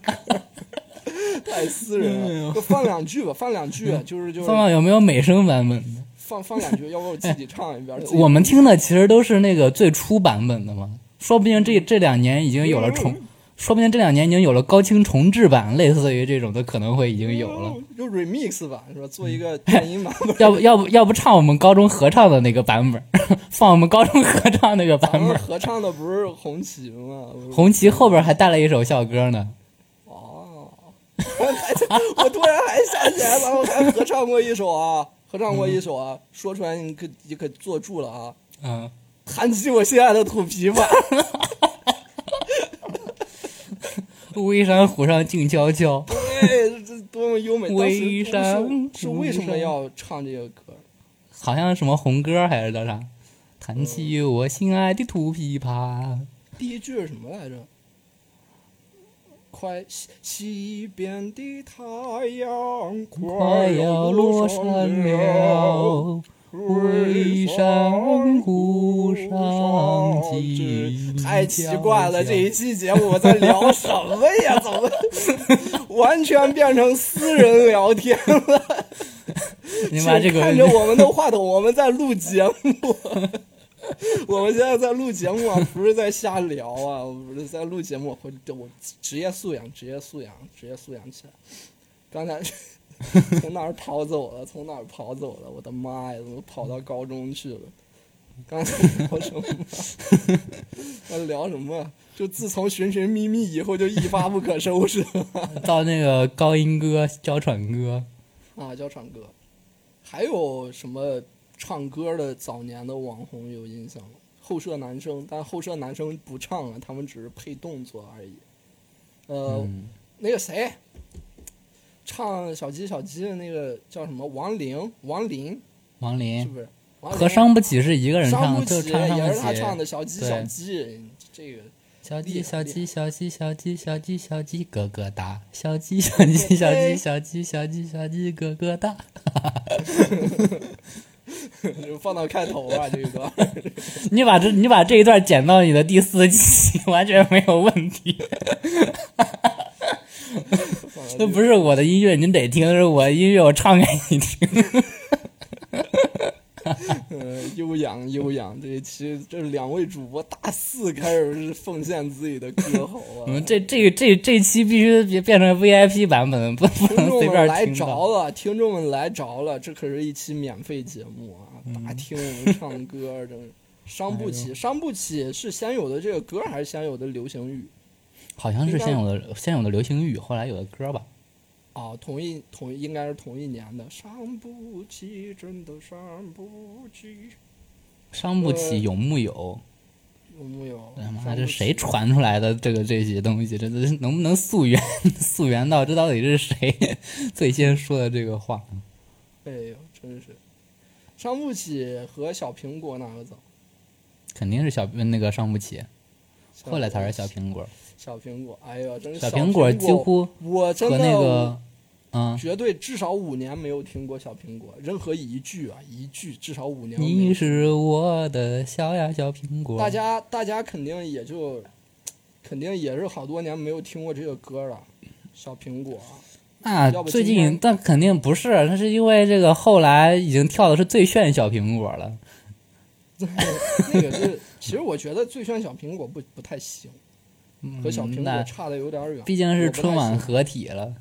A: 太私
B: 哎
A: 人了。就放两句吧，放两句，
B: 嗯
A: 就是就是
B: 宋老有没有美声版本的？
A: 放放两句，要不我自己唱一遍。自己
B: 我们听的其实都是那个最初版本的嘛，说不定这这两年已经有了重，说不定这两年已经有了高清重制版，类似于这种的可能会已经有了。嗯
A: 就 remix 吧，是吧？做一个电音版 本，
B: 要不要不要不唱我们高中合唱的那个版本， 放我们高中合唱那个版
A: 咱们
B: 本。
A: 合唱的不是红旗吗？
B: 红旗后边还带了一首校歌呢，
A: 哦，我突然还想起来了，我还合唱过一首啊，合唱过一首啊，说出来你可你可坐住了啊！
B: 嗯，
A: 弹起我心爱的土琵琶，
B: 微山湖上静悄悄，
A: 对，哎这多么优美！当时
B: 微山
A: 是是为什么要唱这个歌？
B: 好像什么红歌还是叫啥？弹起我心爱的土琵琶，
A: 第一句是什么来着？快西西边的太阳
B: 快
A: 快
B: 要
A: 要
B: 落
A: 落
B: 山
A: 山
B: 了
A: 了。。
B: 微山湖上静
A: 太奇怪了，这一期节目我在聊什么呀？怎么完全变成私人聊天了？
B: 你把这
A: 请看着
B: 个
A: 我们的话筒，我们在录节目。 我们现在在录节目啊，不是在瞎聊啊，我不是在录节目，我我职业素养，职业素养，职业素养起来。刚才 从哪儿跑走了？从哪儿跑走了？我的妈呀！怎么跑到高中去了？刚才 聊什么？在聊什么？就自从寻寻觅觅以后，就一发不可收拾
B: 到那个高音歌、娇喘歌，
A: 啊！叫唱歌，还有什么唱歌的早年的网红有印象吗？后舍男生，但后舍男生不唱了，啊他们只是配动作而已。呃，
B: 嗯，
A: 那个谁，唱小鸡小鸡的那个叫什么？王琳，王琳
B: 王
A: 是
B: 林
A: 不是？王
B: 哎和
A: 琳
B: 伤不起是一个人
A: 伤
B: 唱
A: 不
B: 的，就
A: 起
B: 唱伤
A: 也
B: 不
A: 是他
B: 起
A: 唱。的小鸡
B: 对
A: 小鸡，这个
B: 小
A: 厉
B: 鸡
A: 害
B: 小
A: 厉
B: 鸡小鸡小鸡小鸡小鸡咯咯哒，小鸡 小鸡小鸡小鸡小鸡小鸡咯咯哒。
A: 就放到开头啊，这一段。
B: 你把这你把这一段剪到你的第四期，完全没有问题。
A: 放到
B: 这
A: 这
B: 不是我的音乐，您得听，是我的音乐，我唱给你听。
A: 呃，悠扬悠扬，这一期这两位主播大四开始奉献自己的歌喉啊，
B: 我们这这这这期必须别变成 VIP 版本，不不
A: 听
B: 能
A: 众
B: 随
A: 们
B: 便
A: 来
B: 听
A: 着
B: 到。
A: 了，听众们来着了，这可是一期免费节目啊，
B: 嗯
A: 大听我们唱歌，真是伤
B: 哎
A: 不起，伤不起是先有的这个歌还是先有的流行语？
B: 好像是先有的先有的流行语，后来有的歌吧。
A: 啊，同一同应该是同一年的，伤不起，真的伤不起，
B: 伤不
A: 呃
B: 起，有木有？
A: 有木有？
B: 他哎妈
A: 伤
B: 这
A: 不
B: 谁
A: 起
B: 传出来的这个这些东西？这这这能不能溯源 溯源到这到底是谁 最先说的这个话？
A: 哎呦，真是伤不起和小苹果哪个早？
B: 肯定是小那个伤不起，后来才是
A: 小
B: 小苹果。
A: 小苹果。哎呀，真是
B: 小
A: 苹
B: 苹果几乎
A: 我真
B: 和
A: 的
B: 那个嗯，
A: 绝对至少五年没有听过小苹果任何一句啊，一句至少五年我没有。
B: 你是我的小呀小苹果。
A: 大家大家肯定也就肯定也是好多年没有听过这个歌了，小苹果啊。
B: 那
A: 要不
B: 最
A: 今
B: 近
A: 天
B: 但肯定不是，那是因为这个后来已经跳的是最炫小苹果了。
A: 那个是，其实我觉得最炫小苹果不不太行，
B: 嗯
A: 和小苹果
B: 那
A: 差的有点远。
B: 毕竟是
A: 我不太
B: 春晚
A: 喜
B: 合体了。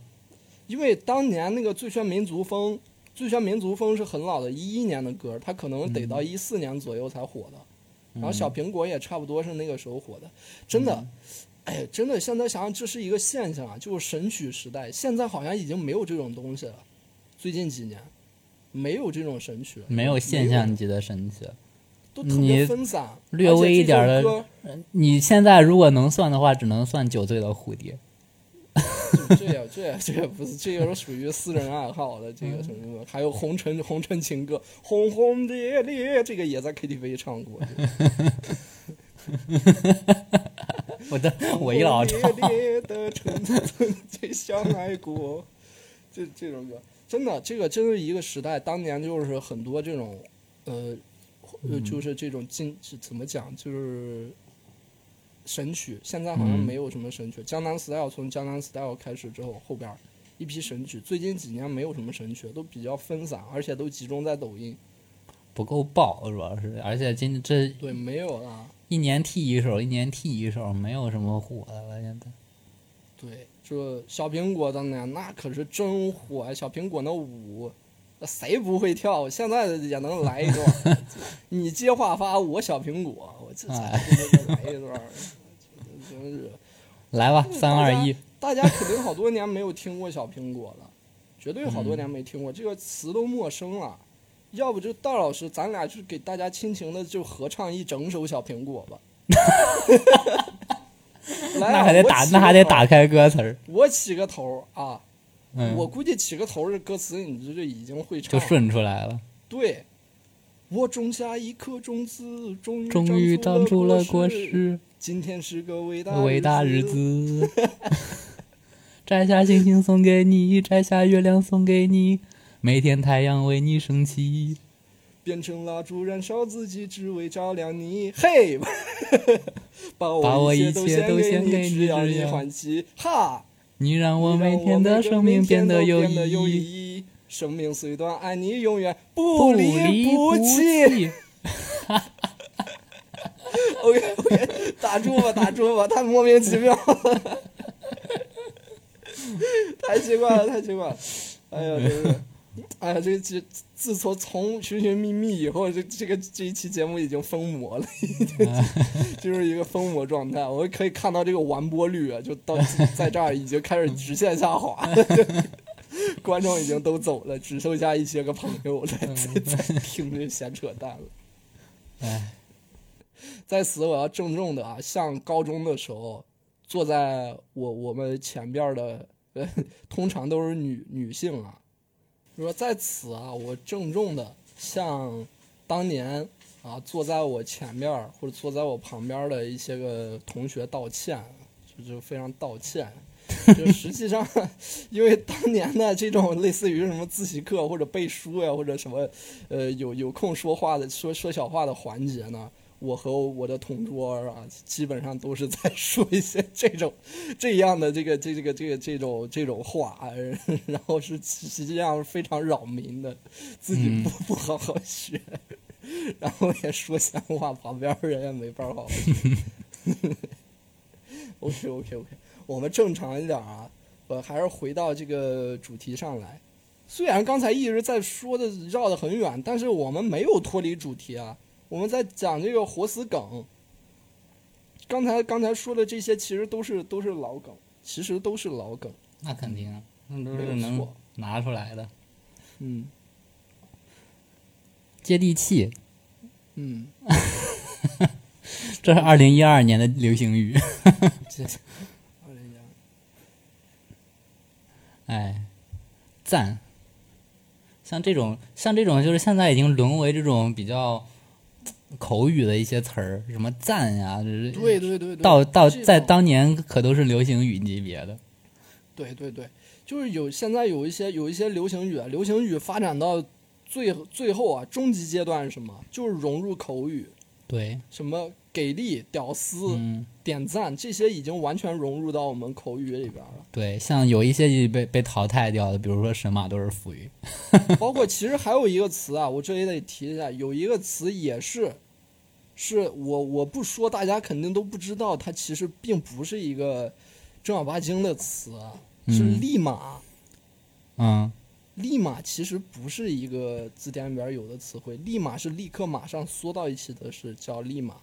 A: 因为当年那个《最炫民族风》，《最炫民族风》是很老的，一一年的歌，它可能得
B: 嗯
A: 到一四年左右才火的。然后小苹果也差不多是那个时候火的，真的，
B: 嗯
A: 哎，真的，现在想想这是一个现象啊，就是神曲时代，现在好像已经没有这种东西了。最近几年，没有这种神曲了，
B: 没有现
A: 没
B: 象级的神奇。
A: 都特别
B: 你
A: 分散，
B: 略
A: 而且
B: 微一
A: 这
B: 点
A: 种
B: 的
A: 歌
B: 你现在如果能算的话，只能算九岁的蝴蝶。
A: 这也这也这也不是，这也是属于私人爱好的。这个什么什么，还有红尘红尘情歌，轰轰烈烈，这个也在 KTV 唱过。
B: 我的我一老唱
A: 轰，轰烈烈的纯纯最相爱过， 这这种歌真的，这个真是一个时代。当年就是很多这种，呃，
B: 嗯
A: 呃就是这种经是怎么讲，就是神曲。现在好像
B: 嗯
A: 没有什么神曲，江南 Style》从《江南 Style》开始之后，后边儿一批神曲。最近几年没有什么神曲，都比较分散，而且都集中在抖音。
B: 不够爆，主要是，而且今这
A: 对，没有了。
B: 一年替一首，一年替一首，没有什么火的了。现在
A: 对，这小苹果当年那可是真火呀！小苹果那舞，那谁不会跳？现在也能来一段。 你接话发，我小苹果，我这这
B: 哎
A: 这这来一段，这真是。
B: 来吧，三二一，
A: 大家肯嗯定好多年没有听过小苹果了，绝对好多年没听过，这个词都陌生了。要不就道老师，咱俩就给大家亲情的就合唱一整首小苹果 吧。来啊
B: 那还得打，那还得。打开歌词儿，
A: 我起个头我起个头啊，
B: 嗯，
A: 我估计起个头儿的歌词，你这就已经会唱
B: 就
A: 了。
B: 顺出来了。
A: 对，我种下一颗种子，终于
B: 终于长出了果
A: 实。
B: 实，
A: 今天是个伟大
B: 伟大日
A: 日。
B: 子。摘下星星送给你，摘下月亮送给你，每天太阳为你升起。
A: 变成蜡烛燃烧自己，只为照亮你。嘿， 把
B: 把我
A: 一
B: 一
A: 都
B: 切都
A: 献
B: 献
A: 给
B: 给你
A: 只要
B: 只
A: 你
B: 要
A: 欢喜。哈，
B: 你让我
A: 你让
B: 每天的生命
A: 变
B: 变得有
A: 变得有
B: 意义，
A: 意义。生命虽短，爱你永远
B: 不
A: 离
B: 不
A: 弃。
B: 弃。
A: OK OK，打住吧，打住吧，太莫名其妙了，太奇怪了，太奇怪了，哎呀，真是，哎呀，这这自从从寻寻觅觅以后，这这个这一期节目已经疯魔了，已经进入一个疯魔状态，我可以看到这个完播率啊，就到在这儿已经开始直线下滑了。观众已经都走了，只剩下一些个朋友在在在听这闲扯淡了。
B: 哎，
A: 在此我要郑重的啊，像高中的时候，坐在我我们前边儿的，呃，通常都是女女性啊。我说在此啊，我郑重的向当年啊坐在我前面儿或者坐在我旁边儿的一些个同学道歉，就就非常道歉。就实际上， 因为当年的这种类似于什么自习课或者背书呀，或者什么，呃，有有空说话的说说小话的环节呢，我和我的同桌啊，基本上都是在 说一些这种这样的这个这这个这个这种这种话， 呃然后是实际上非常扰民的，自己不不好好学， 然后也说闲话，旁边人也没法好好学。OK OK OK，我们正常一点啊，我还是回到这个主题上来。虽然刚才一直在说的绕得很远，但是我们没有脱离主题啊。我们在讲这个活死梗。刚才刚才说的这些其实都是都是老梗，其实都是老梗，
B: 那肯定，啊那都
A: 没
B: 是
A: 有
B: 能
A: 错。
B: 拿出来的，
A: 嗯
B: 接地气，
A: 嗯，
B: 这是二零一二年的流行语。
A: 这二零一
B: 嗯
A: 二
B: 哎，赞！像这种，像这种，就是现在已经沦为这种比较口语的一些词儿，什么赞呀、这是
A: 对对对对，
B: 到到
A: 这种
B: 在当年可都是流行语级别的。
A: 对对对，就是有现在有一些有一些流行语，啊，流行语发展到最最后啊，终极阶段是什么？就是融入口语，
B: 对，
A: 什么给力、屌丝、
B: 嗯，
A: 点赞，这些已经完全融入到我们口语里边了。
B: 对，像有一些被被淘汰掉的，比如说神马都是腐语。
A: 包括其实还有一个词啊，我这里得提一下，有一个词也是，是我我不说，大家肯定都不知道，它其实并不是一个正儿八经的词啊，是
B: 嗯
A: 立马。
B: 嗯，
A: 立马其实不是一个字典里边有的词汇，立马是立刻马上缩到一起的是叫立马，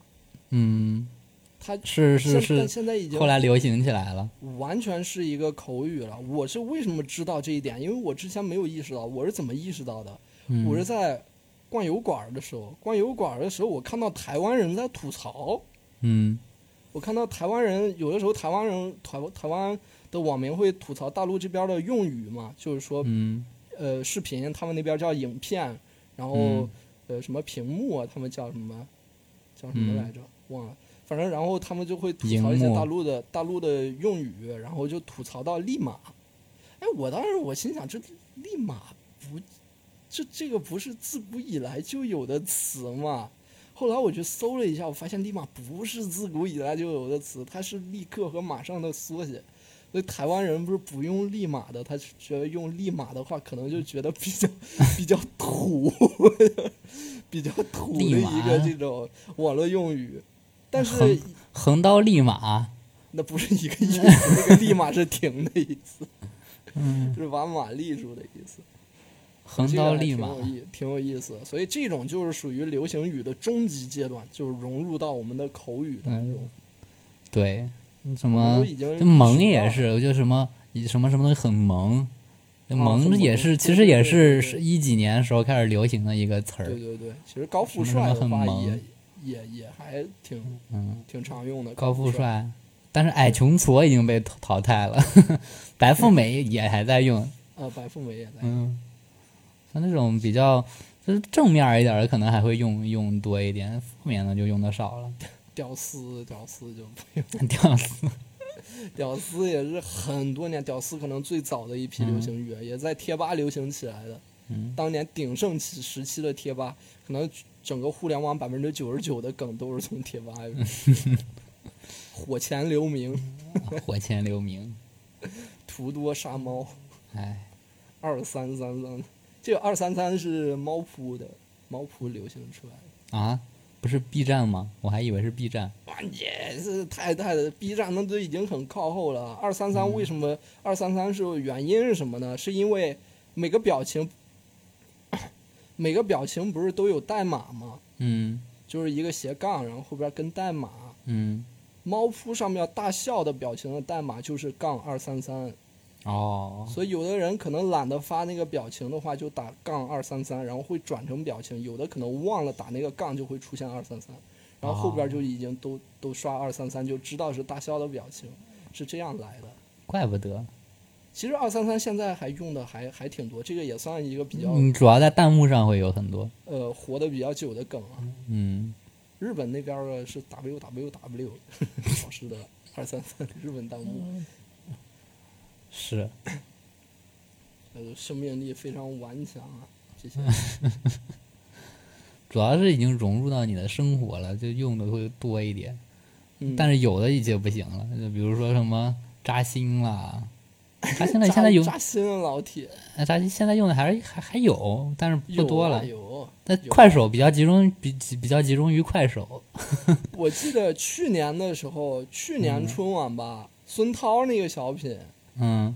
B: 嗯，
A: 它现
B: 是是
A: 在
B: 是，
A: 现在已经
B: 后来流行起来了。
A: 完全是一个口语了。我是为什么知道这一点？因为我之前没有意识到，我是怎么意识到的？
B: 嗯，
A: 我是在逛油管的时候，逛油管的时候，我看到台湾人在吐槽，
B: 嗯
A: 我看到台湾人有的时候台湾人台台湾的网民会吐槽大陆这边的用语嘛，就是说
B: 嗯
A: 呃视频，他们那边叫影片，然后、
B: 嗯
A: 呃什么屏幕啊，他们叫什么叫什么
B: 嗯
A: 来着？忘了。反正然后他们就会吐槽
B: 荧
A: 一些
B: 幕
A: 大陆的大陆的用语，然后就吐槽到立马。哎，我当时我心想，这立马不，这这个不是自古以来就有的词嘛？后来我去搜了一下，我发现立马不是自古以来就有的词，它是立刻和马上的缩写。所以台湾人不是不用立马的，他觉得用立马的话，可能就觉得 比较比较土，比较土 的
B: 立马
A: 一个这种网络用语。但是
B: 横横刀立马，
A: 那不是一个意思，那个立马是停的意思，
B: 嗯，
A: 是把马立住的意思。
B: 横
A: 这个
B: 刀
A: 还
B: 立马，
A: 挺有意，挺有意思。所以这种就是属于流行语的终极阶段，就是融入到我们的口语当中。
B: 嗯对，嗯什
A: 我们
B: 么
A: 都已经
B: 这萌也
A: 知道了，
B: 是，就什么以什么什么东西很萌，
A: 啊
B: 萌
A: 很
B: 也
A: 萌
B: 是，其
A: 对
B: 实
A: 对
B: 也
A: 对
B: 是
A: 对
B: 是一几年时候开始流行的一个词儿
A: 对，对对。其实高富
B: 什么
A: 帅
B: 什么
A: 的
B: 很
A: 话也
B: 萌
A: 也也还挺
B: 嗯，
A: 挺常用的。
B: 高富
A: 富，
B: 帅，但是
A: 嗯
B: 矮穷矬已经被淘淘汰了， 白富美也还在用，
A: 呃，白富美也在。
B: 嗯，像这种比较就是正面一点儿的，可能还会用用多一点，负面的就用的少了，
A: 屌丝，屌丝就不用。
B: 屌丝，
A: 屌丝也是很多年，屌丝可能最早的一批流行语，啊也在贴吧流行起来的。
B: 嗯，
A: 当年鼎盛期时期的贴吧，可能整个互联网百分之九十九的梗都是从贴吧火前留名，
B: 火前留名，
A: 图多杀猫，
B: 哎，
A: 二三三三，这个二三三是猫扑的，猫扑流行出来的。
B: 啊，不是 B 站吗？我还以为是 B 站。
A: 哇，你是太太的 B 站那都已经很靠后了。二三三为什么二三三是原因是什么呢？是因为每个表情，每个表情不是都有代码吗？
B: 嗯
A: 就是一个斜杠，然后后边跟代码。
B: 嗯，
A: 猫扑上面大笑的表情的代码就是杠二三三，
B: 哦，
A: 所以有的人可能懒得发那个表情的话，就打杠二三三，然后会转成表情；有的可能忘了打那个杠，就会出现二三三，然后后边就已经都、都刷二三三，就知道是大笑的表情，是这样来的。
B: 怪不得
A: 其实二三三现在还用的还还挺多，这个也算一个比较、
B: 嗯，主要在弹幕上会有很多。
A: 呃活得比较久的梗啊。
B: 嗯，
A: 日本那边的是 W W W 老师的二三三日本弹幕。
B: 嗯是，
A: 呃，生命力非常顽强啊，这
B: 嗯
A: 些
B: 主要是已经融入到你的生活了，就用的会多一点。
A: 嗯。
B: 但是有的已经不行了，就比如说什么扎 心啦，扎心了
A: 扎
B: 现在有，
A: 扎心了，老铁，
B: 哎扎心现在用的还是还还有，但是不
A: 有
B: 多
A: 啊
B: 了。
A: 有。
B: 那
A: 有
B: 快手比较集中，比比较集中于快手。
A: 我记得去年的时候，去年春晚吧，孙涛那个小品
B: 嗯，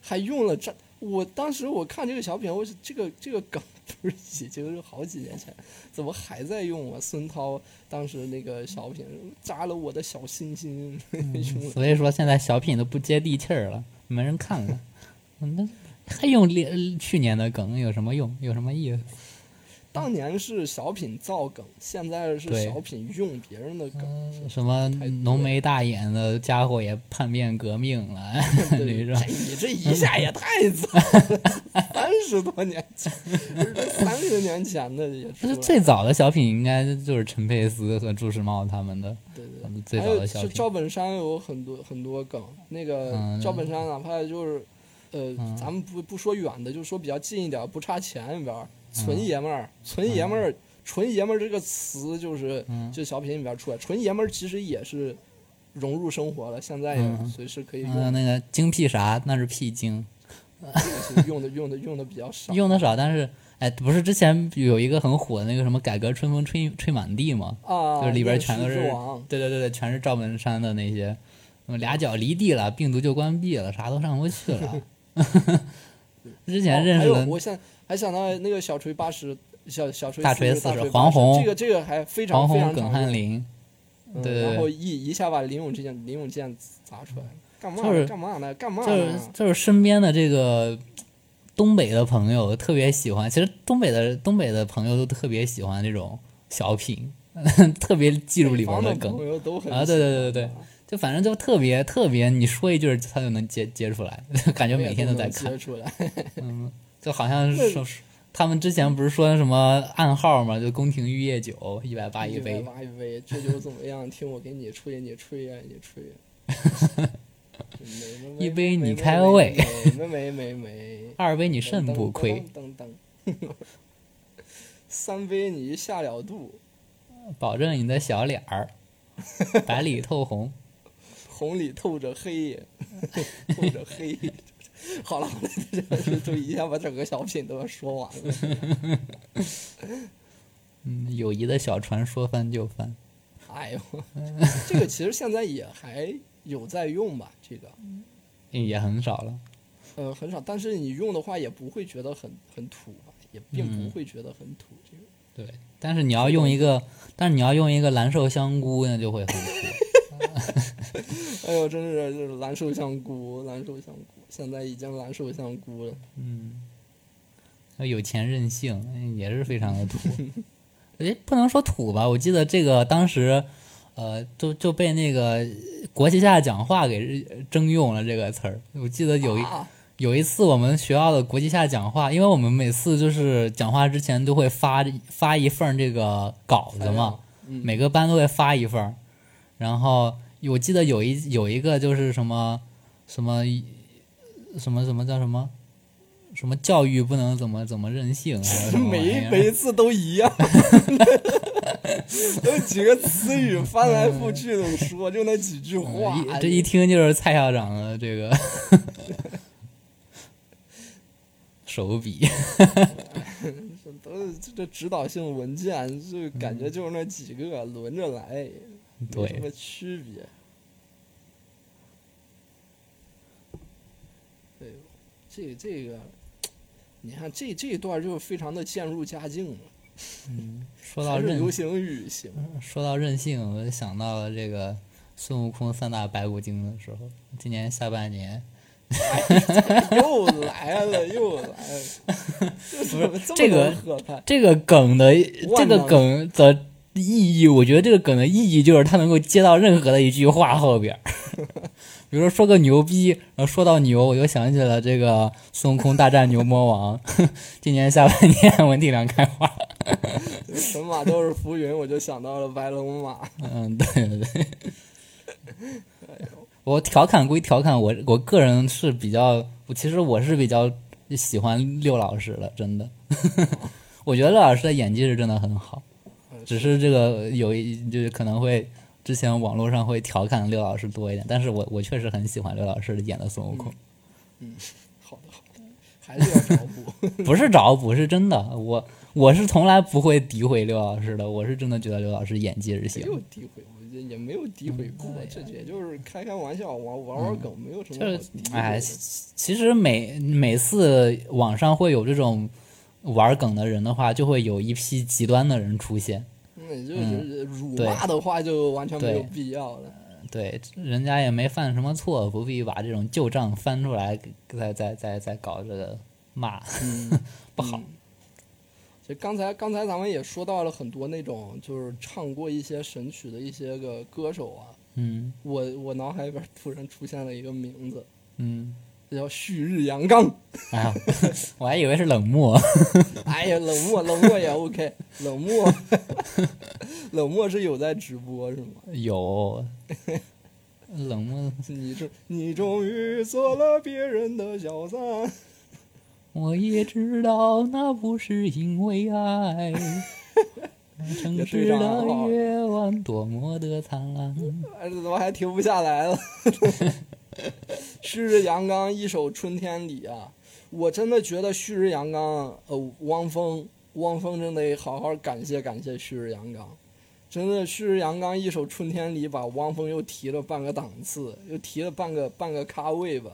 A: 还用了扎。我当时我看这个小品，我是这个这个梗不是已经是好几年前，怎么还在用啊？孙涛当时那个小品扎了我的小心心，用了
B: 所以说现在小品都不接地气儿了，没人看了。 嗯，那还用连去年的梗有什么用？有什么意思？
A: 当年是小品造梗，现在是
B: 对
A: 小品用别人的梗。
B: 什么
A: 太多了
B: 浓眉大眼的家伙也叛变革命了？ 你说
A: 这你这一下也太早了，三十多年前，三十年前的也出
B: 这
A: 来
B: 是
A: 了。
B: 最早的小品，应该就是陈佩斯和朱时茂他们的
A: 对对
B: 他
A: 对
B: 们最
A: 还
B: 早
A: 有
B: 的小
A: 是
B: 品。
A: 赵本山有很多很多梗，那个
B: 嗯
A: 赵本山哪怕就是，呃，
B: 嗯
A: 咱们不不说远的，就说比较近一点，不差钱里边儿，
B: 嗯
A: 纯爷们儿，纯爷们儿，纯爷们儿这个词就是
B: 嗯
A: 就小品里边出来，纯爷们儿其实也是融入生活了，现在也
B: 嗯
A: 随时可以
B: 嗯、
A: 用，
B: 那个精屁啥？那是屁精，
A: 但是用的用的用的比较少。
B: 用的少，但是哎，不是之前有一个很火的那个什么“改革春风吹吹满地”吗？
A: 啊，
B: 就是里边
A: 认识
B: 全都
A: 之
B: 是
A: 王
B: 对对对对，全是赵本山的那些，什么俩脚离地了，病毒就关闭了，啥都上不去 了。之前认识
A: 哦、还
B: 的
A: 有我想还想到那个小锤八十，小小锤
B: 大锤
A: 四
B: 四十
A: 十，
B: 黄宏
A: 这个这个还非常
B: 黄
A: 非常
B: 宏、耿
A: 常
B: 汉
A: 用
B: 林，
A: 嗯
B: 对对
A: 然
B: 对
A: 后一一下把林永健林永健砸出来，干嘛呢、
B: 就是
A: 干嘛呢？干嘛
B: 就是
A: 呢？
B: 就是身边的这个东北的朋友特别喜欢，其实东北的东北的朋友都特别喜欢这种小品， 特别记住里边
A: 的
B: 梗
A: 朋，友都很
B: 啊对对对对对就反正就特别特别，你说一句儿他就能接接出来， 感觉每天都在看。
A: 出来。
B: 嗯，就好像
A: 那
B: 是说他们之前不是说什么暗号嘛，就宫廷玉液酒一百八一杯，
A: 挖一杯，这就是怎么样？听我给你吹，你吹呀、你吹呀、没没没
B: 一杯
A: 没没
B: 你开
A: 没
B: 胃
A: 没没没没，
B: 二杯你肾不亏，
A: 噔。噔噔噔 三杯你下了肚，
B: 保证你的小脸儿白里透红。
A: 红里透着黑， 透着黑。好了，好了，这就一下把整个小品都要说完了。
B: 嗯，友谊的小船说翻就翻。
A: 哎呦，这个其实现在也还有在用吧，这个
B: 也很少了，
A: 呃很少，但是你用的话也不会觉得很很土吧，也并不
B: 嗯
A: 会觉得很土。这个
B: 对。但是你要用一个，但是你要用一个蓝瘦香菇，那就会很土。
A: 哎呦，真是就是蓝瘦香菇，蓝瘦香菇，现在已经蓝瘦香菇了。
B: 嗯，那有钱任性嗯也是非常的土。诶，不能说土吧？我记得这个当时，呃，就就被那个国旗下讲话给征用了这个词儿。我记得有一、
A: 啊、
B: 有一次我们学校的国际下讲话，因为我们每次就是讲话之前都会发发一份儿这个稿子
A: 材
B: 嘛
A: 料，嗯
B: 每个班都会发一份儿。然后我记得有一有一个就是什么什么什么什么叫什么什么教育不能怎么怎么任性，还是什么玩意
A: 每
B: 儿
A: 每一次都一 样，都几个词语翻来覆去的说，就那几句话
B: 嗯。一这一听就是蔡校长的这个 手笔。
A: 都是这这指导性文件，就感觉就是那几个轮着来，没什
B: 对，
A: 么区别。对，这这个，你看这这一段就非常的渐入佳境了，
B: 说到
A: 还是
B: 任
A: 流行语型。
B: 说到任性，我就想到了这个孙悟空三打白骨精的时候，今年下半年
A: 又来了，又来了， 这怎么这
B: 这
A: 么
B: 个
A: 能喝派？
B: 这个梗的这
A: 万
B: 个
A: 能
B: 梗的意义，我觉得这个梗的意义就是它能够接到任何的一句话 后边儿，比如说说个牛逼，然后说到牛，我又想起了这个孙悟空大战牛魔王， 今年下半年文体两开花，
A: 神马都是浮云，我就想到了白龙马。
B: 嗯，对对对。 我调侃归调侃，我我个人是比较，我其实我是比较喜欢六老师的， 真的。我觉得六老师的演技是真的很好，只是这个有一就是可能会之前网络上会调侃六老师多一点，但是我我确实很喜欢六老师演的孙悟空，
A: 好的，好的，还是要找 补。
B: 不是找补，是真的。我我是从来不会诋毁六老师的，我是真的觉得六老师演技是
A: 没
B: 行。
A: 有诋毁，我觉得也没有诋
B: 嗯
A: 毁过，这也就是开开玩笑，玩玩玩梗，没有什么
B: 就
A: 好
B: 是
A: 诋毁的。
B: 哎，其实每每次网上会有这种玩梗的人的话，就会有一批极端的人出现。
A: 那你就
B: 嗯
A: 是辱
B: 对
A: 骂的话，就完全没有
B: 对
A: 必要 了。
B: 对，人家也没犯什么错，不必把这种旧账翻出来，给再再再再搞这个骂，
A: 嗯
B: 不好。
A: 就刚才刚才咱们也说到了很多那种就是唱过一些神曲的一些个歌手啊，
B: 嗯
A: 我我脑海里边突然出现了一个名字，
B: 嗯，
A: 叫旭日阳刚。
B: 哎 呀，我还以为是冷漠。
A: 哎呀，冷漠冷漠也 OK，冷漠 冷漠是有在直播是吗？
B: 有冷漠，
A: 你终你终于做了别人的小三，
B: 我也知道那不是因为爱。城市的夜晚多么的灿烂。
A: 哎，这怎么还停不下来了？ 旭日阳刚一首《春天里》啊，我真的觉得旭日阳刚，呃，汪峰，汪峰真得好好感谢感谢旭日阳刚。真的，旭日阳刚一首《春天里》把汪峰又提了半个档次，又提了半个半个咖位吧。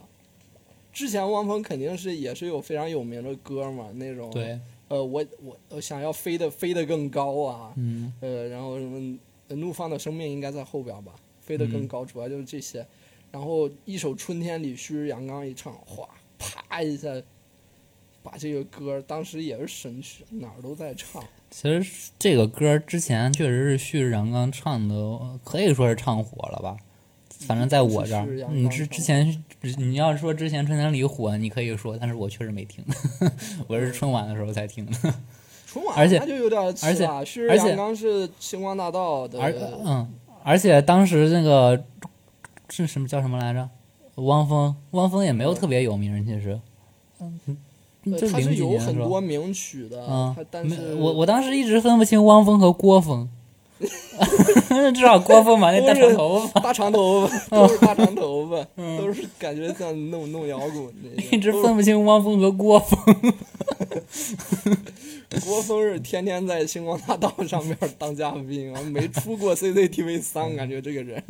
A: 之前汪峰肯定是也是有非常有名的歌嘛，那种
B: 对，
A: 呃，我我我想要飞得飞得更高啊，
B: 嗯
A: 呃，然后什么呃怒放的生命应该在后边吧，飞得更
B: 嗯
A: 高，主要就是这些。然后一首《春天里》，旭日阳刚一唱，哗，啪一下，把这个歌当时也是神曲，哪儿都在唱。
B: 其实这个歌之前确实是旭日阳刚唱的，可以说是唱火了吧。反正在我这儿
A: 是旭日阳，刚
B: 你
A: 唱
B: 之
A: 火
B: 之前你要说之前春天里火，你可以说，但是我确实没听， 我是春晚的时候才听的。
A: 春晚
B: 而且
A: 那就有点次了。旭日
B: 而且
A: 阳刚是星光大道的，
B: 而嗯，而且当时那个是什么叫什么来着？汪峰，汪峰也没有特别有名，其实，嗯，
A: 呃
B: 就
A: 他
B: 零
A: 是
B: 几
A: 有
B: 年的
A: 很
B: 时候
A: 多名曲的。
B: 嗯
A: 他，但
B: 没
A: 是
B: 我我当时一直分不清汪峰和郭峰， 至少郭峰嘛，那大长头发，
A: 大长头 发都
B: 哦
A: 是大长头发，都是感觉像弄弄摇滚那些。
B: 嗯 一直
A: 都是
B: 分不清汪峰和郭峰。
A: 郭峰是天天在星光大道上面当嘉宾啊，没出过 CCTV 三，感觉这个人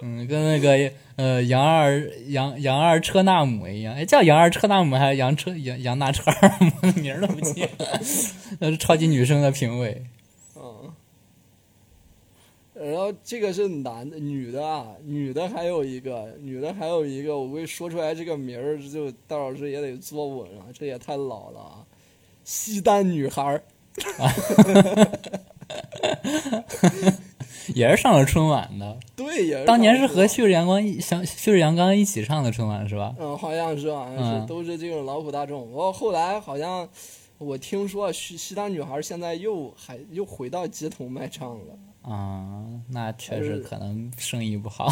B: 嗯，跟那个呃杨二杨杨二车纳姆一样，哎，叫杨二车纳姆还是杨车杨杨大车尔姆， 名儿都不记 了。那是超级女声的评委，
A: 嗯。然后这个是男的，女的啊，女的还有一个，女的还有一个，我估计说出来这个名儿，就大老师也得坐稳啊，这也太老了啊！西单女孩儿，
B: 也是上了春晚 的，
A: 对，也是
B: 当年是
A: 上
B: 和
A: 过
B: 旭日阳光一想旭日阳刚一起上的春晚是吧？
A: 嗯，好像是，好像是，
B: 嗯
A: 都是这种劳苦大众。我后来好像我听说西西单女孩现在又还又回到街头卖唱了，
B: 啊、那确实
A: 呃
B: 可能生意不好。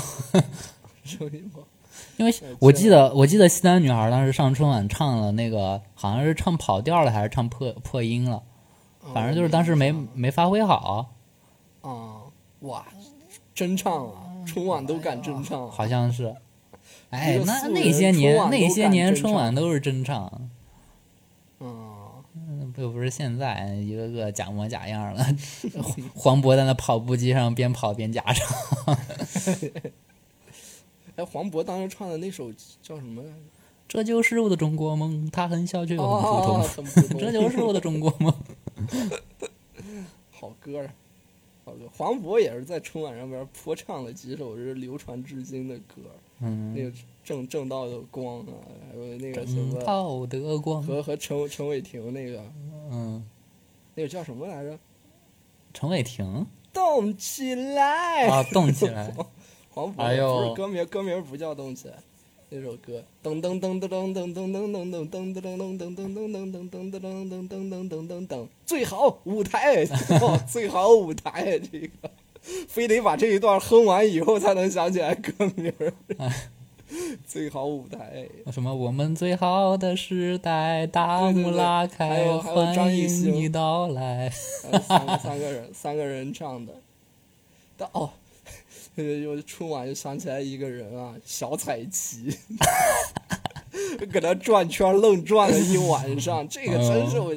A: 声音吗？
B: 因为
A: 对
B: 我
A: 这
B: 记得，我记得西单女孩当时上春晚唱了那个，好像是唱跑调了，还是唱破破音了，
A: 哦嗯
B: 反正就是当时没没发挥好，
A: 啊、哇，真唱啊，春晚都敢真唱、啊，
B: 好像是。哎
A: 一个，
B: 那
A: 素
B: 那
A: 人
B: 些
A: 春
B: 年
A: 晚
B: 那
A: 都
B: 些
A: 敢
B: 年
A: 真唱
B: 春晚都是真唱，
A: 嗯，
B: 这不是现在一个个假模假 样了。黄渤在那跑步机上边跑边假唱，
A: 哎，黄渤当时唱的那首叫什么来着？
B: 这就是我的中国梦，它很小却又很普
A: 哦，很
B: 通。
A: 普通，
B: 这就是我的中国 梦。
A: 好歌儿，好歌。黄渤也是在春晚上边儿颇唱了几首是流传至今的歌儿，那
B: 嗯，
A: 个正正道的光啊，还有那个什
B: 正
A: 么
B: 道德光。
A: 和和陈陈伟霆那个
B: 嗯，
A: 那个叫什么来着？
B: 陈伟霆
A: 动起来！
B: 啊，动起 来。
A: 黄渤、
B: 哎呦
A: 不是歌名，歌名不叫动起来。那首歌噔噔噔噔噔噔噔噔噔噔噔噔噔噔噔噔噔噔噔噔噔噔噔噔噔噔，最好舞台，最好舞台，这个非得把这一段哼完以后才能想起来歌名。最好舞台，
B: 什么？我们最好的时代，大幕拉
A: 对对对还
B: 开，
A: 有还有张
B: 欢
A: 艺兴
B: 迎你到 来。
A: 呃三个三个人三个人唱的。但哦， 又春晚就想起来一个人啊，小彩旗， 搁那转圈儿愣转了一晚上，这个真是
B: 哦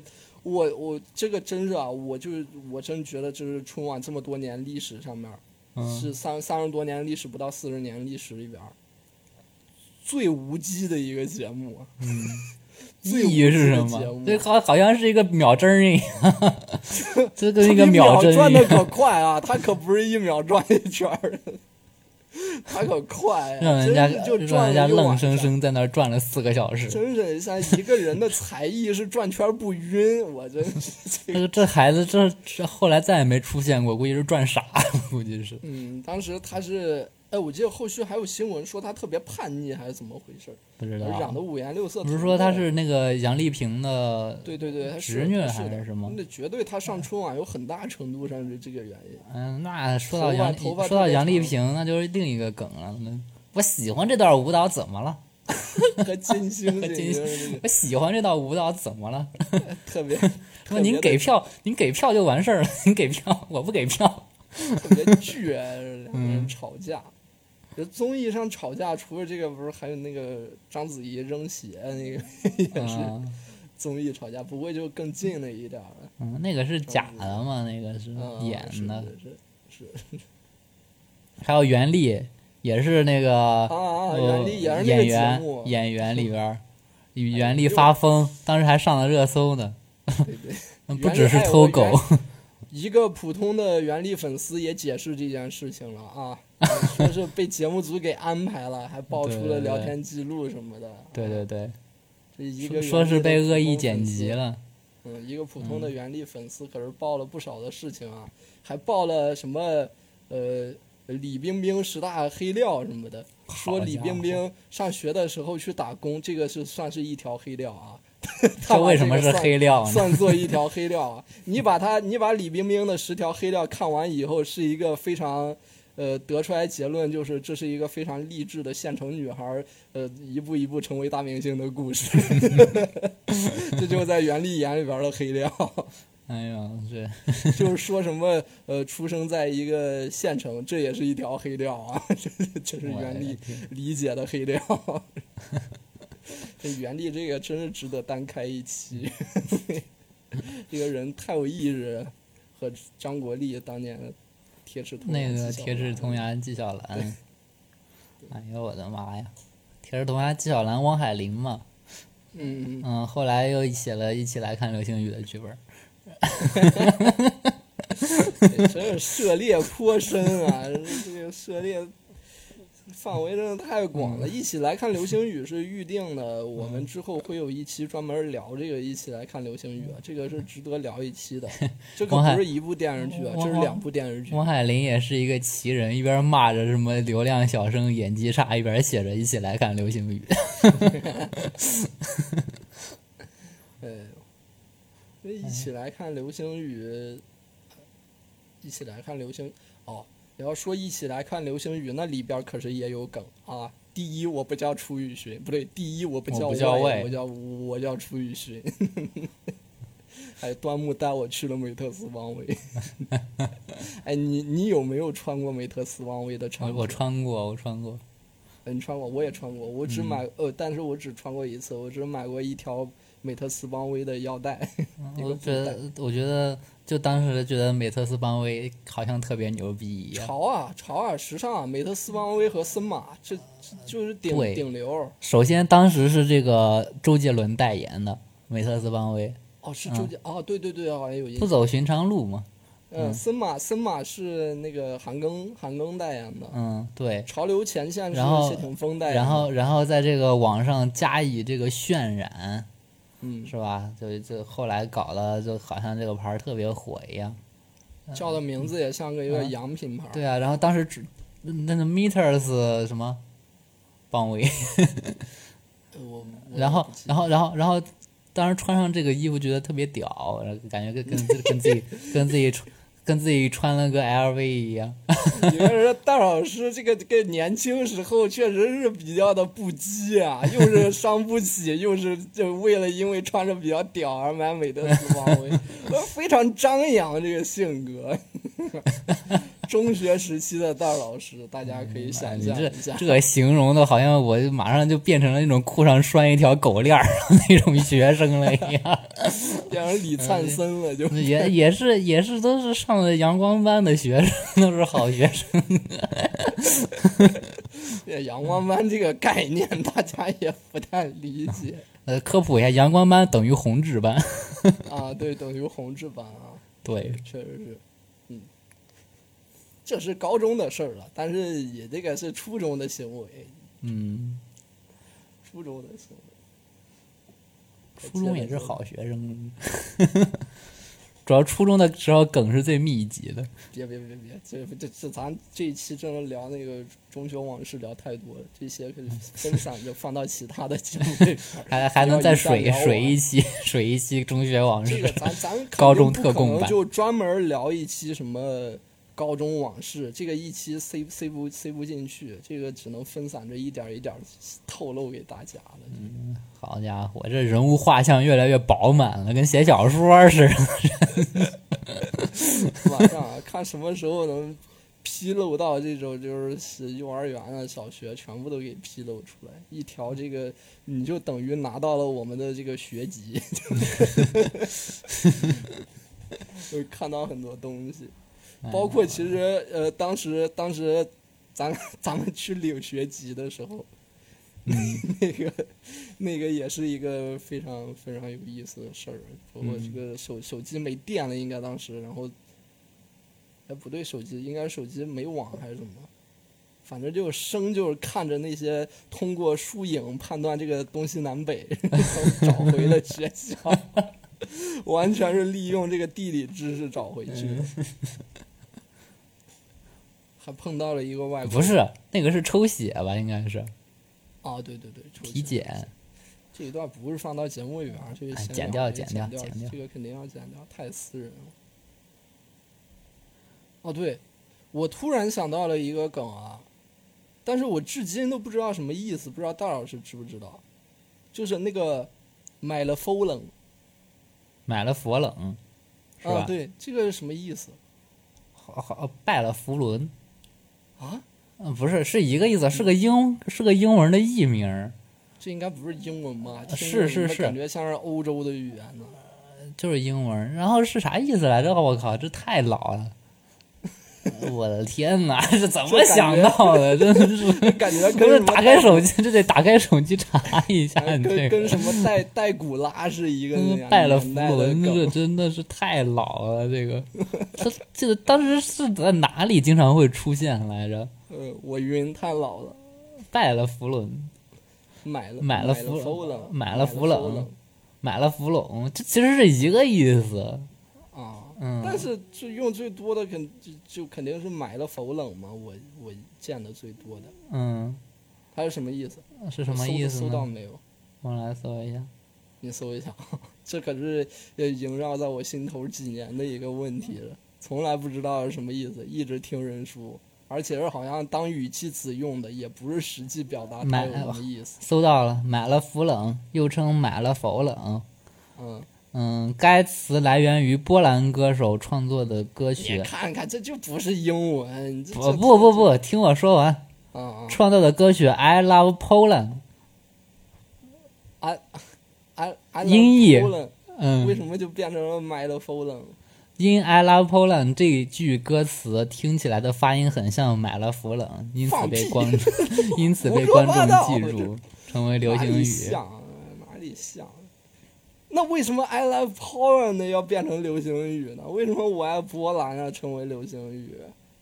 A: 我。我我这个真是啊，我就是我真觉得这是春晚这么多年历史上面儿，
B: 嗯，
A: 是三三十多年历史不到四十年历史里边儿最无稽的一个节目，啊 最无
B: 嗯意义是
A: 稽
B: 什
A: 的节目
B: 么？这好好像是一个秒针儿一样， 这跟一个
A: 一秒
B: 针
A: 转
B: 一
A: 的
B: 样，
A: 可快啊，他可不是一秒转一圈儿的，他可快、啊，
B: 让人家
A: 真是就
B: 让
A: 转
B: 人家
A: 了一晚
B: 愣
A: 上
B: 生。生在那儿转了四个小时。
A: 真是像一个人的才艺是转圈不晕，我真 是这个。
B: 这个这孩子这这后来再也没出现过，估计是转傻了， 估计是。
A: 嗯，当时他是，哎，我记得后续还有新闻说他特别叛逆还是怎么回事儿，
B: 不知
A: 染
B: 道
A: 得，五颜六色。
B: 啊不是说他是那个杨丽萍的，
A: 对对对，他是
B: 侄女
A: 是
B: 还
A: 的
B: 是什么
A: 那绝对他上春晚有很大程度上是这个原 因。
B: 嗯，那说到杨丽，
A: 头发头发
B: 说到
A: 特别
B: 杨丽
A: 长
B: 萍，那就是另一个梗了。那我喜欢这段舞蹈怎么了？
A: 和金星这
B: 和金星
A: 个是
B: 我喜欢这道舞蹈怎么了？
A: 特 别
B: 说您给票，您给票就完事儿了， 您给票，我不给票。
A: 特别倔，两个人吵架。
B: 嗯
A: 就综艺上吵架，除了这个，不是还有那个章子怡扔鞋那个 也 是
B: 嗯
A: 综艺吵架，不过就更近了一点儿了。
B: 嗯，那个是假的嘛？那个是
A: 嗯，
B: 演的。
A: 是是是
B: 还有袁立，也是那个
A: 啊啊！
B: 呃
A: 袁立也是那个
B: 演
A: 节
B: 员
A: 目，
B: 演员里 边儿，袁
A: 哎
B: 立
A: 呦
B: 发疯，当时还上了热搜呢。
A: 对对，
B: 不只是偷狗
A: 原来，一个普通的袁立粉丝也解释这件事情了啊，说是被节目组给安排了，还爆出了聊天记录什么的。
B: 对对对，
A: 这一
B: 说
A: 个
B: 说是被恶意
A: 袁
B: 剪
A: 立的普通粉丝
B: 辑 了。
A: 嗯，一个普通的原力粉丝可是爆了不少的事情啊，还爆了什么呃李冰冰十大黑料什么的，说
B: 好
A: 李
B: 家
A: 冰
B: 伙
A: 冰上学的时候去打工，这个是算是一条黑料啊。 他
B: 这
A: 把
B: 为什么
A: 个
B: 是
A: 算
B: 黑料呢？
A: 算作一条黑料啊！ 你把他，你把李冰冰的十条黑料看完以后，是一个非常，呃，得出来结论就是这是一个非常励志的县城女孩儿，呃，一步一步成为大明星的故事。 这就是在袁立眼里边的黑料，
B: 哎呀， 这
A: 就是说什么呃，出生在一个县城，这也是一条黑料啊！ 这是这是
B: 我的
A: 袁立
B: 天
A: 理解的黑料。 这袁立这个真是值得单开一期， 这个人太有意志，和张国立当年的铁齿铜牙
B: 那
A: 纪
B: 个
A: 晓
B: 铁
A: 岚
B: 齿铜牙纪晓 岚，哎呦我的妈呀！铁齿铜牙纪晓岚，汪海林嘛，
A: 嗯，
B: 嗯，后来又写了一起来看流星雨的剧本，
A: 嗯 真是涉猎颇深啊，这个涉猎范围真的太广了。一起来看流星雨是预定的，我们之后会有一期专门聊这个一起来看流星雨，啊，这个是值得聊一期的。这可
B: 汪海
A: 不是一部电视剧啊，这是两部电视剧。
B: 汪海林也是一个奇人，一边骂着什么流量小生演技差，一边写着一起来看流星雨。
A: 哎呦，那一起来看流星雨，一起来看流星哦。你要说一起来看流星雨，那里边可是也有梗啊。第一，我不叫楚雨荨，不对，第一我不
B: 我
A: 叫
B: 不叫
A: 魏，
B: 魏
A: 我叫我叫楚雨荨。 哎，端木带我去了美特斯邦威。 哎，你你有没有穿过美特斯邦威的
B: 我
A: 长
B: 我
A: 裤？
B: 穿过，我穿过，
A: 哦嗯，你穿过，我也穿过，我只买、呃，但是我只穿过一次，我只买过一条美特斯邦威的腰带，一个
B: 我
A: 布
B: 觉
A: 带
B: 得，我觉得，就当时觉得美特斯邦威好像特别牛逼一样。
A: 潮啊潮啊，时尚啊！美特斯邦威和森马，这这就是顶
B: 对
A: 顶流。
B: 首先，当时是这个周杰伦代言的美特斯邦威，
A: 哦，是周杰、哦，对对对，好像有印
B: 嗯不
A: 象。
B: 走寻常路嘛。
A: 嗯，森马森马是那个韩庚韩庚代言的，
B: 嗯，对。
A: 潮流前线是
B: 然后
A: 谢霆锋代言的。
B: 然后，然后在这个网上加以这个渲染，
A: 嗯，
B: 是吧？就就后来搞得就好像这个牌儿特别火一样。
A: 叫的名字也像个一个
B: 嗯
A: 洋品牌。
B: 对啊，然后当时只那个 meters 什么邦威，
A: 呃，我我
B: 然后
A: 不记得
B: 然后然后然后当时穿上这个衣服觉得特别屌，然后感觉跟跟自跟自己跟自己穿跟自己穿了个 LV 一样。
A: 你们说戴老师这个跟年轻时候确实是比较的不羁啊，又是伤不起，又是就为了因为穿着比较屌而买美特斯邦威，我非常张扬这个性格。中学时期的戴老师，大家可以想
B: 嗯啊哎你
A: 象
B: 这
A: 一下，
B: 这形容的好像我就马上就变成了那种裤上拴一条狗链儿那种学生了一 样，
A: 变成李灿森了就。
B: 也也是也是都是上了阳光班的学生，都是好学生。
A: 这 阳光班这个概念，大家也不太理解
B: 呃，科普一下，阳光班等于红志班。
A: 啊。对，等于红志班啊。
B: 对，
A: 确实是，嗯，这是高中的事儿了，但是也这个是初中的行为，
B: 嗯，
A: 初中的行为。
B: 初中也是好学生， 主要初中的时候梗是最密集的。
A: 别别别别，这这这咱这一期真的聊那个中学往事聊太多了，这些可以分散着放到其他的节目里边儿
B: 还还能再
A: 不
B: 水
A: 要一下聊完啊
B: 水一期， 水一期中学往
A: 这个
B: 事。
A: 咱咱肯定
B: 高
A: 不
B: 中特
A: 可
B: 供
A: 能
B: 版
A: 就专门聊一期什么高中往事，这个一期塞塞不塞不进去，这个只能分散着一点儿一点儿透露给大家了。
B: 好家伙，这人物画像越来越饱满了，跟写小说似的。
A: 晚上啊，看什么时候能披露到这种就是是幼儿园啊、小学全部都给披露出来，一条这个你就等于拿到了我们的这个学籍， 就看到很多东西，
B: 哎
A: 包括其实呃，当时当时咱咱们去领学籍的时候。 那个，那个也是一个非常非常有意思的事儿，包括这个手手机没电了，应该当时，然后哎，不对，手机应该手机没网还是怎么？反正就是生就是看着那些通过输赢判断这个东西南北，然后找回了学校，完全是利用这个地理知识找回去的。还碰到了一个外国
B: 不是，那个是抽血吧？应该是
A: 啊，对对对，抽
B: 体
A: 签
B: 检。
A: 这一段不是放到节目里边儿，这个
B: 哎
A: 先
B: 剪
A: 聊
B: 掉
A: 这个
B: 剪掉
A: 剪
B: 剪掉
A: 这个肯定要剪掉，太私人了。哦，对，我突然想到了一个梗啊，但是我至今都不知道什么意思，不知道大老师知不知道，就是那个买了 f o l e n
B: 买了佛冷，是
A: 啊，
B: 吧？
A: 对，这个是什么意思
B: 好好拜了佛伦。
A: 啊？
B: 嗯，不是，是一个意思，是个英，是个英文的译名儿，
A: 这应该不是英文吧？
B: 是
A: 听着
B: 呃是
A: 怎么
B: 是
A: 感觉像是欧洲的语言呢。
B: 就是英文儿。然后是啥意思来着？我靠，这太老了！ 我的天哪，这怎么
A: 这感觉
B: 想到的？真的是。
A: 感觉
B: 不
A: 跟
B: 是
A: 什么
B: 打
A: 代
B: 开手机，这得打开手机查一 下
A: 跟
B: 你这
A: 跟
B: 个。
A: 什么戴戴古拉是一个那 样
B: 拜了
A: 年
B: 福
A: 代的
B: 伦，
A: 梗
B: 这真的是太老了。这个，他这个当时是在哪里经常会出现来着？
A: 呃，我云太老了，
B: 拜了福伦，
A: 买了
B: 买
A: 了
B: 了
A: 福
B: 福
A: 冷，
B: 买
A: 了
B: 了福冷
A: 冷
B: 买了福龙，这其实是一个意思。
A: 啊。
B: 嗯
A: 但是就用最多的肯就就肯定是买了否冷嘛，我我见的最多的，
B: 嗯，
A: 它是什么意思？
B: 是什么
A: 搜
B: 意思
A: 搜到
B: 呢？
A: 没有？
B: 我来搜一下。
A: 你搜一下， 这可是呃萦绕在我心头几年的一个问题了，从来不知道是什么意思，一直听人说，而且是好像当语气词用的，也不是实际表达它
B: 买
A: 有什么意思。
B: 搜到了，买了福冷，又称买了否冷。
A: 嗯，
B: 嗯，该词来源于波兰歌手创作的歌
A: 你
B: 曲。
A: 看看，这就不是英文，这
B: 不不不，不，听我说完。
A: 啊啊
B: 创造的歌曲《I Love Poland》
A: ，I I
B: 音译
A: Poland 为
B: 嗯
A: 什么就变成了 My l Poland？
B: ，In I Love Poland 这一句歌词听起来的发音很像买了弗冷，因此
A: 放
B: 被
A: 屁
B: 观众因此被
A: 胡说
B: 观
A: 八道
B: 众记
A: 这
B: 住，成为流
A: 哪
B: 行
A: 里
B: 语。
A: 像啊哪里像？那为什么 I love Poland 要变成流行语呢？为什么我爱波兰要成为流行语？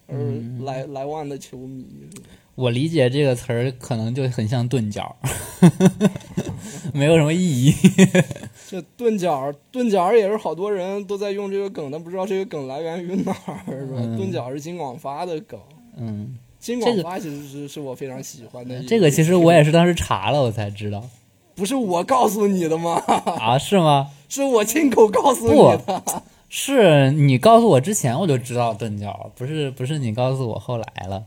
A: 而
B: 嗯
A: 莱莱万的球迷是吧
B: 我理解这个词儿可能就很像钝角 儿，没有什么意义。
A: 这钝角，钝角也是好多人都在用这个梗，但不知道这个梗来源于哪儿，是吧？
B: 嗯
A: 钝角是金广发的梗，
B: 嗯，
A: 金
B: 这
A: 广
B: 个嗯
A: 发其实是是我非常喜欢的一。
B: 这个其实我也是当时查了我才知道
A: 不是我告诉你的吗？
B: 啊，是吗？
A: 是我亲口告诉你
B: 不
A: 的。，
B: 是你告诉我之前我就知道钝角儿，不是不是你告诉我后来了。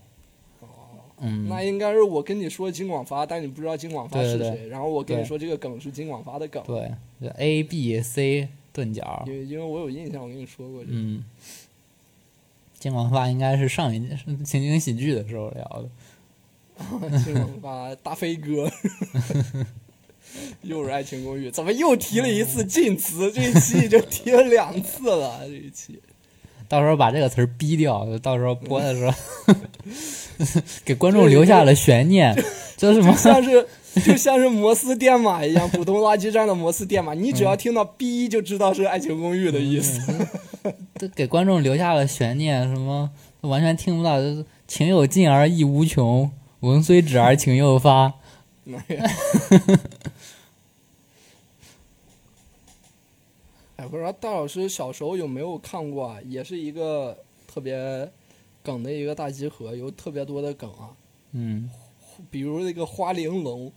B: 嗯，
A: 那应该是我跟你说金广发，但你不知道金广发
B: 对
A: 是谁，
B: 对
A: 然后我跟你
B: 对
A: 说这个梗是金广发的梗，
B: 对就，A B C 钝角儿
A: 因，为因为我有印象，我跟你说过这个。
B: 嗯，金广发应该是上一是情景喜剧的时候聊的。嗯
A: 金广发大飞哥， 又是《爱情公寓》，怎么又提了一次禁词？这一期已经提了两次了， 这一期。
B: 到时候把这个词儿逼掉，就到时候播的时候， 给观众留下了悬念。这是
A: 就
B: 什么？
A: 像是就像是摩斯电码一样，普通垃圾站的摩斯电码，你只要听到 B 就知道是《爱情公寓》的意思。
B: 这给观众留下了悬念，什么完全听不到。就是情有尽而意无穷，文虽止而情又发。
A: 哎，不知道大老师小时候有没有看过啊？也是一个特别梗的一个大集合，有特别多的梗啊，
B: 嗯，
A: 比如那个花玲珑。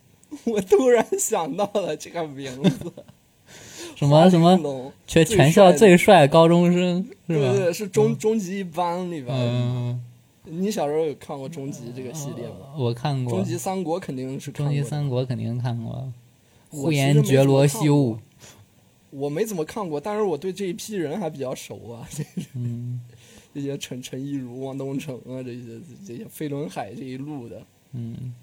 A: 我突然想到了这个名字，
B: 什么什
A: 花
B: 么
A: 玲，珑
B: 全
A: 最
B: 全校
A: 帅的
B: 最帅高中生啊是
A: 对对
B: 吧？
A: 对，是中中级一班里边儿。
B: 嗯，
A: 你小时候有看过中级这个系列吗？
B: 我看过
A: 终极三国肯定是
B: 《
A: 看
B: 嗯终
A: 过
B: 极
A: 的。
B: 三国》，肯定看过。
A: 我
B: 呼
A: 其实
B: 延
A: 没
B: 觉
A: 怎么
B: 罗
A: 看
B: 修
A: 过，我没怎么看过，但是我对这一批人还比较熟啊，这
B: 嗯
A: 这些陈陈亦儒、汪东城啊，这些这些飞轮海这一路的，
B: 嗯，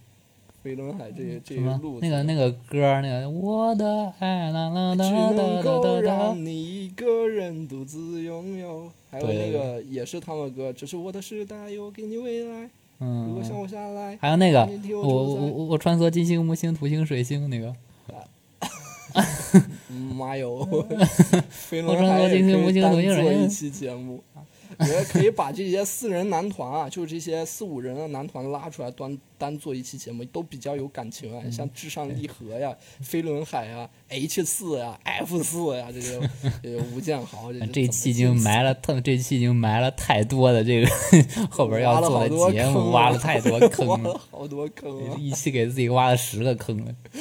A: 飞轮海这这
B: 什
A: 一
B: 么
A: 路子
B: 那个那个歌儿，那个我的爱啦啦
A: 只
B: 啦啦
A: 能
B: 啦
A: 够
B: 啦啦
A: 让，你一个人独自拥有，还有
B: 对对
A: 那个也是他们歌，只是我的时代，有给你未来，如果想
B: 嗯，
A: 我下来，
B: 还有那个
A: 明天
B: 我
A: 我
B: 我
A: 主
B: 我我穿梭金星、木星、土星、水星那个，
A: 嗯妈哟，
B: 嗯
A: 飞
B: 我
A: 轮
B: 说
A: 海
B: 我
A: 也
B: 今天
A: 可
B: 我
A: 以
B: 今
A: 单
B: 天我今天
A: 做
B: 人
A: 一期节目。我觉得可以把这些四人男团啊， 就是这些四五人的男团拉出来单单做一期节目，都比较有感情
B: 嗯
A: 啊，像至上励合呀、飞轮海呀、H 四呀、F 四呀这些，这些吴建豪这些
B: 这
A: 怎么
B: 期已经埋了，特这期已经埋了太多 的这个后边要做的节目，
A: 挖
B: 挖
A: 了好啊
B: 了太多
A: 挖
B: 坑
A: 了
B: 了，
A: 好多坑啊，
B: 一期给自己挖了十个坑了。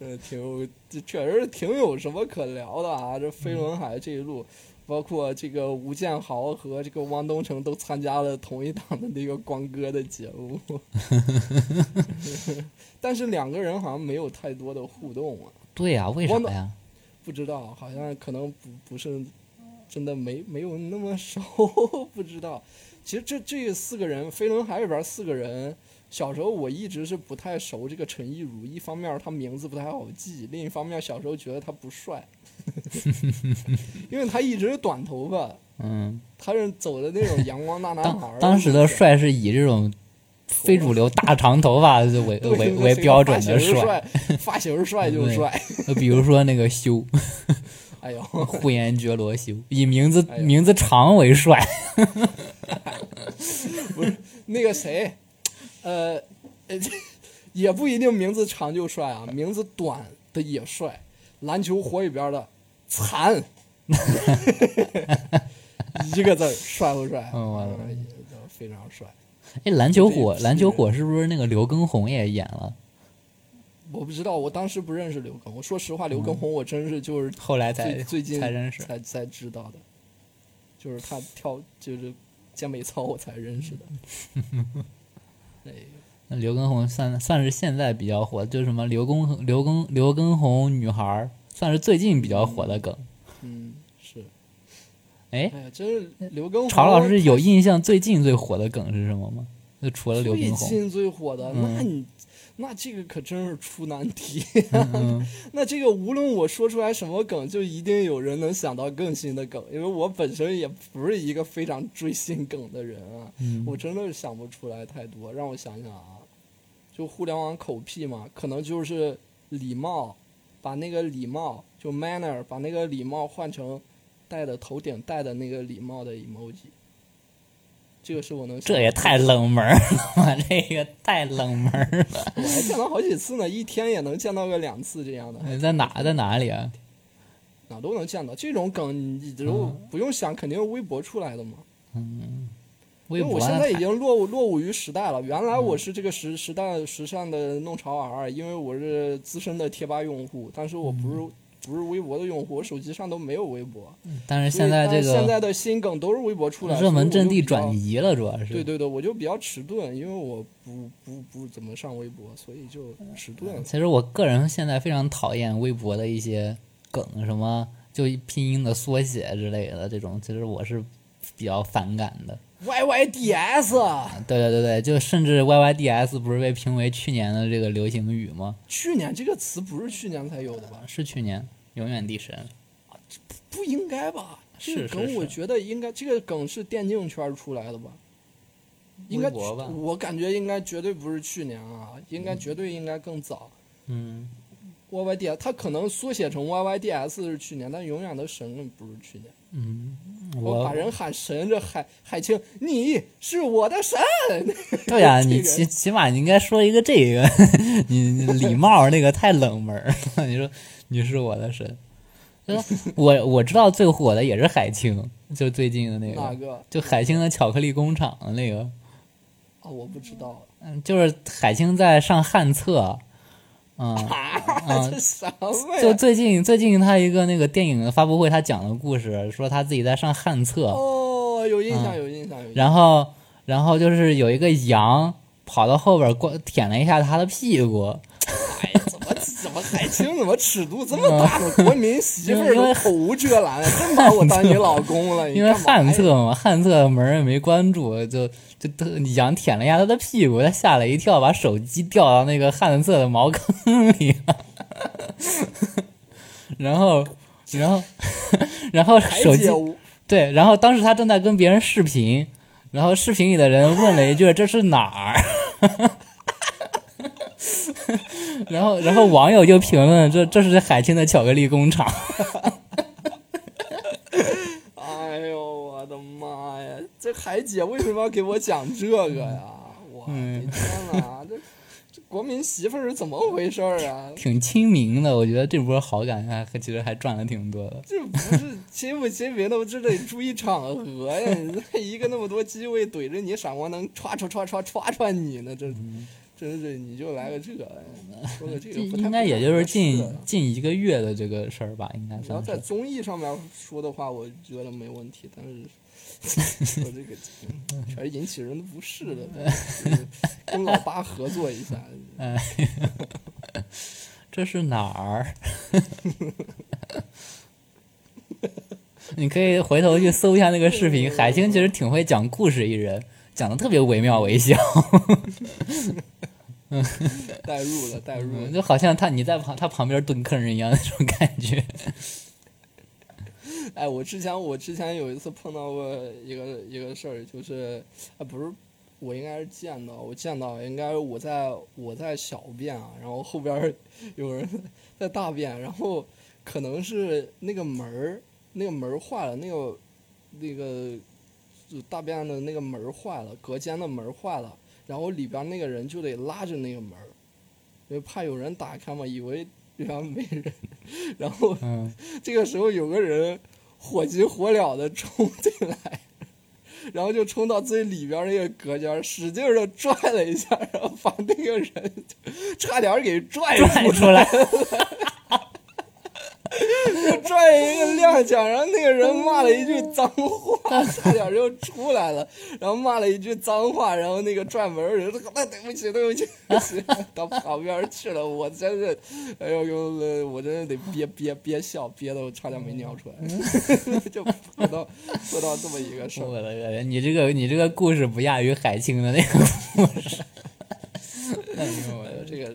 A: 呃，挺有，这确实挺有什么可聊的啊。这飞轮海这一路，包括这个吴建豪和这个汪东城都参加了同一档的那个光哥的节目，但是两个人好像没有太多的互动啊，
B: 对呀、为啥
A: 我
B: 呀？
A: 不知道，好像可能不不是真的没没有那么熟， 不知道。其实这这四个人，飞轮海里边四个人，小时候我一直是不太熟这个陈亦儒，一方面他名字不太好记，另一方面小时候觉得他不帅， 因为他一直是短头发，
B: 嗯，
A: 他是走的那种阳光大男孩
B: 当
A: 儿。
B: 当时的帅是以这种非主流大长头发为
A: 对
B: 为
A: 对
B: 为
A: 谁
B: 标准
A: 发
B: 的
A: 型儿
B: 帅，
A: 帅，发型儿帅就帅。
B: 比如说那个修
A: 哎呦，
B: 呼延觉罗修，以名字
A: 哎呦
B: 名字长为帅。
A: 那个谁，呃， 呃也不一定名字长就帅啊，名字短的也帅。篮球火里边的残， 一个字儿帅不帅？
B: 嗯我的
A: 嗯非常帅。
B: 哎，篮球火
A: 这一，批
B: 篮球
A: 人
B: 火是不是那个刘畊宏也演了？
A: 我不知道，我当时不认识刘畊，我说实话，刘畊宏我真是就是
B: 后来嗯才
A: 最最近
B: 才认识。
A: 才才知道的，就是他跳就是健美操我才认识的。哎
B: 那刘畊宏算算是现在比较火，就是什么刘畊刘畊刘畊宏女孩儿，算是最近比较火的梗。
A: 嗯，是。
B: 哎，
A: 哎呀，真是刘畊宏。
B: 曹老师有印象最近最火的梗是什么吗？就除了刘
A: 最
B: 畊宏，
A: 近最火的，
B: 嗯
A: 那你那这个可真是出难题。
B: 嗯
A: 那这个无论我说出来什么梗，就一定有人能想到更新的梗，因为我本身也不是一个非常追新梗的人啊，
B: 嗯
A: 我真的是想不出来太多。让我想想啊，就互联网口癖嘛，可能就是礼貌，把那个礼貌就 manner，把那个礼貌换成戴的头顶戴的那个礼貌的 emoji。这个是我能想
B: 这也太冷门儿了，这个太冷门儿了。
A: 我还见到好几次呢，一天也能见到个两次这样的，
B: 在哪在哪里啊？
A: 哪都能见到。这种梗你你就
B: 嗯
A: 不用想，肯定是微博出来的嘛。
B: 微
A: 因为
B: 博
A: 我
B: 那
A: 现在已
B: 太嗯
A: 经落伍落伍于时代了。原来我是这个时时代时尚的弄潮儿，因为我是资深的贴吧用户，但是我不
B: 嗯
A: 是、不是微博的用户，我手机上都没有微博。
B: 但是
A: 所
B: 现
A: 以
B: 在
A: 但
B: 这
A: 是现
B: 个
A: 在的新梗都是微博出来，
B: 热门阵
A: 所以我
B: 地
A: 就
B: 转
A: 比较
B: 移了，主要是
A: 对对对，我就比较迟钝，因为我不不不怎么上微博，所以就
B: 嗯
A: 迟钝了。
B: 其实我个人现在非常讨厌微博的一些梗，什么就拼音的缩写之类的这种，其实我是比较反感的。
A: YYDS，
B: 对对对对，就甚至 YYDS 不是被评为去年的这个流行语吗？
A: 去年这个词不是去年才有的吧？
B: 是去年，永远地神。
A: 不应该吧？这
B: 是
A: 个
B: 是
A: 梗我
B: 是
A: 觉得应该，这个梗是电竞圈出来的吧？应该
B: 微，博吧
A: 我感觉应该绝对不是去年啊，应该绝对应该更早。
B: 嗯，
A: YYDS，它可能缩写成 YYDS 是去年，但永远的神不是去年。我把
B: 我
A: 人喊神，这海海清，你是我的神。
B: 对呀、
A: 这
B: 你
A: 个
B: 起起码你应该说一个这个， 你你礼貌那个太冷门儿了。你说你是我的神，呃我我知道最火的也是海清，就最近的那
A: 哪
B: 个，
A: 个？
B: 就海清的巧克力工厂那个，
A: 啊，我不知道。
B: 嗯，就是海清在上旱厕，嗯。
A: 啊，这什么
B: 就
A: 呀？
B: 最近最近他一个那个电影的发布会，他讲的故事，说他自己在上旱厕，
A: 哦，有印象，
B: 嗯
A: 有印象，有印象。
B: 然后然后就是有一个羊跑到后边过舔了一下他的屁股，
A: 哎， 怎么怎么海清怎么尺度这
B: 嗯
A: 么大呢？国民媳妇儿
B: 因
A: 都
B: 为
A: 口无遮拦，啊真把我当你老公了？你
B: 因为
A: 干嘛呀
B: 旱厕嘛，旱厕门儿也没关住，就就他羊舔了一下他的屁股，他吓了一跳，把手机掉到那个旱厕的茅坑里了，然后然后然后
A: 排
B: 手机
A: 解无
B: 对，然后当时他正在跟别人视频，然后视频里的人问了一句：“这是哪儿？” 然后，然后网友就评论：“这这是海清的巧克力工厂。
A: 哎呦我的妈呀！这海姐为什么要给我讲这个呀？我的
B: 嗯
A: 天哪，这这国民媳妇儿是怎么回事儿啊”？
B: 挺亲民的，我觉得这波好感还其实还赚了挺多的。
A: 这不是亲不亲民的，这得注意场合呀！你这一个那么多机位怼着你，闪光灯歘歘歘歘歘歘你呢，这真是你就来个这个，说个这
B: 这
A: 个不太
B: 应该也就是近
A: 不太合适啊
B: 近一个月的这个事儿吧，应该
A: 你要
B: 算
A: 在
B: 是。
A: 综艺上面说的话，我觉得没问题，但是说这个全是引起人的不适的， 就是跟老八合作一下。
B: 这是哪儿？ 你可以回头去搜一下那个视频。海清其实挺会讲故事一人，讲的特别惟妙惟肖，
A: 代入了，代入了。
B: 就好像他你在旁他旁边蹲坑人一样那种感 觉。
A: 哎，我之前我之前有一次碰到过一个一个事儿，就是啊、不是我应该是见到，我见到应该是我在我在小便啊，然后后边儿有人在大便，然后可能是那个门儿那个门儿坏了，那个那个就大便的那个门儿坏了，隔间的门儿坏了，然后里边儿那个人就得拉着那个门儿，因为怕有人打开嘛，以为里边没人，然后
B: 嗯，
A: 这个时候有个人火急火燎的冲进来，然后就冲到最里边那个隔间，使劲的拽了一下，然后把那个人差点给拽出
B: 拽出来，
A: 来，拽一个踉跄，然后那个人骂了一句脏
B: 啊
A: 话，差点就出来了，然后骂了一句脏话，然后那个拽门的人说：“那对不起，对不起，对不起。” 到旁边去了，我真是，哎呦呦，我真是得憋憋憋笑，憋的我差点没尿出来。
B: 嗯
A: 就碰到碰到这么一个事儿，
B: 我的个天！你 这个你这个故事不亚于海清的那个故事。哎呦我的
A: 这个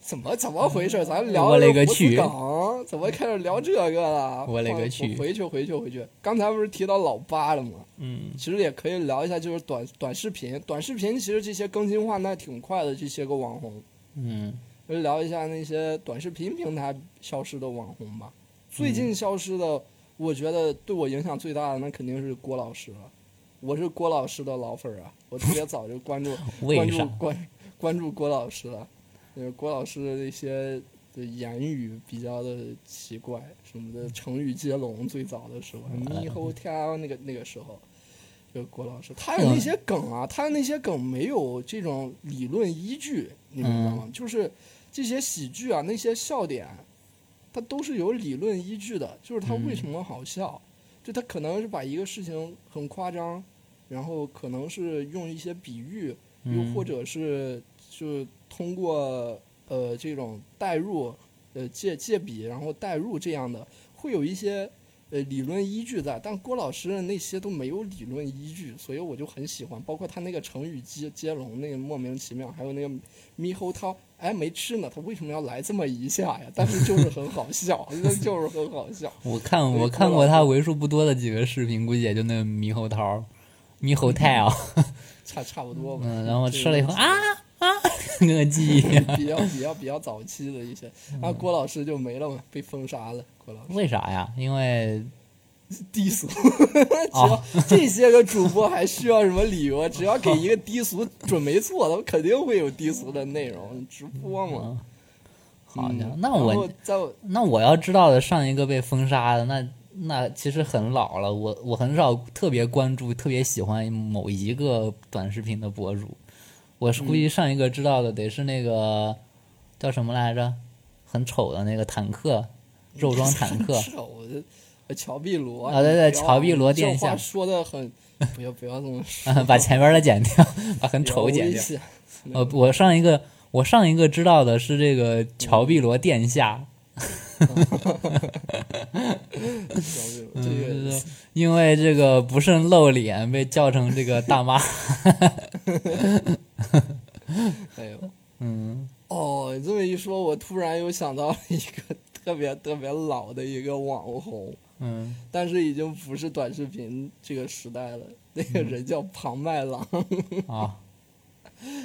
A: 怎么怎么回事？咱聊
B: 我勒个
A: 胡
B: 去
A: 子梗，怎么开始聊这个了？
B: 我勒个去
A: 回去回去回去！刚才不是提到老八了吗？
B: 嗯
A: 其实也可以聊一下，就是短短视频，短视频其实这些更新换代挺快的，这些个网红，
B: 嗯
A: 就聊一下那些短视频平台消失的网红吧。最近消失的，我觉得对我影响最大的那肯定是郭老师了。我是郭老师的老粉儿啊，我特别早就关注
B: 为
A: 关注
B: 啥
A: 关关注郭老师了，就是郭老师的一些的言语比较的奇怪，什么的成语接龙，最早的时候，猕猴桃那个那个时候，就郭老师他的那些梗啊，他的那些梗没有这种理论依据，你明白吗？就是这些喜剧啊，那些笑点，它都是有理论依据的，就是它为什么好笑，就它可能是把一个事情很夸张，然后可能是用一些比喻，
B: 嗯
A: 又或者是就通过呃这种代入，呃借借比然后代入这样的，会有一些呃理论依据在，但郭老师的那些都没有理论依据，所以我就很喜欢，包括他那个成语接接龙那个莫名其妙，还有那个猕猴桃，哎没吃呢，他为什么要来这么一下呀？但是就是很好笑， 那就是很好笑。
B: 我看
A: 所
B: 我
A: 以
B: 看
A: 郭
B: 过
A: 老
B: 他为数不多的几个视频，估计也就那个猕猴桃儿、猕猴桃儿，
A: 差差不多吧。
B: 嗯，然后
A: 这
B: 吃了以
A: 个
B: 后啊啊，跟个鸡 一样，
A: 比较比较比较早期的一些，然
B: 嗯
A: 后郭老师就没了嘛，被封杀了。郭老师
B: 为啥呀？因为
A: 低 俗，只要、
B: 哦
A: 这些个主播还需要什么理由啊？只要给一个低俗准没错，他们肯定会有低俗的内容直播嘛。
B: 嗯好
A: 嗯
B: 家伙，那
A: 然
B: 我
A: 后在我
B: 那我要知道的上一个被封杀的，那那其实很老了。我我很少特别关注、特别喜欢某一个短视频的博主。我是估计上一个知道的得是那个、叫什么来着，很丑的那个坦克，肉装坦克。
A: 手的呃乔碧罗
B: 啊对对
A: 你不要
B: 乔碧罗殿
A: 这
B: 下
A: 话说的 很，不要不要这么说，
B: 把前面的剪掉，把很丑
A: 比较
B: 剪
A: 危
B: 掉。
A: 险。
B: 呃，我上一个我上一个知道的是这个乔碧罗殿下，
A: 乔碧罗
B: 嗯
A: 这个
B: 就是因为这个不慎露脸被叫成这个大妈。
A: 哎呦，嗯，哦，你这么一说，我突然又想到了一个 特别特别老的一个网红，
B: 嗯，
A: 但是已经不是短视频这个时代了。那个
B: 嗯
A: 人叫庞麦郎，
B: 啊，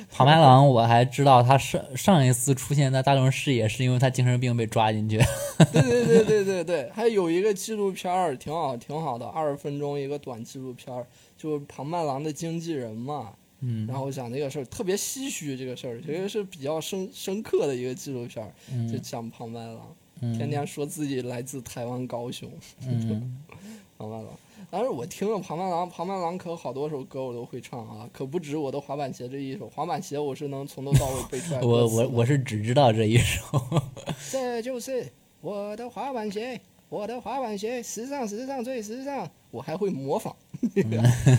B: 庞麦郎，我还知道他上上一次出现在大众视野，是因为他精神病被抓进去。
A: 对对对对对对，还有一个纪录片儿，挺好挺好的，二十分钟一个短纪录片儿，就是庞麦郎的经纪人嘛。
B: 嗯
A: 然后我讲这个事儿特别唏嘘，这个事儿其实是比较深深刻的一个纪录片儿，就
B: 嗯
A: 讲庞麦郎天
B: 嗯
A: 天说自己来自台湾高雄，
B: 嗯，
A: 庞麦郎。当时我听了庞麦郎，庞麦郎可好多首歌我都会唱啊，可不止我的滑板鞋这一首。滑板鞋我是能从头到尾背出 来
B: 我
A: 歌词的。
B: 我我是只知道这一首。
A: 这就是我的滑板鞋，我的滑板鞋，时尚时尚最时尚。我还会模 仿。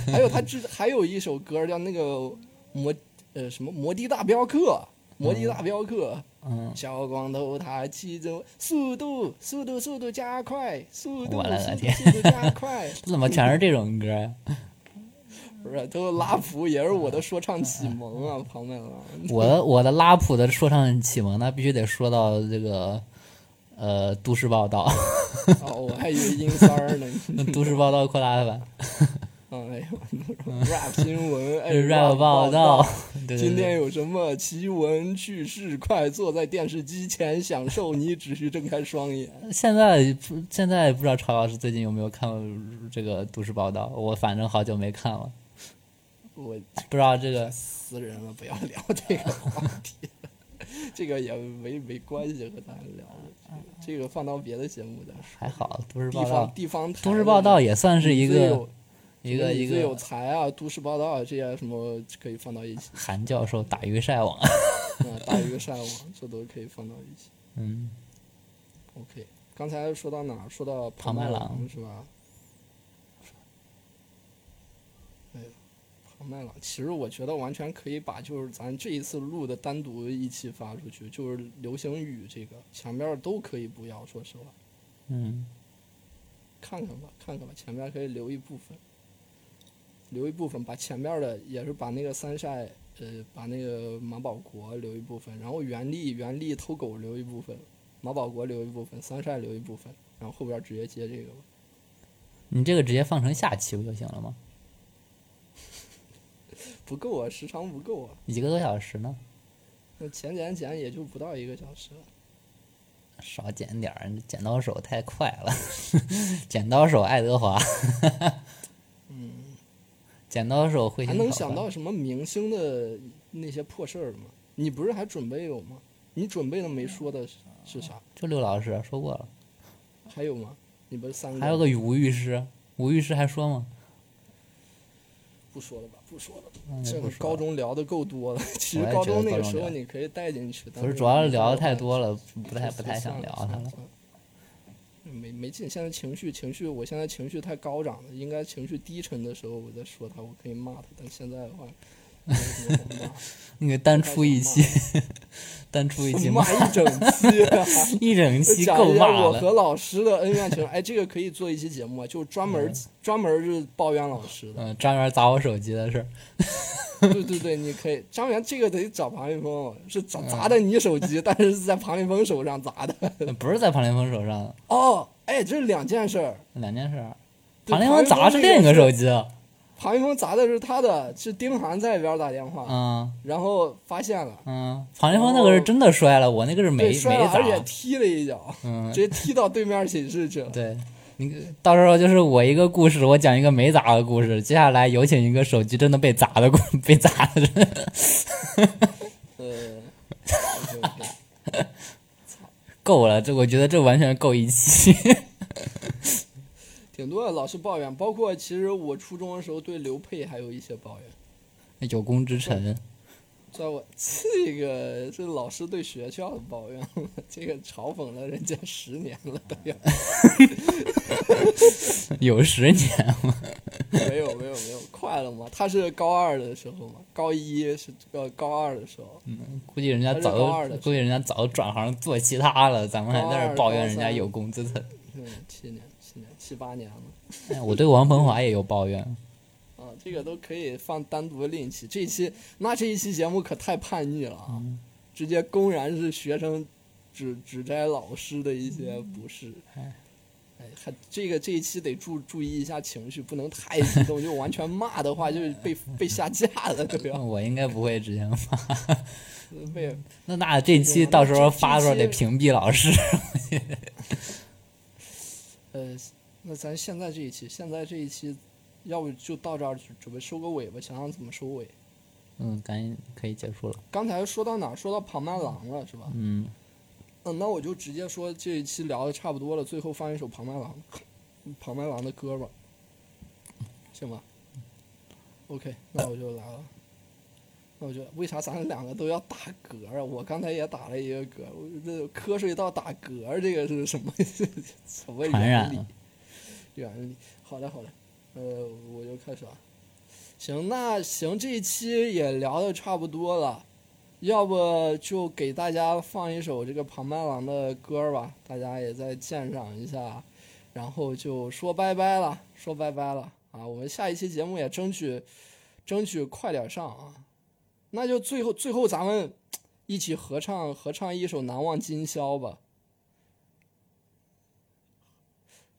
A: 还有他之还有一首歌叫那个摩呃什么摩的大镖客，摩的大镖客。
B: 嗯，
A: 小光头他骑着速度，速度，速度加快，速度，
B: 我勒个
A: 速度，
B: 天
A: 速度加快。
B: 怎么全是这种歌呀？
A: 不是， 都拉普也是我
B: 嗯
A: 的说唱启蒙啊，庞麦郎。
B: 我的我的拉普的说唱启蒙，那必须得说到这个呃都市报道，
A: 哦，我还以为英三儿呢。
B: 都市报道扩大版，
A: 嗯，哎呦，rap 新闻， 哎
B: rap 报
A: 道。，
B: 对对
A: 今天
B: 对，
A: 有什么奇闻趣事？快坐在电视机前享受，你只需睁开双眼。
B: 现在不现在不知道曹老师最近有没有看过这个都市报道？我反正好久没看了，
A: 我
B: 不知道这个
A: 死人了，不要聊这个话题 了，这个也没没关系和咱聊了，这个这个放到别的节目再说。
B: 还好，都市
A: 地
B: 嗯报
A: 方
B: 道，
A: 地方台
B: 都市报道也算
A: 你
B: 是一
A: 最
B: 个
A: 有
B: 一个
A: 你
B: 一
A: 最有
B: 个，
A: 才啊，都市报道啊这些什么可以放到一起
B: 韩教授打鱼晒网，
A: 嗯，大鱼晒网这都可以放到一起。
B: 嗯
A: OK，刚才说到哪儿？说到
B: 庞麦
A: 麦
B: 郎
A: 是吧？哎呦，庞麦郎，其实我觉得完全可以把就是咱这一次录的单独一期发出去，就是流行语这个前面都可以不要，说实话，
B: 嗯
A: 看看吧，看看吧，前面可以留一部分。留一部分，把前面的也是把那个三晒，呃，把那个马保国留一部分，然后袁立袁立偷狗留一部分，马保国留一部分，三晒留一部分，然后后边直接接这个吧。
B: 你这个直接放成下期不就行了吗？
A: 不够啊，时长不够啊，
B: 一个多小时呢，
A: 那剪剪剪也就不到一个小时了。
B: 少剪点儿，剪刀手太快了， 剪刀手爱德华，
A: 嗯，
B: 剪刀手会
A: 还
B: 心
A: 能
B: 草
A: 想
B: 吧
A: 到什么明星的那些破事儿吗？你不是还准备有吗？你准备的没说的是是啥？
B: 就刘老师说过了，
A: 还有吗？你不是三个？
B: 还有个吴律师，吴律师还说吗？
A: 不说了吧，不说了。
B: 嗯
A: 这
B: 不
A: 个
B: 说
A: 高
B: 了
A: 中聊的够多 了，其实
B: 我也
A: 高
B: 觉
A: 中
B: 得
A: 那
B: 高
A: 个
B: 中
A: 时候
B: 聊
A: 你可以带进去，但
B: 不是主要是聊的太多
A: 了，
B: 了，不太不太想聊
A: 他
B: 它了。
A: 嗯没没劲，现在情绪情绪，我现在情绪太高涨了，应该情绪低沉的时候我再说他，我可以骂他，但现在的 话，没什么好骂
B: 那个单出一期， 单出一期
A: 的
B: 骂
A: 骂一整期、啊。
B: 一整期
A: 讲
B: 够
A: 一
B: 骂
A: 下我
B: 了。
A: 和老师的恩怨情仇，哎，这个可以做一期节目啊，就专门、专门是抱怨老师的。
B: 嗯，专门砸我手机的事儿，
A: 对对对，你可以。张元这个得找庞立峰，是砸砸在你手
B: 嗯
A: 机，但是是在庞立峰手上砸的。
B: 不是在庞连峰手上，
A: 哦，哎，这是两件事儿。
B: 两件事儿。
A: 对
B: 庞连峰砸的是另一个手机，啊
A: 庞立峰砸的是他的，是丁涵在里边打电话，
B: 嗯
A: 然后发现了，
B: 嗯，庞连峰那个是真的摔了，我那个是没
A: 被
B: 没
A: 摔了，而且
B: 砸。
A: 踢了一脚，
B: 嗯，
A: 直接踢到对面寝室去了。
B: 对，你到时候就是我一个故事，我讲一个没砸的故事，接下来有请一个手机真的被砸的故 被砸的人。
A: 呃，对对对
B: 够了，这我觉得这完全够一期。
A: 挺多的老是抱怨，包括其实我初中的时候对刘佩还有一些抱怨。
B: 有功之
A: 嗯
B: 臣，
A: 在我这个是老师对学校的抱怨， 这个嘲讽了人家十年了都要。
B: 有十年，
A: 没有没有没有，快了嘛？他是高二的时候嘛，高一是呃高二的时候，
B: 估计人家
A: 他是
B: 早
A: 高二的
B: 估计人家早转行做其他了，咱们还在这儿抱怨人
A: 高二高
B: 家
A: 三
B: 有功之臣。
A: 嗯，七年七年七八年了
B: 哎我对王鹏华也有抱怨，
A: 啊，这个都可以放单独另一期。这一期那这一期节目可太叛逆了啊，直接公然是学生指指摘老师的一些不是。哎，还这个这一期得注注意一下情绪，不能太激动，就完全骂的话就是被被下架了，对吧？
B: 我应该不会直接骂。
A: 被
B: 那那这期到时候发的时候
A: 这
B: 得
A: 这期
B: 屏蔽老师。
A: 呃，那咱现在这一期，现在这一期，要不就到这儿，准备收个尾吧，想想怎么收尾。
B: 嗯，赶紧可以结束了。
A: 刚才说到哪儿？说到庞麦郎了，是吧？
B: 嗯，
A: 嗯，那我就直接说这一期聊的差不多了，最后放一首庞麦郎，庞麦郎的歌吧，行吧？OK，那我就来了。那我就为啥咱两个都要打嗝啊？我刚才也打了一个嗝，我这瞌睡到打嗝，这个是什么 什么
B: 传
A: 原
B: 染
A: 理
B: 了？
A: 原理。好的，好的，呃，我就开始了。行，那行，这一期也聊的差不多了，要不就给大家放一首这个庞麦郎的歌儿吧，大家也再鉴赏一下，然后就说拜拜了，说拜拜了啊！我们下一期节目也争取争取快点上啊！那就最后最后咱们一起合唱合唱一首《难忘今宵》吧。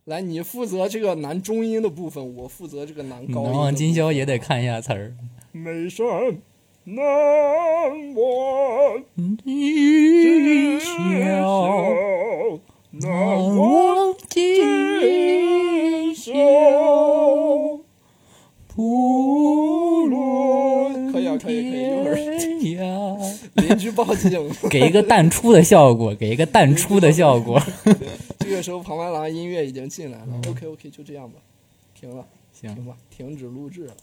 A: 来，你负责这个男中音的部分，我负责这个男
B: 难
A: 高音。
B: 忘今宵也得看一下词儿。
A: 美声难忘
B: 今宵。难忘今宵，不论
A: 可以啊可以可以一啊
B: 嗯
A: 会儿
B: 天涯。
A: 邻居报警。
B: 给一个淡出的效果，给一个淡出的效果。
A: 这个时候，庞麦郎音乐已经进来了。OK OK，就这样吧，停了，
B: 行
A: 停吧，停止录制了。